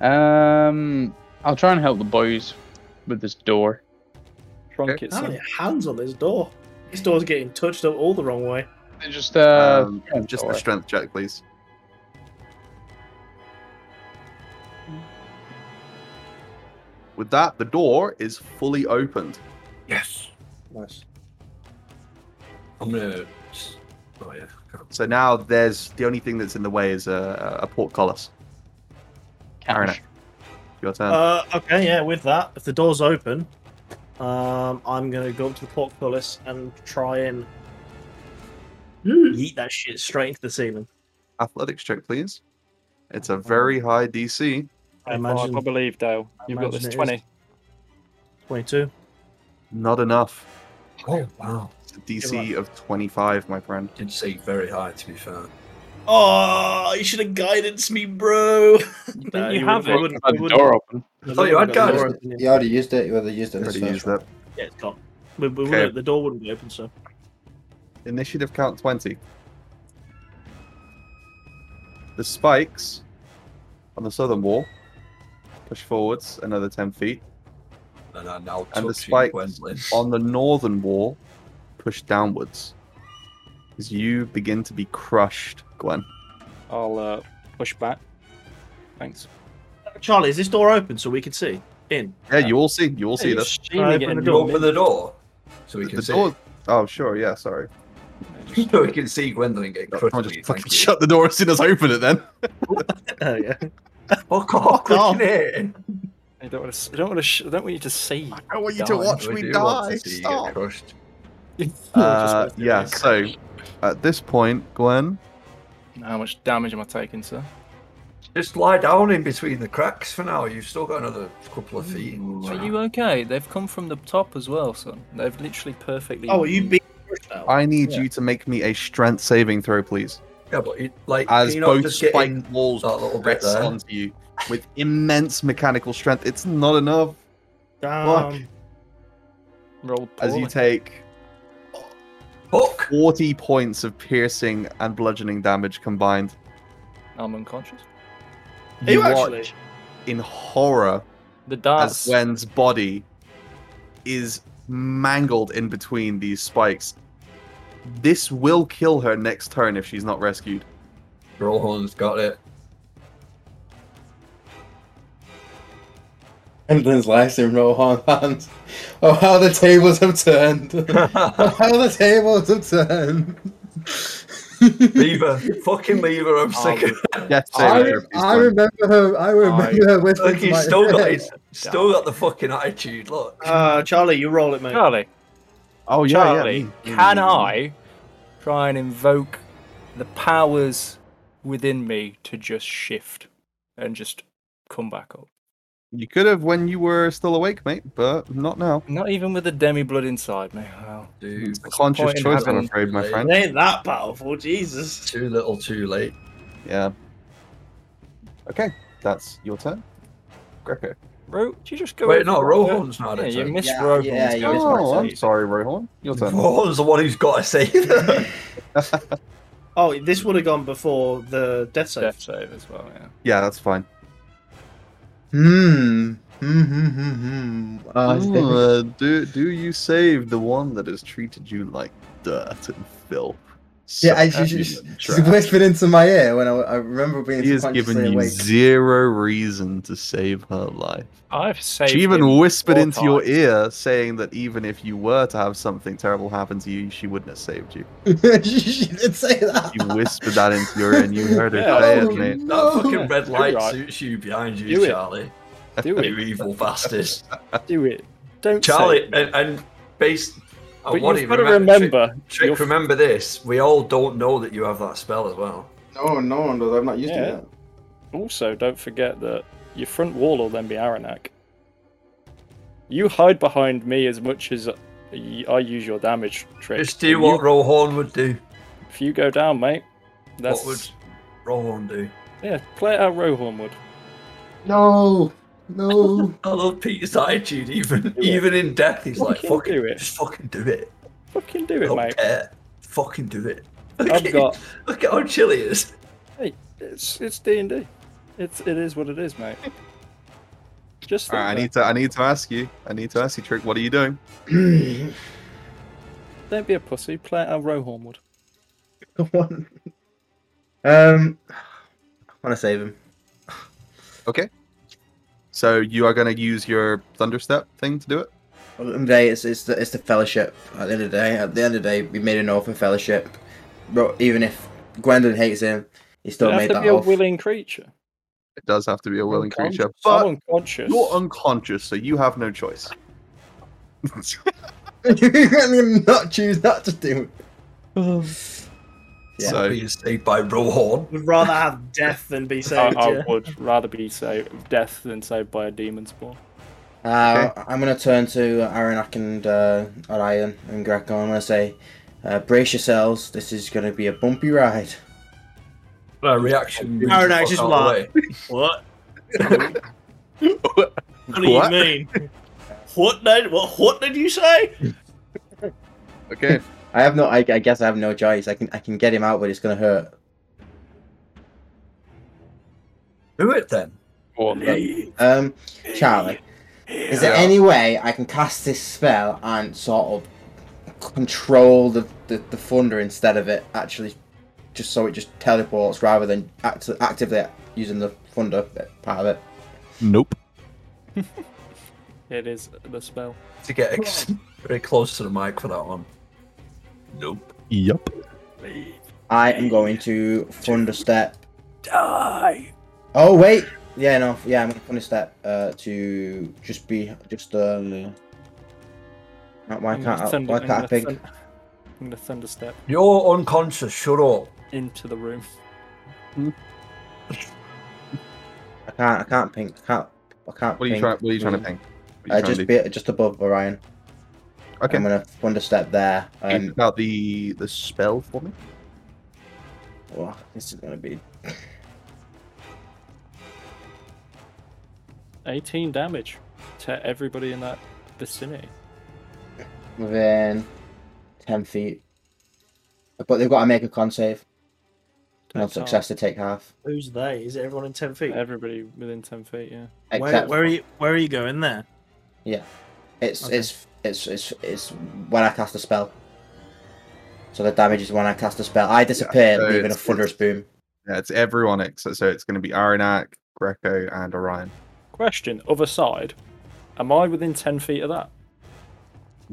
Speaker 6: Um, I'll try and help the boys with this door.
Speaker 3: Trunk it,
Speaker 2: How
Speaker 3: son.
Speaker 2: many hands on this door? This door's getting touched up all the wrong way.
Speaker 6: They're just uh,
Speaker 1: um,
Speaker 6: yeah,
Speaker 1: just
Speaker 6: door.
Speaker 1: a strength check, please. With that, the door is fully opened.
Speaker 11: Yes.
Speaker 2: Nice.
Speaker 11: I'm gonna. s- Oh yeah.
Speaker 1: So now there's the only thing that's in the way is a, a portcullis. Arana, your turn.
Speaker 2: Uh, okay, yeah, with that, if the door's open, um, I'm going to go up to the portcullis and try and yeet that shit straight into the ceiling.
Speaker 1: Athletics check, please. It's
Speaker 2: uh,
Speaker 1: a very high DC.
Speaker 2: I
Speaker 3: I
Speaker 2: imagine
Speaker 3: believe, Dale. You've got this
Speaker 2: imagine it is.
Speaker 3: 20.
Speaker 2: 22.
Speaker 1: Not enough.
Speaker 11: Oh wow.
Speaker 1: It's a DC of 25, my friend.
Speaker 11: Didn't say very high to be fair.
Speaker 2: Oh, you should have guidance me, bro. No,
Speaker 14: you
Speaker 2: wouldn't-
Speaker 14: have
Speaker 2: I
Speaker 14: it.
Speaker 2: wouldn't- I
Speaker 6: Have the
Speaker 2: wouldn't-
Speaker 6: door open.
Speaker 2: I
Speaker 11: Oh, you had
Speaker 2: wouldn't have got the door
Speaker 11: guidance.
Speaker 2: open, yeah.
Speaker 7: You already used it. You already used it. in this
Speaker 1: Already
Speaker 7: first
Speaker 1: used that.
Speaker 2: Yeah, it's gone. We, we
Speaker 1: Okay.
Speaker 2: wouldn't- the door wouldn't be open, so.
Speaker 1: Initiative count 20. The spikes on the southern wall push forwards another 10 feet,
Speaker 11: And I now
Speaker 1: and the
Speaker 11: touch you,
Speaker 1: spikes
Speaker 11: Gwendolyn.
Speaker 1: on the northern wall push downwards. As you begin to be crushed, Gwen.
Speaker 3: I'll uh, push back. Thanks.
Speaker 2: Charlie, is this door open so we can see? In.
Speaker 1: Yeah, you all see. You all see this.
Speaker 2: I
Speaker 3: Stealing it
Speaker 2: open
Speaker 11: You
Speaker 2: the
Speaker 3: in your
Speaker 2: door?
Speaker 11: open the door, so we
Speaker 1: The
Speaker 11: can see.
Speaker 1: door. Oh, sure. Yeah, sorry.
Speaker 11: so we can see Gwendolyn getting crushed.
Speaker 1: Someone
Speaker 11: by
Speaker 1: just
Speaker 11: you,
Speaker 1: fucking
Speaker 11: thank you.
Speaker 1: shut the door as soon as I open it. Then.
Speaker 2: Oh, yeah.
Speaker 11: Fuck off!
Speaker 2: Fuck off.
Speaker 11: Fucking it.
Speaker 3: I don't want to. I don't want to. Sh- I don't want you to see.
Speaker 1: I want
Speaker 11: Die. We do want to see you get crushed.
Speaker 1: Uh, yeah. So, at this point, Gwen,
Speaker 3: How much damage am I taking, sir?
Speaker 11: Just lie down in between the cracks for now. You've still got another couple of feet.
Speaker 3: Are you okay? They've come from the top as well, son. They've literally perfectly.
Speaker 2: Oh, are you being pushed now?
Speaker 1: I need you to make me a strength saving throw, please.
Speaker 11: Yeah, but you, like
Speaker 1: As
Speaker 11: you know,
Speaker 1: both
Speaker 11: just get
Speaker 1: spike
Speaker 11: in
Speaker 1: walls
Speaker 11: that little bit
Speaker 1: press
Speaker 11: there.
Speaker 1: onto you with immense mechanical strength. It's not enough.
Speaker 7: Um,
Speaker 2: Damn.
Speaker 1: Fuck.
Speaker 3: rolled
Speaker 1: As you
Speaker 3: poorly.
Speaker 1: take
Speaker 11: Fuck.
Speaker 1: 40 points of piercing and bludgeoning damage combined.
Speaker 3: I'm unconscious.
Speaker 2: Are you actually?
Speaker 1: watch in horror
Speaker 3: the darts.
Speaker 1: as Gwen's body is mangled in between these spikes. This will kill her next turn if she's not rescued.
Speaker 15: Rollhorn's got it.
Speaker 7: Hendon's last in row on hands. Oh, how the tables have turned. oh, how the tables have turned.
Speaker 9: leave her. Fucking leave her. I'm sick of her.
Speaker 1: Death
Speaker 7: I, I remember her. I remember her whispering
Speaker 9: Look,
Speaker 7: to
Speaker 9: he's
Speaker 7: my
Speaker 9: still got,
Speaker 7: ear.
Speaker 9: his, still got the fucking attitude. Look.
Speaker 2: Uh, Charlie, you roll it, mate.
Speaker 3: Charlie,
Speaker 1: Oh yeah,
Speaker 3: Charlie,
Speaker 1: yeah. me.
Speaker 3: can I try and invoke the powers within me to just shift and just come back up?
Speaker 1: You could have when you were still awake, mate, but not now.
Speaker 3: Not even with the demi blood inside me. Wow.
Speaker 15: Dude,
Speaker 1: It's a conscious
Speaker 3: point in
Speaker 1: choice, I'm
Speaker 3: having-
Speaker 1: afraid, my friend.
Speaker 2: It ain't that powerful, Jesus.
Speaker 15: too little, too late.
Speaker 1: Yeah. Okay, that's your turn, Greco.
Speaker 3: Ro, did you just go?
Speaker 9: Wait,
Speaker 3: over
Speaker 9: no,
Speaker 3: the-
Speaker 9: Rohan's not
Speaker 3: Yeah,
Speaker 9: it.
Speaker 3: you
Speaker 9: Yeah,
Speaker 3: missed
Speaker 16: yeah,
Speaker 3: Rohan.
Speaker 16: yeah, you missed
Speaker 1: Oh, I'm sorry, Rohan. Your turn.
Speaker 9: Rohan's the one who's got to save her.
Speaker 2: Oh, this would have gone before the death save.
Speaker 3: Death save as well. Yeah.
Speaker 1: Yeah, that's fine.
Speaker 7: Hmm. Hmm. Hmm. Hmm. hmm. Uh,
Speaker 1: Ooh, uh, do do you save the one that has treated you like dirt and filth?
Speaker 7: yeah, I,
Speaker 1: Such
Speaker 7: she, she,
Speaker 1: human
Speaker 7: she
Speaker 1: trash.
Speaker 7: whispered into my ear when I, I remember being
Speaker 1: He has
Speaker 7: subconsciously
Speaker 1: given you
Speaker 7: awake.
Speaker 1: zero reason to save her life.
Speaker 3: I've saved.
Speaker 1: She
Speaker 3: him
Speaker 1: even whispered
Speaker 3: four
Speaker 1: into your
Speaker 3: times.
Speaker 1: ear, saying that even if you were to have something terrible happen to you, she wouldn't have saved you.
Speaker 7: she, she did say that.
Speaker 1: She whispered that into your ear, and you heard her
Speaker 3: Yeah.
Speaker 1: say
Speaker 7: Oh,
Speaker 1: it, mate.
Speaker 7: no.
Speaker 9: That fucking red light
Speaker 3: right.
Speaker 9: suits you behind you,
Speaker 3: Do it.
Speaker 9: Charlie.
Speaker 3: Do
Speaker 9: You
Speaker 3: it.
Speaker 9: evil bastards.
Speaker 3: Do it. Don't
Speaker 9: Charlie,
Speaker 3: save me.
Speaker 9: and, and based on
Speaker 3: But
Speaker 9: what
Speaker 3: you've
Speaker 9: he
Speaker 3: got to
Speaker 9: remember,
Speaker 3: remember.
Speaker 9: Trick,
Speaker 3: you're-
Speaker 9: remember this. We all don't know that you have that spell as well.
Speaker 7: No, no one does. I'm not used
Speaker 3: Yeah.
Speaker 7: to that.
Speaker 3: Also, don't forget that your front wall will then be Aranak. You hide behind me as much as y- I use your damage trick.
Speaker 9: Just do
Speaker 3: And
Speaker 9: what
Speaker 3: you-
Speaker 9: Rohan would do.
Speaker 3: if you go down, mate. That's
Speaker 9: What would Rohan do?
Speaker 3: yeah. Play it how Rohan would.
Speaker 7: No. No.
Speaker 9: I love Peter's attitude. Even
Speaker 3: it.
Speaker 9: even in death, he's like,
Speaker 3: Fucking
Speaker 9: "Fucking
Speaker 3: do it.
Speaker 9: just fucking do it.
Speaker 3: Fucking do
Speaker 9: I
Speaker 3: it,
Speaker 9: don't
Speaker 3: mate.
Speaker 9: care. Fucking do it." Look
Speaker 3: I've
Speaker 9: at-
Speaker 3: got-
Speaker 9: Look at how chill he is.
Speaker 3: Hey, it's it's D and D. It's it is what it is, mate. Just
Speaker 1: All right, I
Speaker 3: think
Speaker 1: need to. I need to ask you. I need to ask you, Trick. What are you doing?
Speaker 3: that. don't be a pussy. Play it how Rohan would.
Speaker 7: Come on. Um, I want to save him.
Speaker 1: Okay. So you are going to use your thunderstep thing to do it.
Speaker 7: At the end of the day, it's, it's, the, it's the fellowship. At the end of the day, at the end of the day, we made an oath for fellowship. But even if Gwendolyn hates him, he still
Speaker 3: you have
Speaker 7: made
Speaker 3: to
Speaker 7: that
Speaker 3: be a
Speaker 7: oath.
Speaker 3: willing creature.
Speaker 1: It does have to be a willing creature,
Speaker 3: Unconscious.
Speaker 1: but
Speaker 3: I'm unconscious.
Speaker 1: you're unconscious, so you have no choice.
Speaker 7: You're gonna not choose not to do. Yeah.
Speaker 1: So
Speaker 9: Being saved by Rohan.
Speaker 2: Would rather have death than be
Speaker 3: I,
Speaker 2: saved.
Speaker 3: I
Speaker 2: yeah.
Speaker 3: would rather be saved death than saved by a demon spawn.
Speaker 7: it. Uh, I'm gonna turn to Aranak and uh, Orion and Greco. I'm gonna say, uh, brace yourselves. This is gonna be a bumpy ride.
Speaker 9: No reaction. moves the
Speaker 2: Aaron, I
Speaker 9: fuck
Speaker 2: just
Speaker 9: out of the
Speaker 2: laugh.
Speaker 9: way.
Speaker 2: What? what do you
Speaker 1: What?
Speaker 2: mean? What did what? What did you say?
Speaker 1: okay,
Speaker 7: I have no. I, I guess I have no choice. I can I can get him out, but it's gonna hurt.
Speaker 9: Do it then.
Speaker 3: Or that-
Speaker 7: Um, Charlie, is there
Speaker 1: Yeah.
Speaker 7: any way I can cast this spell and sort of control the, the, the thunder instead of it actually just so it just teleports rather than act- actively using the thunder bit- part of it?
Speaker 1: nope.
Speaker 3: it is the spell.
Speaker 9: To get ex- very close to the mic for that one. Nope.
Speaker 1: Yup.
Speaker 7: I am going to thunder step.
Speaker 9: Die.
Speaker 7: Oh wait, yeah no, yeah I'm gonna thunder step uh, to just be just um. Why
Speaker 1: Hmm.
Speaker 3: I'm
Speaker 7: can't
Speaker 3: gonna
Speaker 7: I,
Speaker 3: thunder-
Speaker 7: why
Speaker 3: I'm
Speaker 7: can't I
Speaker 3: gonna
Speaker 7: think?
Speaker 3: thun- I'm gonna thunder step
Speaker 9: You're unconscious. Shut up.
Speaker 3: into the room.
Speaker 7: I can't. I can't pink. I can't. I can't.
Speaker 1: What are you
Speaker 7: pink.
Speaker 1: trying? What are you trying to ping? What are
Speaker 7: Uh,
Speaker 1: you trying
Speaker 7: just
Speaker 1: to do?
Speaker 7: be, just above Orion.
Speaker 1: Okay.
Speaker 7: I'm gonna thunder step there.
Speaker 1: Think
Speaker 7: Um,
Speaker 1: about the the spell for me.
Speaker 7: oh, this is gonna be.
Speaker 3: 18 damage to everybody in that vicinity.
Speaker 7: within 10 feet. But they've got to make a con save.
Speaker 10: No success to take half.
Speaker 2: Who's they? Is it everyone in ten feet?
Speaker 14: Everybody within ten feet. Yeah.
Speaker 2: Where,
Speaker 10: Except-
Speaker 2: where are you? Where are you going there?
Speaker 10: Yeah, it's
Speaker 2: Okay.
Speaker 10: it's it's it's it's when I cast a spell. So the damage is when I cast a spell. I disappear,
Speaker 1: so
Speaker 10: leaving a
Speaker 1: it's-
Speaker 10: thunderous boom.
Speaker 1: Yeah, it's everyone except so it's going to be Aranak, Greco, and Orion.
Speaker 14: Question: Other side. Am I within ten feet of that?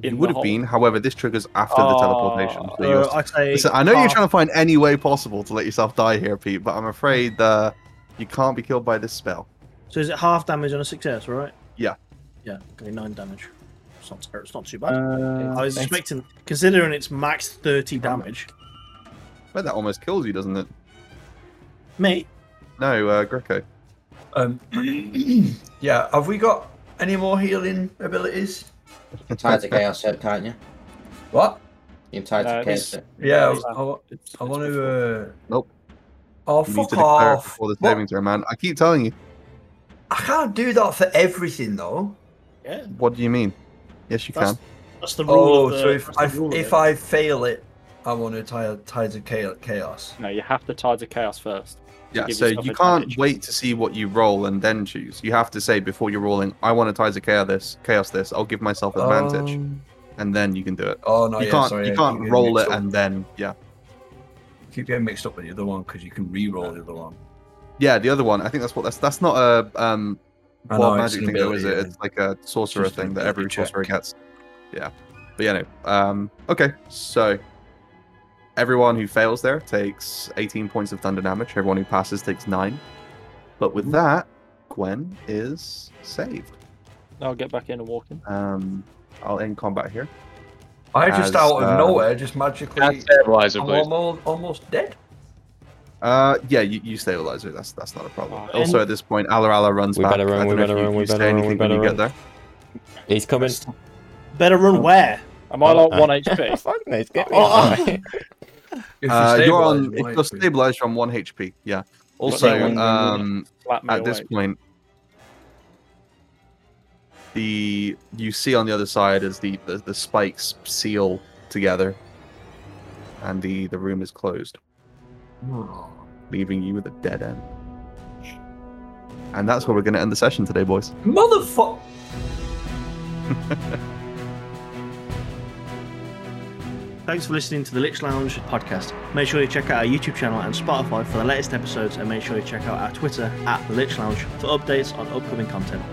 Speaker 1: You
Speaker 14: In
Speaker 1: would
Speaker 14: the
Speaker 1: have
Speaker 14: hole.
Speaker 1: been, however, this triggers after the teleportation. So
Speaker 2: Uh,
Speaker 1: you're-
Speaker 2: I say
Speaker 1: Listen, I know you're
Speaker 2: half-
Speaker 1: trying to find any way possible to let yourself die here, Pete, but I'm afraid uh, you can't be killed by this spell.
Speaker 2: So is it half damage on a success, right?
Speaker 1: Yeah.
Speaker 2: Yeah. Okay, nine damage. It's not, it's not too bad.
Speaker 6: Uh,
Speaker 2: I was
Speaker 6: thanks.
Speaker 2: expecting, considering it's max thirty damage.
Speaker 1: But that almost kills you, doesn't it?
Speaker 2: Mate,
Speaker 1: No, uh, Greco.
Speaker 9: Um, yeah, have we got any more healing abilities?
Speaker 10: You can tie it to chaos, it, can't you?
Speaker 9: What?
Speaker 10: You can tie it
Speaker 14: No,
Speaker 10: to
Speaker 14: it's-
Speaker 10: chaos. it.
Speaker 9: Yeah,
Speaker 14: it's-
Speaker 9: I, I want to. Uh...
Speaker 1: Nope.
Speaker 9: Oh,
Speaker 1: You need
Speaker 9: fuck
Speaker 1: to declare it
Speaker 9: off.
Speaker 1: before the
Speaker 9: What?
Speaker 1: saving throw, man. I keep telling you.
Speaker 9: I can't do that for everything, though.
Speaker 2: yeah,
Speaker 1: What do you mean? Yes, you
Speaker 2: That's-
Speaker 1: can.
Speaker 2: that's the rule.
Speaker 9: Oh,
Speaker 2: of the,
Speaker 9: so if
Speaker 2: that's the
Speaker 9: I,
Speaker 2: rule of
Speaker 9: if
Speaker 2: it.
Speaker 9: I fail it, I want to tie tides of cha- chaos.
Speaker 14: No, you have to tide to chaos first. to
Speaker 1: Yeah,
Speaker 14: give
Speaker 1: so
Speaker 14: yourself
Speaker 1: you can't
Speaker 14: advantage.
Speaker 1: wait to see what you roll and then choose. You have to say before you're rolling, I want to tie to chaos this, chaos this. I'll give myself advantage,
Speaker 9: Um,
Speaker 1: and then you can do it.
Speaker 9: oh no,
Speaker 1: you
Speaker 9: yeah,
Speaker 1: can't.
Speaker 9: sorry,
Speaker 1: you
Speaker 9: I keep
Speaker 1: can't
Speaker 9: getting
Speaker 1: roll it
Speaker 9: mixed up-
Speaker 1: and then yeah,
Speaker 9: keep getting mixed up with the other one because you can re-roll the other one.
Speaker 1: yeah. The other one, I think that's what that's that's not a um
Speaker 9: I
Speaker 1: wild
Speaker 9: know, it's
Speaker 1: magic
Speaker 9: an
Speaker 1: thing though, is it?
Speaker 9: ability,
Speaker 1: It's like a sorcerer
Speaker 9: Just an
Speaker 1: thing that
Speaker 9: ability
Speaker 1: every
Speaker 9: check.
Speaker 1: sorcerer gets. Yeah, but yeah, no. Um, okay, so everyone who fails there takes 18 points of thunder damage. Everyone who passes takes nine. But with that, Gwen is saved.
Speaker 14: I'll get back in and walk in.
Speaker 1: Um, I'll end combat here.
Speaker 9: I just
Speaker 1: As,
Speaker 9: out of
Speaker 1: um,
Speaker 9: nowhere just magically.
Speaker 6: That's stabilizer,
Speaker 9: I'm
Speaker 6: please.
Speaker 9: almost, almost dead.
Speaker 1: Uh, yeah, you, you stabilize her. That's that's not a problem.
Speaker 14: Oh,
Speaker 1: also,
Speaker 14: and-
Speaker 1: at this point, Ala Ala runs
Speaker 4: We
Speaker 1: back.
Speaker 4: better run,
Speaker 1: I
Speaker 4: we
Speaker 1: don't know if
Speaker 4: better
Speaker 1: you-
Speaker 4: run, we
Speaker 1: you say
Speaker 4: better run, we
Speaker 1: anything
Speaker 4: better
Speaker 1: when you
Speaker 4: run.
Speaker 1: get there.
Speaker 4: He's coming.
Speaker 2: better run
Speaker 9: Oh.
Speaker 2: where?
Speaker 14: Am I like
Speaker 4: Oh,
Speaker 14: one
Speaker 4: uh,
Speaker 14: HP?
Speaker 4: Fuck no, it's getting me.
Speaker 2: Oh,
Speaker 4: all right.
Speaker 9: If
Speaker 1: Uh, you're
Speaker 9: stabilise, you
Speaker 1: on. If
Speaker 9: might
Speaker 1: you're
Speaker 9: be.
Speaker 1: stabilized, you're on one HP. Yeah.
Speaker 14: they
Speaker 1: Also,
Speaker 14: wouldn't-
Speaker 1: um,
Speaker 14: Flat me
Speaker 1: at this
Speaker 14: away.
Speaker 1: point, the you see on the other side as the, the the spikes seal together, and the the room is closed,
Speaker 9: Hmm.
Speaker 1: leaving you with a dead end. And that's where we're going to end the session today, boys.
Speaker 9: Motherfucker.
Speaker 2: Thanks for listening to the Lich Lounge podcast. Make sure you check out our YouTube channel and Spotify for the latest episodes, and make sure you check out our Twitter at the Lich Lounge for updates on upcoming content.